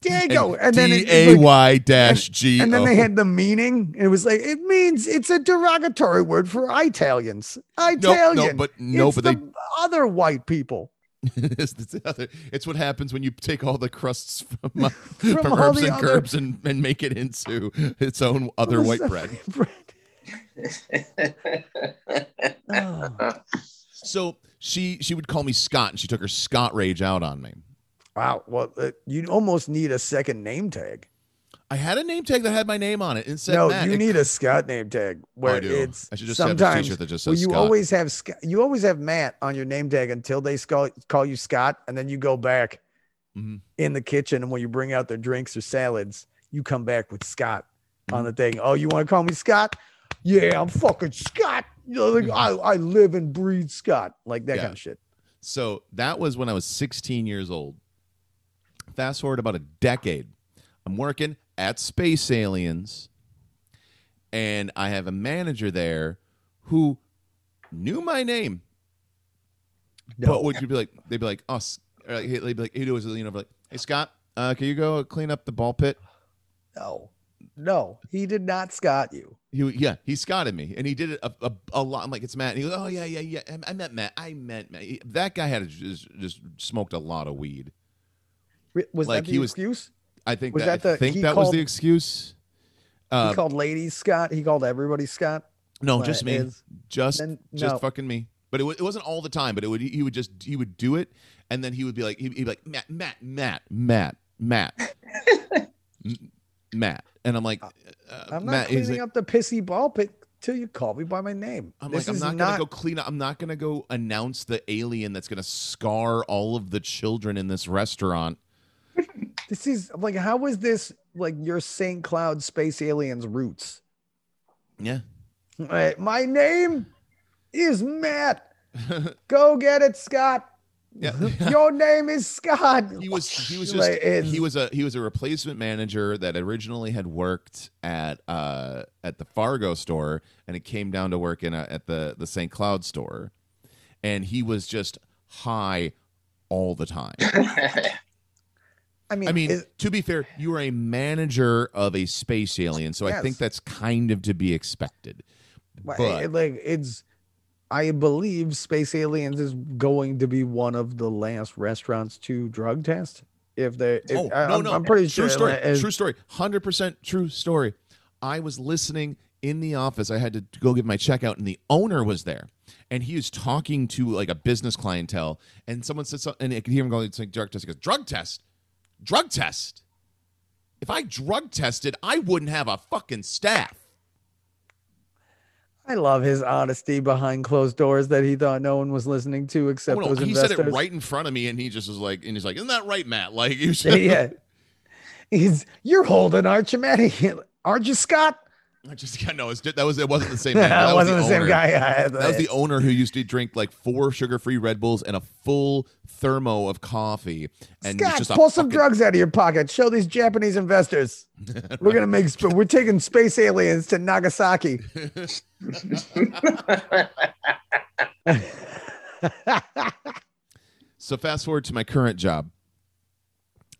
S4: Dago, and, then
S1: D
S4: it-
S1: A
S4: like,
S1: Y dash G.
S4: And then
S1: O.
S4: they had the meaning. It was like it means it's a derogatory word for Italians.
S1: no,
S4: Italian.
S1: no, but no,
S4: It's
S1: but
S4: the
S1: they.
S4: other white people
S1: it's, the other- it's what happens when you take all the crusts from, uh, from,
S4: all
S1: herbs
S4: the
S1: and
S4: other-
S1: curbs and, and make it into its own other
S4: What's
S1: white
S4: the
S1: bread.
S4: bread. Oh.
S1: So she she would call me Scott, and she took her Scott rage out on me.
S4: Wow. Well, uh, you almost need a second name tag.
S1: I had a name tag that had my name on it and said,
S4: no,
S1: Matt.
S4: you
S1: It-
S4: need a Scott name tag where
S1: I do.
S4: it's
S1: I should just have
S4: sometimes
S1: a T-shirt that just says
S4: well, you
S1: Scott.
S4: always have Scott, you always have Matt on your name tag until they call call you Scott, and then you go back
S1: Mhm.
S4: in the kitchen and when you bring out their drinks or salads, you come back with Scott on
S1: Mm-hmm.
S4: the thing. Oh, you want to call me Scott? Yeah, I'm fucking Scott. You know, like, I, I live and breathe Scott, like that
S1: Mm-hmm. Yeah.
S4: kind of shit.
S1: So that was when I was 16 years old. Fast forward about a decade. I'm working at Space Aliens, and I have a manager there who knew my name.
S4: No.
S1: But would you be like? They'd be like, "Oh, S- or like, hey," they'd be like, "Hey, do you know?" Like, "Hey, Scott, uh, can you go clean up the ball pit?"
S4: No, no, he did not Scott you.
S1: He, yeah, he scotted me, and he did it a, a, a lot. I'm like, it's Matt. And he goes, oh yeah, yeah, yeah. I, I met Matt. I met Matt. He- that guy had a, just, just smoked a lot of weed.
S4: Re- Was
S1: Like,
S4: that the
S1: he was-
S4: excuse?
S1: I think
S4: Was
S1: that,
S4: that
S1: I
S4: the-
S1: think
S4: he
S1: that was
S4: called-
S1: the excuse.
S4: he
S1: Uh,
S4: called ladies Scott. He called everybody Scott.
S1: no,
S4: what
S1: just me,
S4: is-
S1: just
S4: then-
S1: just
S4: no.
S1: fucking me. But it, wa- it wasn't all the time. But it would he would just he would do it, and then he would be like he'd, he'd be like Matt, Matt, Matt, Matt, Matt, M- Matt, and I'm like, uh,
S4: I'm not
S1: Matt. He's
S4: cleaning
S1: like,
S4: up the pissy ball pit till you call me by my name.
S1: I'm like,
S4: this
S1: I'm
S4: is
S1: not, gonna go clean up. I'm not gonna go announce the alien that's gonna scar all of the children in this restaurant.
S4: This is I'm like, how is this like your St. Cloud space aliens roots?
S1: Yeah.
S4: Right, My name is Matt. Go get it, Scott.
S1: Yeah.
S4: Your name is Scott.
S1: he was he was just
S4: Like, it's-
S1: he was a he was a replacement manager that originally had worked at uh at the Fargo store and it came down to work in a, at the the St. Cloud store and he was just high all the time.
S4: I mean,
S1: I mean,
S4: is-
S1: to be fair, you are a manager of a space alien, so I
S4: Yes.
S1: think that's kind of to be expected.
S4: Why-
S1: But-
S4: it- like it's I believe Space Aliens is going to be one of the last restaurants to drug test. If they, if,
S1: oh,
S4: I,
S1: no,
S4: am
S1: no.
S4: I'm pretty
S1: true
S4: sure.
S1: Story,
S4: like, it's-
S1: true story. 100% true story. I was listening in the office. I had to go give my checkout, and the owner was there. And he was talking to like a business clientele. And someone said something, and I could hear him going, it's like drug test. He goes, drug test? Drug test? If I drug tested, I wouldn't have a fucking staff.
S4: I love his honesty behind closed doors that he thought no one was listening to except
S1: Oh, no,
S4: those
S1: he
S4: investors.
S1: said it right in front of me, and he just was like, and he's like, isn't that right, Matt? Like, you
S4: Yeah,
S1: should.
S4: yeah. He's you're holding Archimedes, Archie Scott.
S1: I just got no. it's ju- That was it. Wasn't the same. Man.
S4: that
S1: That was
S4: wasn't the,
S1: owner.
S4: same guy. I-
S1: That was the owner who used to drink like four sugar-free Red Bulls and a full thermo of coffee. And was
S4: Scott,
S1: just a
S4: pull some
S1: fucking-
S4: drugs out of your pocket. Show these Japanese investors. We're gonna make. sp- We're taking space aliens to Nagasaki.
S1: So fast forward to my current job,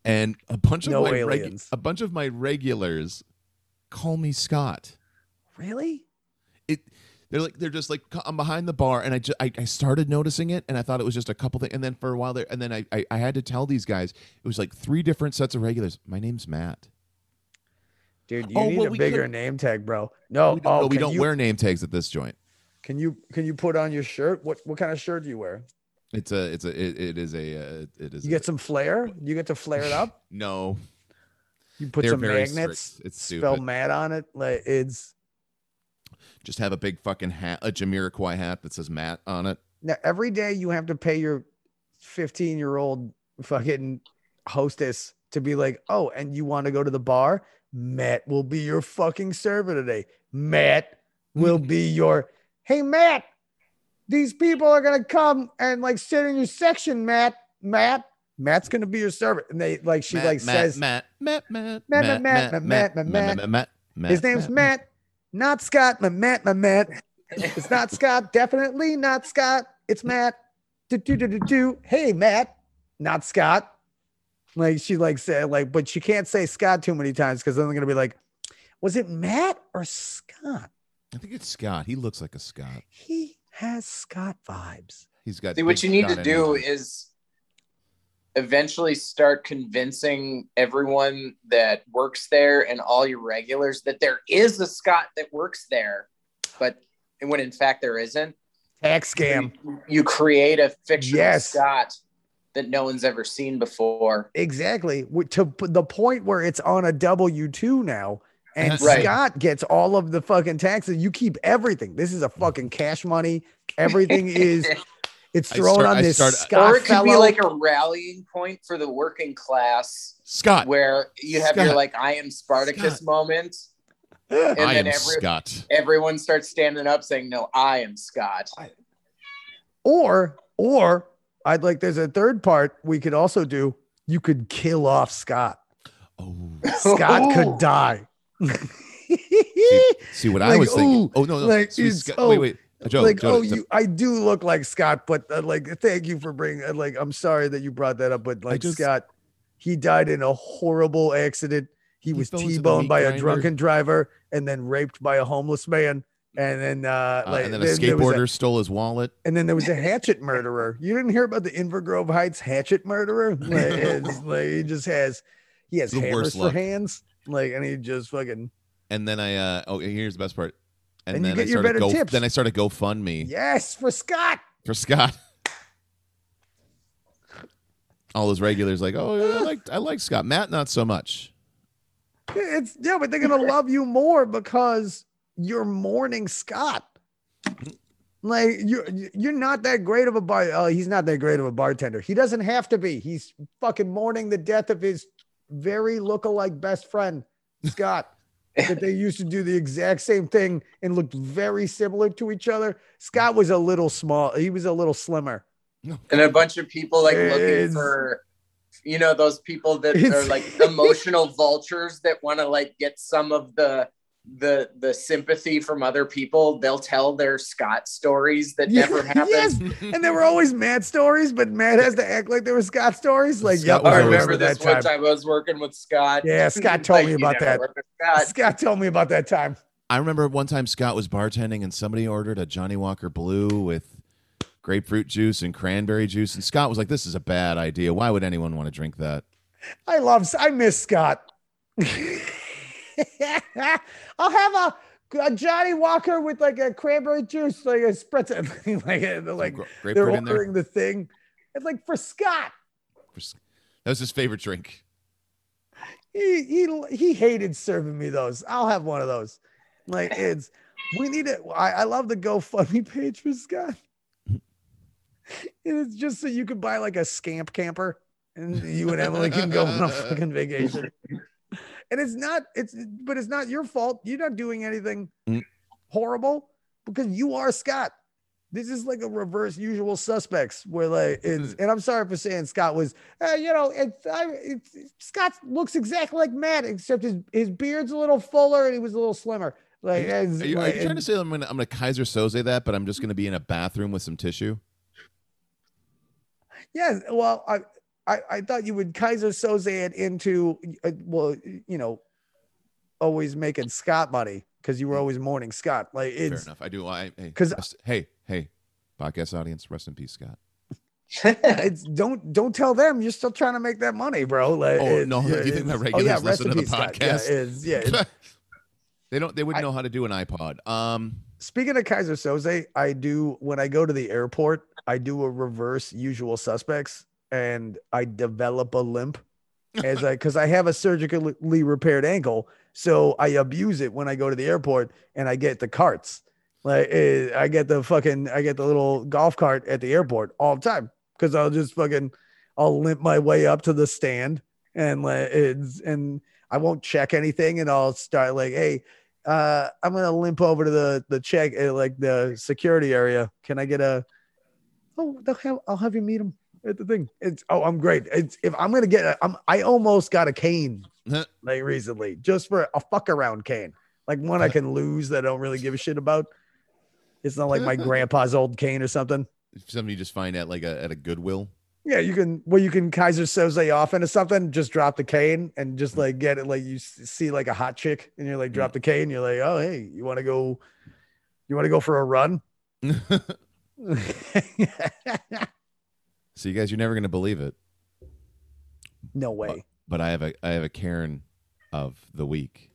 S1: and a bunch of
S4: No
S1: my regu-
S4: aliens.
S1: a bunch of my regulars call me Scott.
S4: really?
S1: It they're like they're just like I'm behind the bar, and I just I, I started noticing it, and I thought it was just a couple things, and then for a while there, and then I, I I had to tell these guys it was like three different sets of regulars. My name's Matt.
S4: Dude, you
S1: Oh,
S4: need
S1: well,
S4: a
S1: we
S4: bigger
S1: could-
S4: name tag, bro. No,
S1: we don't,
S4: oh,
S1: no, we
S4: can
S1: don't
S4: you,
S1: wear name tags at this joint.
S4: Can you can you put on your shirt? What what kind of shirt do you wear?
S1: It's a, it's a, it, it is a, uh, it is.
S4: You
S1: a-
S4: get some flair. You get to flare it up.
S1: no.
S4: You put
S1: They're
S4: some
S1: very
S4: magnets.
S1: strict. It's
S4: spell
S1: stupid.
S4: mad on it. Like it's
S1: Just have a big fucking hat, a Jamiroquai hat that says Matt on it.
S4: now every day you have to pay your fifteen year old fucking hostess to be like, oh, and you want to go to the bar? Matt will be your fucking server today. Matt will be your hey Matt, these people are gonna come and like sit in your section, Matt. Matt, Matt's gonna be your servant. And they like she
S1: Matt,
S4: like
S1: Matt,
S4: says
S1: Matt, Matt, Matt,
S4: Matt, Matt, Matt, Matt, Matt,
S1: Matt,
S4: his name's Matt, not Scott, my Matt, my Matt. It's not Scott, definitely not Scott. It's Matt. Do, do, do, do, do. Hey, Matt, not Scott. Like she like said, like, but she can't say Scott too many times because then they're gonna be like, was it Matt or Scott?
S1: I think it's Scott. He looks like a Scott.
S4: He has Scott vibes.
S1: He's got.
S3: See, what
S1: big
S3: you need
S1: Scott
S3: to do
S1: energy.
S3: is eventually start convincing everyone that works there and all your regulars that there is a Scott that works there, but and when in fact there isn't,
S4: Tax scam.
S3: you create a fictional
S4: Yes.
S3: Scott that no one's ever seen before.
S4: Exactly. W- To p- the point where it's on a W two now, and
S1: Right.
S4: Scott gets all of the fucking taxes. You keep everything. This is a fucking cash money. Everything is. It's
S1: I
S4: thrown
S1: start-
S4: on
S1: I
S4: this
S1: start-
S4: Scott
S3: Or it could be
S4: fellow.
S3: like a rallying point for the working class
S1: Scott.
S3: where you have your
S1: Scott.
S3: like I am Spartacus
S1: Scott.
S3: moment. And
S1: I am
S3: then every,
S1: Scott.
S3: everyone starts standing up saying, No, I am Scott.
S4: or or I'd like. There's a third part we could also do. You could kill off Scott.
S1: Oh,
S4: Scott
S3: Oh.
S4: could die.
S1: see what I
S4: Like,
S1: was
S4: ooh,
S1: thinking. Oh no, no.
S4: like,
S1: see,
S4: it's-
S1: Scott,
S4: oh,
S1: wait, wait. Joe,
S4: like,
S1: Joe,
S4: oh,
S1: the-
S4: you, I do look like Scott, but uh, like, thank you for bringing. uh, Like, I'm sorry that you brought that up, but like,
S1: just-
S4: Scott, he died in a horrible accident. He, was
S1: fell into the
S4: T-boned
S1: meat
S4: by a
S1: grinder.
S4: drunken driver and then raped by a homeless man, and then uh,
S1: uh,
S4: like,
S1: and then a
S4: then there was
S1: skateboarder stole his wallet.
S4: and then there was a hatchet murderer. You didn't hear about the Invergrove Heights hatchet murderer? Like, it's, like, he just has, he has
S1: The worst
S4: hammers for
S1: luck.
S4: hands, like, and he just fucking
S1: And then I. Uh, oh, here's the best part. And,
S4: And you
S1: then
S4: get
S1: I
S4: your
S1: started
S4: better
S1: go.
S4: tips.
S1: Then I started GoFundMe
S4: yes for Scott.
S1: for Scott. All his regulars like, oh, yeah, I like I like Scott. Matt, not so much.
S4: It's yeah, but they're gonna love you more because you're mourning Scott. Like you're you're not that great of a bar. Oh, he's not that great of a bartender. He doesn't have to be. He's fucking mourning the death of his very lookalike best friend, Scott. that they used to do the exact same thing and looked very similar to each other. Scott was a little small. He was a little slimmer.
S3: and a bunch of people like
S4: It's-
S3: looking for you know those people that
S4: It's-
S3: are like emotional vultures that want to like get some of the the the sympathy from other people they'll tell their scott stories that never happened
S4: yes, and there were always Matt stories, but Matt has to act like there were Scott stories. Like,
S1: Scott
S4: yep,
S1: was
S3: i
S1: always
S3: remember
S4: that
S3: this one time i was working with scott
S4: Yeah, Scott told me
S3: you
S4: about
S3: know,
S4: that.
S3: work with scott
S4: Scott told me about that time.
S1: I remember one time Scott was bartending and somebody ordered a Johnny Walker Blue with grapefruit juice and cranberry juice, and Scott was like, "This is a bad idea. Why would anyone want to drink that?"
S4: I love, I miss Scott. I'll have a, a Johnny Walker with like a cranberry juice, like a spritz, like a,
S1: Some
S4: like
S1: gra-
S4: they're
S1: grapefruit in there.
S4: ordering the thing. It's like for Scott,
S1: For Sc- That was his favorite drink.
S4: he he he hated serving me those. I'll have one of those. Like it's, we need it. I, I love the GoFundMe page for Scott. And it's just so you could buy like a scamp camper, and you and Emily can go on a fucking vacation. and it's not it's but it's not your fault you're not doing anything
S1: Mm.
S4: horrible because you are scott this is like a reverse usual suspects where like it's and i'm sorry for saying scott was uh, you know it's i it's scott looks exactly like matt except his his beard's a little fuller and he was a little slimmer like
S1: Are
S4: it's
S1: Are you, are
S4: like-
S1: you trying to
S4: and-
S1: say I'm gonna, I'm gonna Kaiser Soze that, but I'm just gonna be in a bathroom with some tissue?
S4: yeah well i I, I thought you would Kaiser Soze it into, uh, well, you know, always making Scott money because you were always mourning Scott. Like
S1: Hmm. Fair
S4: it's,
S1: enough. I do. I hey,
S4: 'Cause-
S1: rest- hey hey podcast audience, rest in peace, Scott.
S4: it's don't don't tell them you're still trying to make that money, bro. Like,
S1: Oh, no, do you think
S4: it's-
S1: my
S4: oh,
S1: regulars
S4: yeah,
S1: listen to the
S4: recipe style.
S1: podcast?
S4: Yeah, it's, yeah. it's-
S1: they don't. They
S4: I-
S1: wouldn't know how to do an iPod. Um,
S4: Speaking of Kaiser Soze, I do when I go to the airport, I do a reverse usual suspects, and I develop a limp as I because I have a surgically repaired ankle, so I abuse it when I go to the airport, and I get the carts. Like eh, I get the fucking I get the little golf cart at the airport all the time because I'll just fucking I'll limp my way up to the stand and like it's and I won't check anything and I'll start like hey uh, I'm gonna limp over to the the check uh, like the security area. Can I get a? Oh, they'll have, I'll have you meet him at the thing. It's oh, I'm great. It's if I'm gonna get, a, I'm I almost got a cane like recently just for a fuck around cane, like one I can lose that I don't really give a shit about. It's not like my grandpa's old cane or something.
S1: Something you just find at like a, at a Goodwill.
S4: Yeah, you can. Well, you can Kaiser Soze off into something. Just drop the cane and just like get it. Like you s- see like a hot chick, and you're like drop the cane. You're like, oh hey, you want to go? You want to go for a run?
S1: so you guys, you're never gonna believe it,
S4: no way.
S1: but I have a I have a Karen of the week.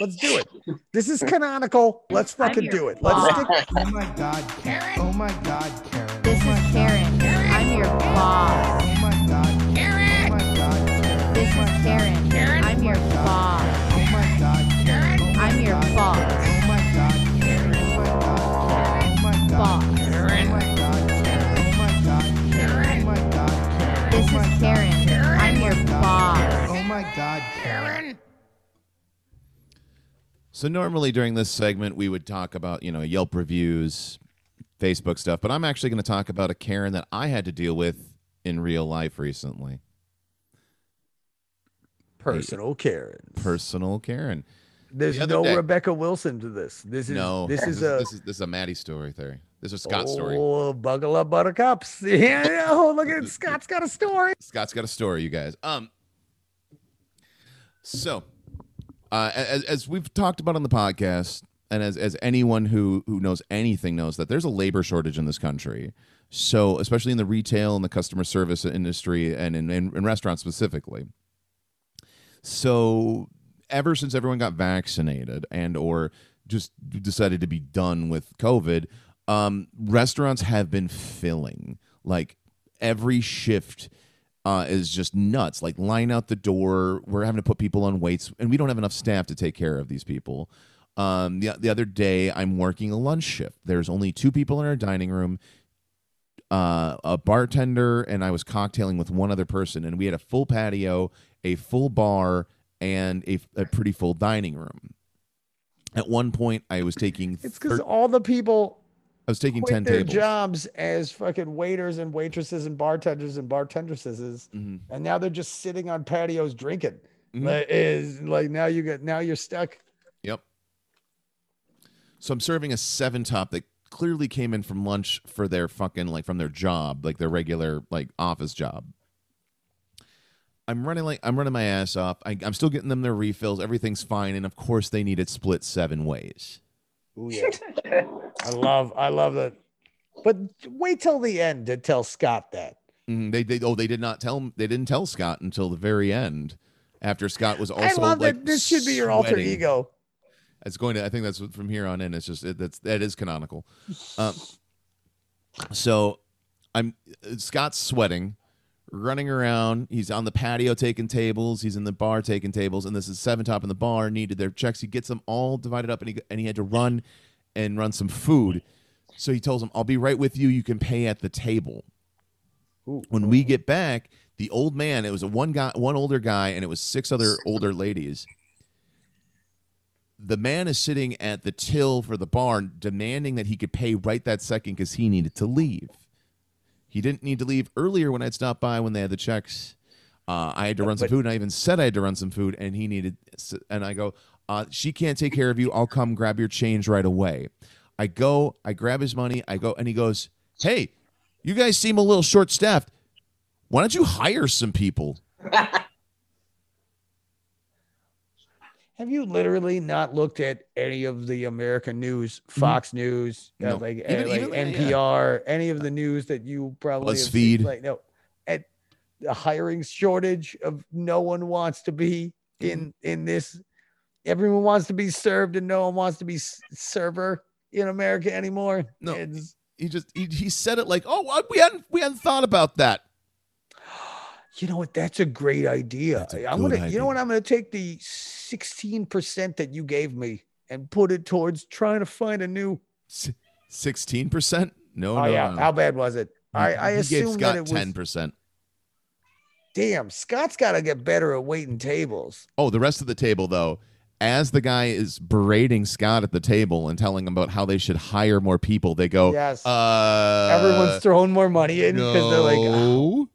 S4: Let's do it. This is canonical. Let's fucking do it. Let's stick.
S5: Oh my god, Karen. Oh my god, Karen.
S7: This is Karen. I'm your boss.
S5: Oh my god, Karen. Oh my god, Karen.
S7: This is Karen. I'm your boss.
S5: Oh my god, Karen.
S7: I'm your boss.
S5: Oh my god, Karen. Oh my god, Karen.
S7: Boss.
S5: Oh my god, Karen. Oh my god, Karen. Oh my god, Karen.
S7: This
S5: Oh my
S7: is
S5: god,
S7: Karen. I'm your boss.
S5: Oh my god, Karen.
S1: So normally during this segment we would talk about, you know, Yelp reviews, Facebook stuff, but I'm actually going to talk about a Karen that I had to deal with in real life recently.
S4: Personal Karen.
S1: Personal Karen.
S4: There's
S1: The other
S4: no
S1: day-
S4: Rebecca Wilson to this. This is
S1: no.
S4: this is a
S1: this is this is a Maddie story theory. This is Scott's story.
S4: Oh, buckle up, buttercups. Yeah, yeah. Oh, look at it. Scott's got a story.
S1: Scott's got a story, you guys. Um So, uh as as we've talked about on the podcast and as as anyone who who knows anything knows that there's a labor shortage in this country. So, especially in the retail and the customer service industry and in, in, in restaurants specifically. So, ever since everyone got vaccinated and or just decided to be done with COVID, um, restaurants have been filling like every shift uh, is just nuts. Like line out the door, we're having to put people on waits, and we don't have enough staff to take care of these people. Um, the the other day, I'm working a lunch shift. There's only two people in our dining room, uh, a bartender, and I was cocktailing with one other person, and we had a full patio, a full bar, and a, a pretty full dining room. At one point, I was taking
S4: It's
S1: thir-
S4: because all the people
S1: I was taking
S4: quit
S1: ten
S4: their
S1: tables.
S4: jobs as fucking waiters and waitresses and bartenders and bartendresses,
S1: Mhm.
S4: and now they're just sitting on patios drinking.
S1: Mhm.
S4: Like, is like now you get now you're stuck.
S1: Yep. So I'm serving a seven top that clearly came in from lunch for their fucking like from their job, like their regular like office job. I'm running like I'm running my ass off. I, I'm still getting them their refills. Everything's fine, and of course they need it split seven ways.
S4: Ooh, yeah. I love I love that. But wait till the end to tell Scott that.
S1: Mhm, They, they oh they did not tell they didn't tell Scott until the very end. After Scott was also
S4: I love
S1: like,
S4: that. This should be your alter
S1: sweating.
S4: ego.
S1: It's going to. I think that's what- from here on in. It's just it, that's that is canonical. Um, so I'm uh, Scott's sweating, running around. He's on the patio taking tables. He's in the bar taking tables. And this is seven top in the bar needed their checks. He gets them all divided up, and he and he had to run and run some food. So he tells him, "I'll be right with you. You can pay at the table." When we get back, the old man. It was a one guy, one older guy, and it was six other older ladies the man is sitting at the till for the bar demanding that he could pay right that second because he needed to leave. He didn't need to leave earlier when I'd stopped by when they had the checks. Uh, I had to run some food, and I even said I had to run some food, and he needed. And I go, uh, she can't take care of you. I'll come grab your change right away. I go, I grab his money, I go, and he goes, "Hey, you guys seem a little short-staffed. Why don't you hire some people?"
S4: Have you literally not looked at any of the American news, Fox News, uh,
S1: Mm-hmm. No.
S4: like, uh,
S1: Even-
S4: like
S1: even- yeah, yeah.
S4: NPR, any of the news that you probably have seen?
S1: BuzzFeed.
S4: Like no, at the hiring shortage of no one wants to be in
S1: Mm-hmm.
S4: in this. Everyone wants to be served, and no one wants to be s- server in America anymore.
S1: No.
S4: It's-
S1: He just he, he said it like, "Oh, what? we hadn't we hadn't thought about that."
S4: You know what? That's a great idea.
S1: That's
S4: i
S1: a
S4: am I'm
S1: good
S4: gonna. You know what?
S1: idea.
S4: I'm gonna take the 16% that you gave me and put it towards trying to find a new.
S1: Sixteen percent? No,
S4: Oh
S1: no,
S4: yeah,
S1: no.
S4: how bad was it? I I
S1: He gave
S4: assume that
S1: Scott
S4: it
S1: ten
S4: was.
S1: percent.
S4: Damn, Scott's got to get better at waiting tables.
S1: Oh, the rest of the table though. as the guy is berating Scott at the table and telling him about how they should hire more people, they go,
S6: yes.
S1: Oh, uh,
S6: Everyone's throwing more money in because they're like, "Oh,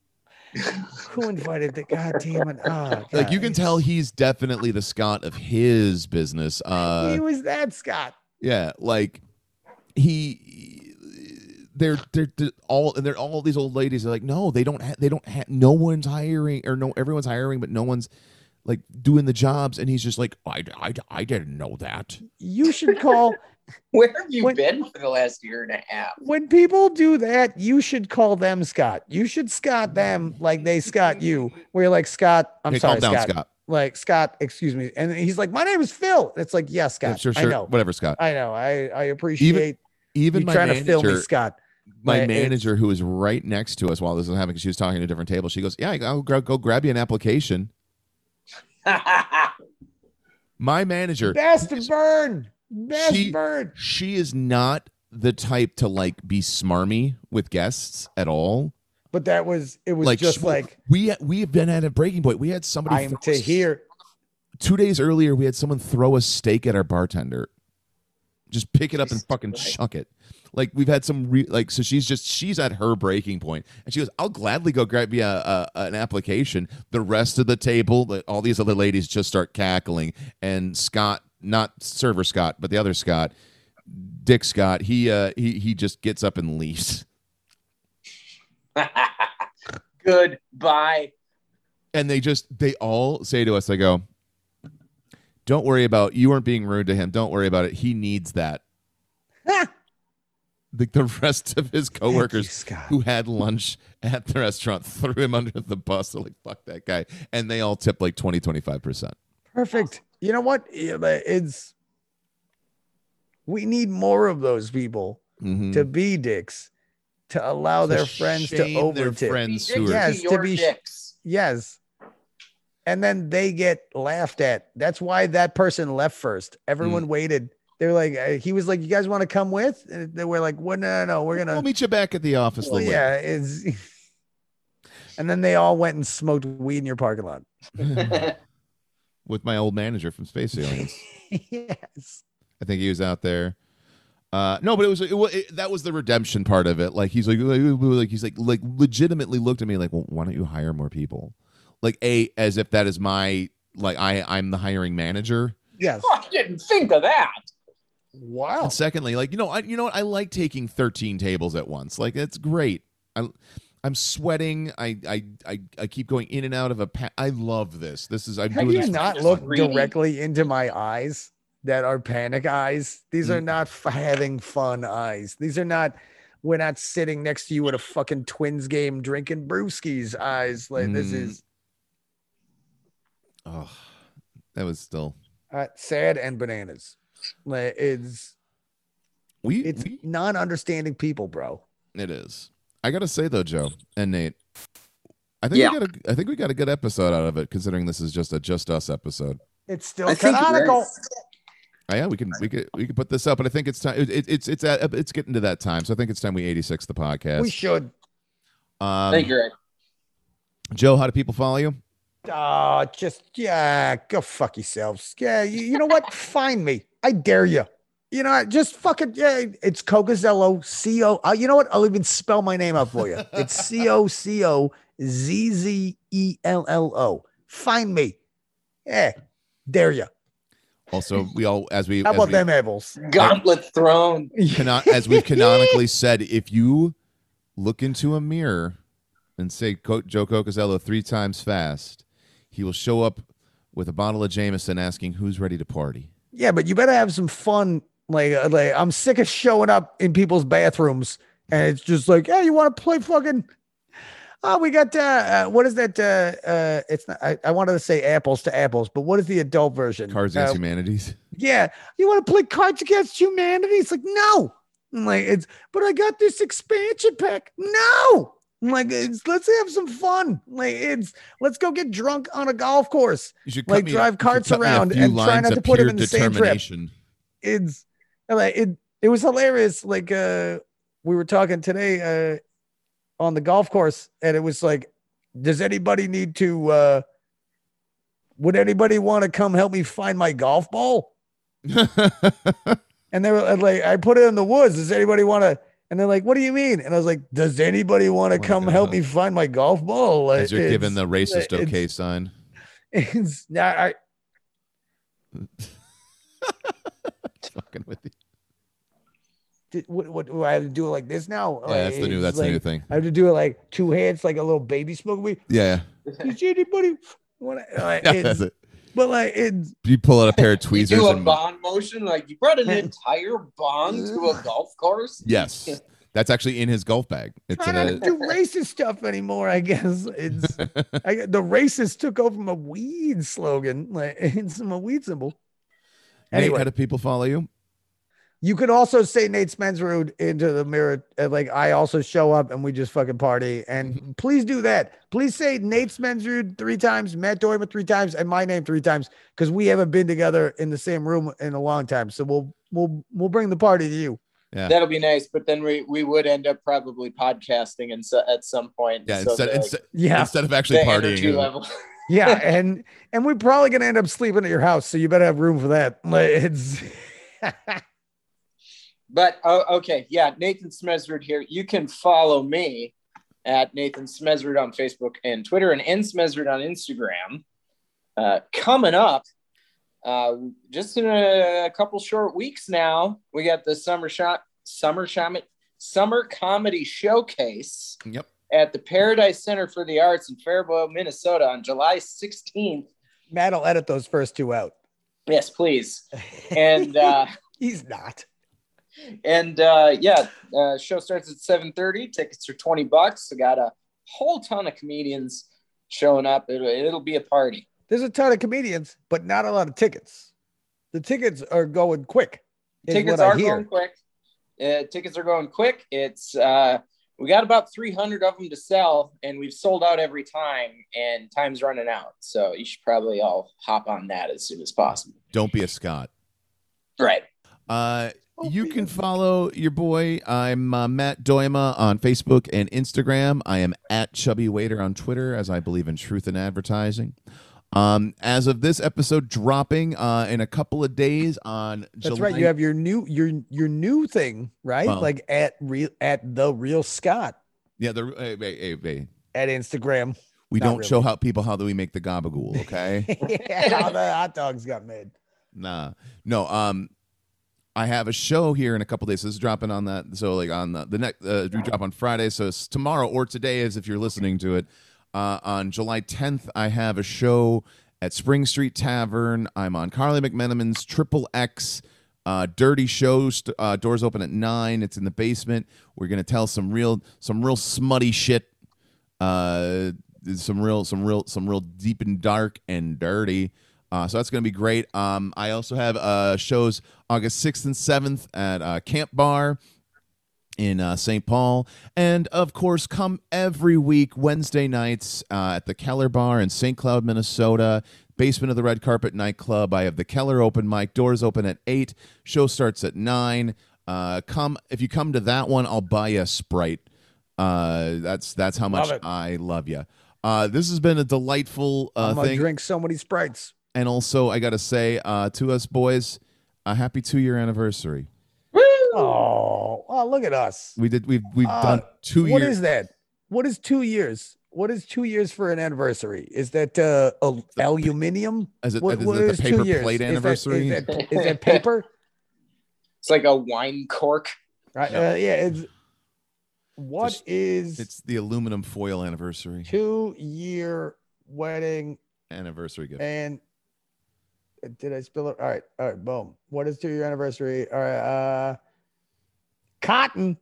S1: "No."
S6: who invited the goddamn it? Oh,
S1: like
S6: God.
S1: you can tell he's definitely the Scott of his business. Uh,
S6: he was that Scott.
S1: Yeah, like he, they're they're, they're all and they're all these old ladies are like, no, they don't ha- they don't have no one's hiring or no everyone's hiring, but no one's like doing the jobs, and he's just like, I I, I didn't know that.
S6: You should call
S3: Where have you
S6: When-
S3: been for the last year and a half?
S6: when people do that, you should call them Scott. You should Scott them like they Scott you. Where you're like Scott, I'm
S1: Hey,
S6: sorry,
S1: calm down,
S6: Scott. Like Scott, excuse me. And he's like, my name is Phil. It's like, yes,
S1: Yeah,
S6: Scott.
S1: sure, sure,
S6: I know.
S1: whatever, Scott.
S6: I know. I I appreciate
S1: Even
S6: you
S1: my
S6: trying to
S1: manager,
S6: fill me, Scott. But
S1: my
S6: it-
S1: manager who was right next to us while this was happening, 'cause she was talking at a different table. She goes, "Yeah, I'll gra- go grab you an application." My manager,
S6: Best burn. Best
S1: She-
S6: burn.
S1: she is not the type to like be smarmy with guests at all.
S6: But that was it was
S1: Like,
S6: just
S1: sh-
S6: like
S1: We we have been at a breaking point. We had somebody.
S6: I'm
S1: throw
S6: to
S1: a-
S6: hear.
S1: Two days earlier, we had someone throw a steak at our bartender. Just pick it up and
S3: Jesus
S1: fucking
S3: Christ.
S1: chuck it. Like we've had some re- like so she's just she's at her breaking point and she goes I'll gladly go grab you a, a, an application. The rest of the table, the- all these other ladies just start cackling and Scott, not server Scott, but the other Scott, Dick Scott, he uh he he just gets up and leaves.
S3: Goodbye.
S1: and they just they all say to us they go don't worry about you weren't being rude to him don't worry about it he needs that the, the rest of his
S6: Thank you,
S1: coworkers
S6: Scott.
S1: who had lunch at the restaurant threw him under the bus They're like fuck that guy and they all tipped like 20 25%
S6: Perfect.
S4: You know what? Yeah, but It's we need more of those people
S1: Mhm.
S4: to be dicks, to allow
S1: To
S4: their friends to
S1: shame their
S4: overtip.
S1: friends who are-
S4: Yeah.
S3: Yes, to be dicks.
S4: Yes. And then they get laughed at. That's why that person left first. Everyone
S1: Mm.
S4: waited. They were like, uh, he was like, you guys want to come with? And they were like, well, no, no, no, we're
S1: we'll
S4: going to.
S1: meet you back at the office a little
S4: yeah. It's... and then they all went and smoked weed in your parking lot.
S1: later. with my old manager from space aliens
S4: yes.
S1: I think he was out there. Uh, no, but it was it, wa- it, that was the redemption part of it. Like he's like, like like, he's like like legitimately looked at me like, well, why don't you hire more people? Like a as if that is my like I I'm the hiring manager.
S4: Yes.
S3: Oh, I didn't think of that.
S6: Wow.
S4: Oh.
S1: And secondly, like you know I you know what I like taking 13 tables at once. Like it's great. I I'm sweating. I I I, I keep going in and out of a. Pa- I love this. This is I'm
S6: Have
S1: doing
S6: you
S1: this. for
S6: not
S1: fun.
S4: Look
S3: Greedy.
S4: directly into my eyes that are panic eyes. These
S1: Mm.
S4: are not f- having fun eyes. These are not, we're not sitting next to you at a fucking twins game drinking brewskis eyes. Like, this
S1: Mm.
S4: is.
S1: Oh, that was still
S4: uh, sad and bananas. Like, It's
S1: we.
S4: it's
S1: we
S4: non-understanding people, bro.
S1: It is. I gotta say though, Joe and Nate, I think
S3: Yeah.
S1: we got a, I think we got a good episode out of it, considering this is just a just us episode.
S6: It's still
S3: I think it
S6: canonical.
S3: is.
S1: Oh, yeah, we can we could we could put this up, but I think it's time. It, it, it's it's at, it's getting to that time, so I think it's time we eighty six the podcast.
S4: We should.
S1: um,
S3: Thank you, Rick.
S1: Joe. How do people follow you?
S4: Uh, just yeah, go fuck yourselves. Yeah, you, you know what? Find me. I dare you. You know, what? just fucking yeah. It's Cocazello. C O. Uh, you know what? I'll even spell my name out for you. It's C O C O Z Z E L L O. Find me. Yeah, dare you?
S1: Also, we all as we
S4: How
S1: as
S4: about
S1: we,
S4: them apples?
S3: Gauntlet Throne.
S1: cano- as we've canonically said, if you look into a mirror and say Co- Joe Cocazello three times fast, he will show up with a bottle of Jameson, asking who's ready to party.
S4: Yeah, but you better have some fun. Like, uh, like I'm sick of showing up in people's bathrooms and it's just like, hey, you want to play fucking? Oh, we got uh, uh what is that? Uh, uh, it's not. I, I wanted to say apples to apples, but what is the adult version?
S1: Cards
S4: Uh,
S1: Against Humanities.
S4: yeah, you want to play Cards Against Humanity? It's like no. I'm like it's, but I got this expansion pack. No, I'm like it's, let's have some fun. Like it's, let's go get drunk on a golf course.
S1: You should
S4: like,
S1: cut me- you
S4: drive
S1: should
S4: carts
S1: cut me a
S4: around
S1: few
S4: and try
S1: lines
S4: not to
S1: of
S4: put 'em
S1: pure
S4: in the same trip.
S1: determination.
S4: it's like it it was hilarious like uh we were talking today uh on the golf course and it was like does anybody need to uh Would anybody want to come help me find my golf ball? And they were like, I put it in the woods. Does anybody want to? And they're like, What do you mean? And I was like, Does anybody want to
S1: my
S4: come help
S1: God.
S4: me find my golf ball? Like,
S1: As you're giving
S4: it's-
S1: the racist
S4: it's-
S1: okay sign.
S4: It's not, I,
S1: Fucking with you.
S4: did, what, what do I have to do it like this now?
S1: Yeah, that's the new.
S4: It's
S1: That's
S4: like,
S1: the new thing.
S4: I have to do it like two hands, like a little baby smoke weed.
S1: Yeah,
S4: Does anybody want to? Like,
S1: yeah. that's
S4: it's-
S1: it.
S4: but like, it's
S1: You pull out a pair of tweezers
S3: do a
S1: and
S3: bond motion like you brought an entire bond to a golf course.
S1: yes, that's actually in his golf bag. It's
S4: I
S1: in
S4: don't
S1: a.
S4: do racist stuff anymore. I guess it's I, the racists took over my weed slogan. Like, it's my weed symbol.
S1: Nate,
S4: Anyway,
S1: how do people follow you?
S4: You could also say Nate Spencerud into the mirror. uh, Like I also show up and we just fucking party. And please do that. Please say Nate Spencerud three times, Matt Dormer three times, and my name three times because we haven't been together in the same room in a long time. So we'll we'll we'll bring the party to you.
S1: Yeah.
S3: That'll be nice, but then we, we would end up probably podcasting and so, at some point.
S1: Yeah,
S3: so
S1: instead,
S3: the,
S1: instead,
S4: Yeah,
S1: instead of
S3: the
S1: actually
S3: energy
S1: partying,
S3: level.
S4: yeah, and and we're probably gonna end up sleeping at your house, so you better have room for that. Like it's
S3: But oh, okay, yeah, Nathan Smezrud here. You can follow me at Nathan Smezrud on Facebook and Twitter, and N Smezrud on Instagram. Uh, coming up, uh, just in a, couple short weeks now, we got the summer shot, summer shaman, summer comedy showcase.
S1: Yep.
S3: At the Paradise Center for the Arts in Faribault, Minnesota, on July 16th.
S4: Matt'll edit those first two out.
S3: Yes, please. And uh,
S4: He's not.
S3: and uh, yeah, uh, show starts at seven thirty. Tickets are twenty bucks. I got a whole ton of comedians showing up. It, it'll be a party.
S4: There's a ton of comedians, but not a lot of tickets. The tickets are going quick. is
S3: tickets
S4: what I
S3: are
S4: hear.
S3: going quick. Uh, tickets are going quick. It's uh, we got about three hundred of them to sell, and we've sold out every time, and time's running out. So you should probably all hop on that as soon as possible.
S1: don't be a Scot.
S3: Right.
S1: Uh,
S4: Oh,
S1: you can
S4: yeah.
S1: follow your boy. I'm uh, Matt Doima on Facebook and Instagram. I am at Chubby Waiter on Twitter, as I believe in truth in advertising. Um, as of this episode dropping uh, in a couple of days on
S4: That's
S1: July,
S4: right. You have your new your your new thing, right?
S1: Well-
S4: like at real at the real Scott
S1: yeah, the hey, hey, hey, hey.
S4: at Instagram.
S1: we
S4: Not
S1: don't
S4: really.
S1: show how people how do we make the gabagool, okay?
S4: yeah, how the hot dogs got made.
S1: Nah, no. Um, I have a show here in a couple days. So this is dropping on that. So like on the, the next, uh, we drop on Friday. So it's tomorrow or today, as if you're listening to it. Uh, on July 10th, I have a show at Spring Street Tavern. I'm on Carly McMenamin's Triple X. Uh, dirty show. St- uh, doors open at nine. It's in the basement. We're gonna tell some real, some real smutty shit. Uh, some real, some real, some real deep and dark and dirty. Uh, so that's going to be great. Um, I also have uh, shows August 6th and 7th at uh, Camp Bar in uh, St. Paul. And of course, come every week, Wednesday nights uh, at the Keller Bar in St. Cloud, Minnesota, basement of the Red Carpet Nightclub. I have the Keller open mic. Doors open at 8. Show starts at 9. Uh, come If you come to that one, I'll buy you a Sprite. Uh, that's that's how much
S4: Love it.
S1: I love you. Uh, this has been a delightful uh,
S4: I'm gonna
S1: thing.
S4: drink so many sprites.
S1: And also, I got to say uh, to us boys, a happy two year anniversary.
S4: Oh, oh, look at us.
S1: We did. We've we've
S4: Uh,
S1: done two
S4: What
S1: years.
S4: is that? What is two years? What is two years for an anniversary? Is that uh, al- aluminium?
S1: Is it,
S4: What,
S1: is
S4: what
S1: it
S4: is
S1: the
S4: two
S1: paper
S4: years?
S1: plate
S4: Is that-
S1: anniversary?
S4: Is that, is that paper?
S3: It's like a wine cork.
S4: Right. Uh, yeah. It's, what
S1: Just-
S4: is
S1: it's the aluminum foil anniversary.
S4: two year wedding
S1: Anniversary gift.
S4: and did I spill it? All right. All right. Boom. What is two year anniversary? All right. Uh, cotton.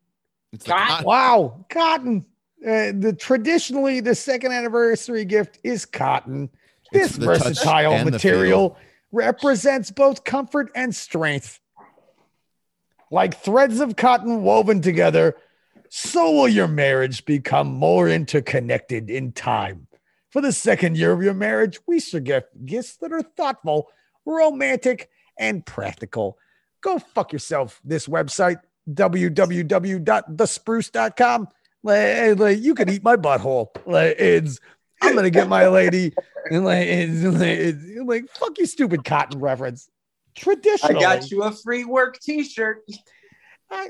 S1: It's the
S3: God-
S1: cotton-
S4: Wow. Cotton. Uh, the traditionally the second anniversary gift is cotton.
S1: It's
S4: This
S1: the touch
S4: versatile
S1: and the
S4: material represents both comfort and strength. Like threads of cotton woven together, so will your marriage become more interconnected in time. For the second year of your marriage, we suggest gifts that are thoughtful, romantic, and practical. Go fuck yourself. This website, www.thespruce.com. Like, like, you can eat my butthole. Like, it's I'm gonna get my lady and like, and like, and like fuck you, stupid cotton reference.
S3: I
S4: Traditional.
S3: got you a free work T-shirt.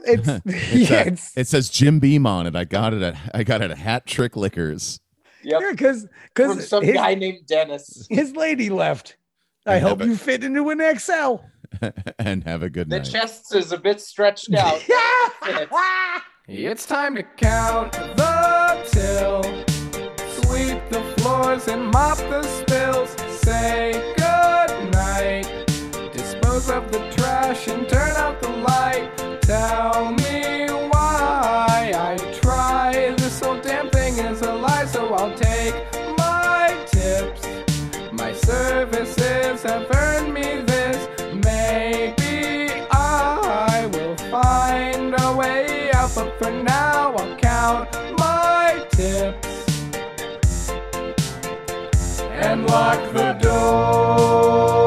S4: It's, uh,
S1: It's
S4: yeah,
S1: a-
S4: it's
S1: It says Jim Beam on it. I got it at I got it at Hat Trick Liquors.
S3: Yep,
S4: because
S3: from
S4: because
S3: some
S4: his,
S3: guy named Dennis.
S4: his lady left. I
S1: Yeah,
S4: hope
S1: but-
S4: you fit into an XL.
S1: and have a good
S3: The
S1: night.
S3: chest is a bit stretched out.
S5: It's time to count the till. Sweep the floors and mop the spills. Say goodnight. Dispose of the trash and turn out the light. Tell me why I try. This whole damn thing is a lie, so I'll take my tips. My services have earned me this. Maybe I will find a way out, but for now I'll count my tips and lock the door.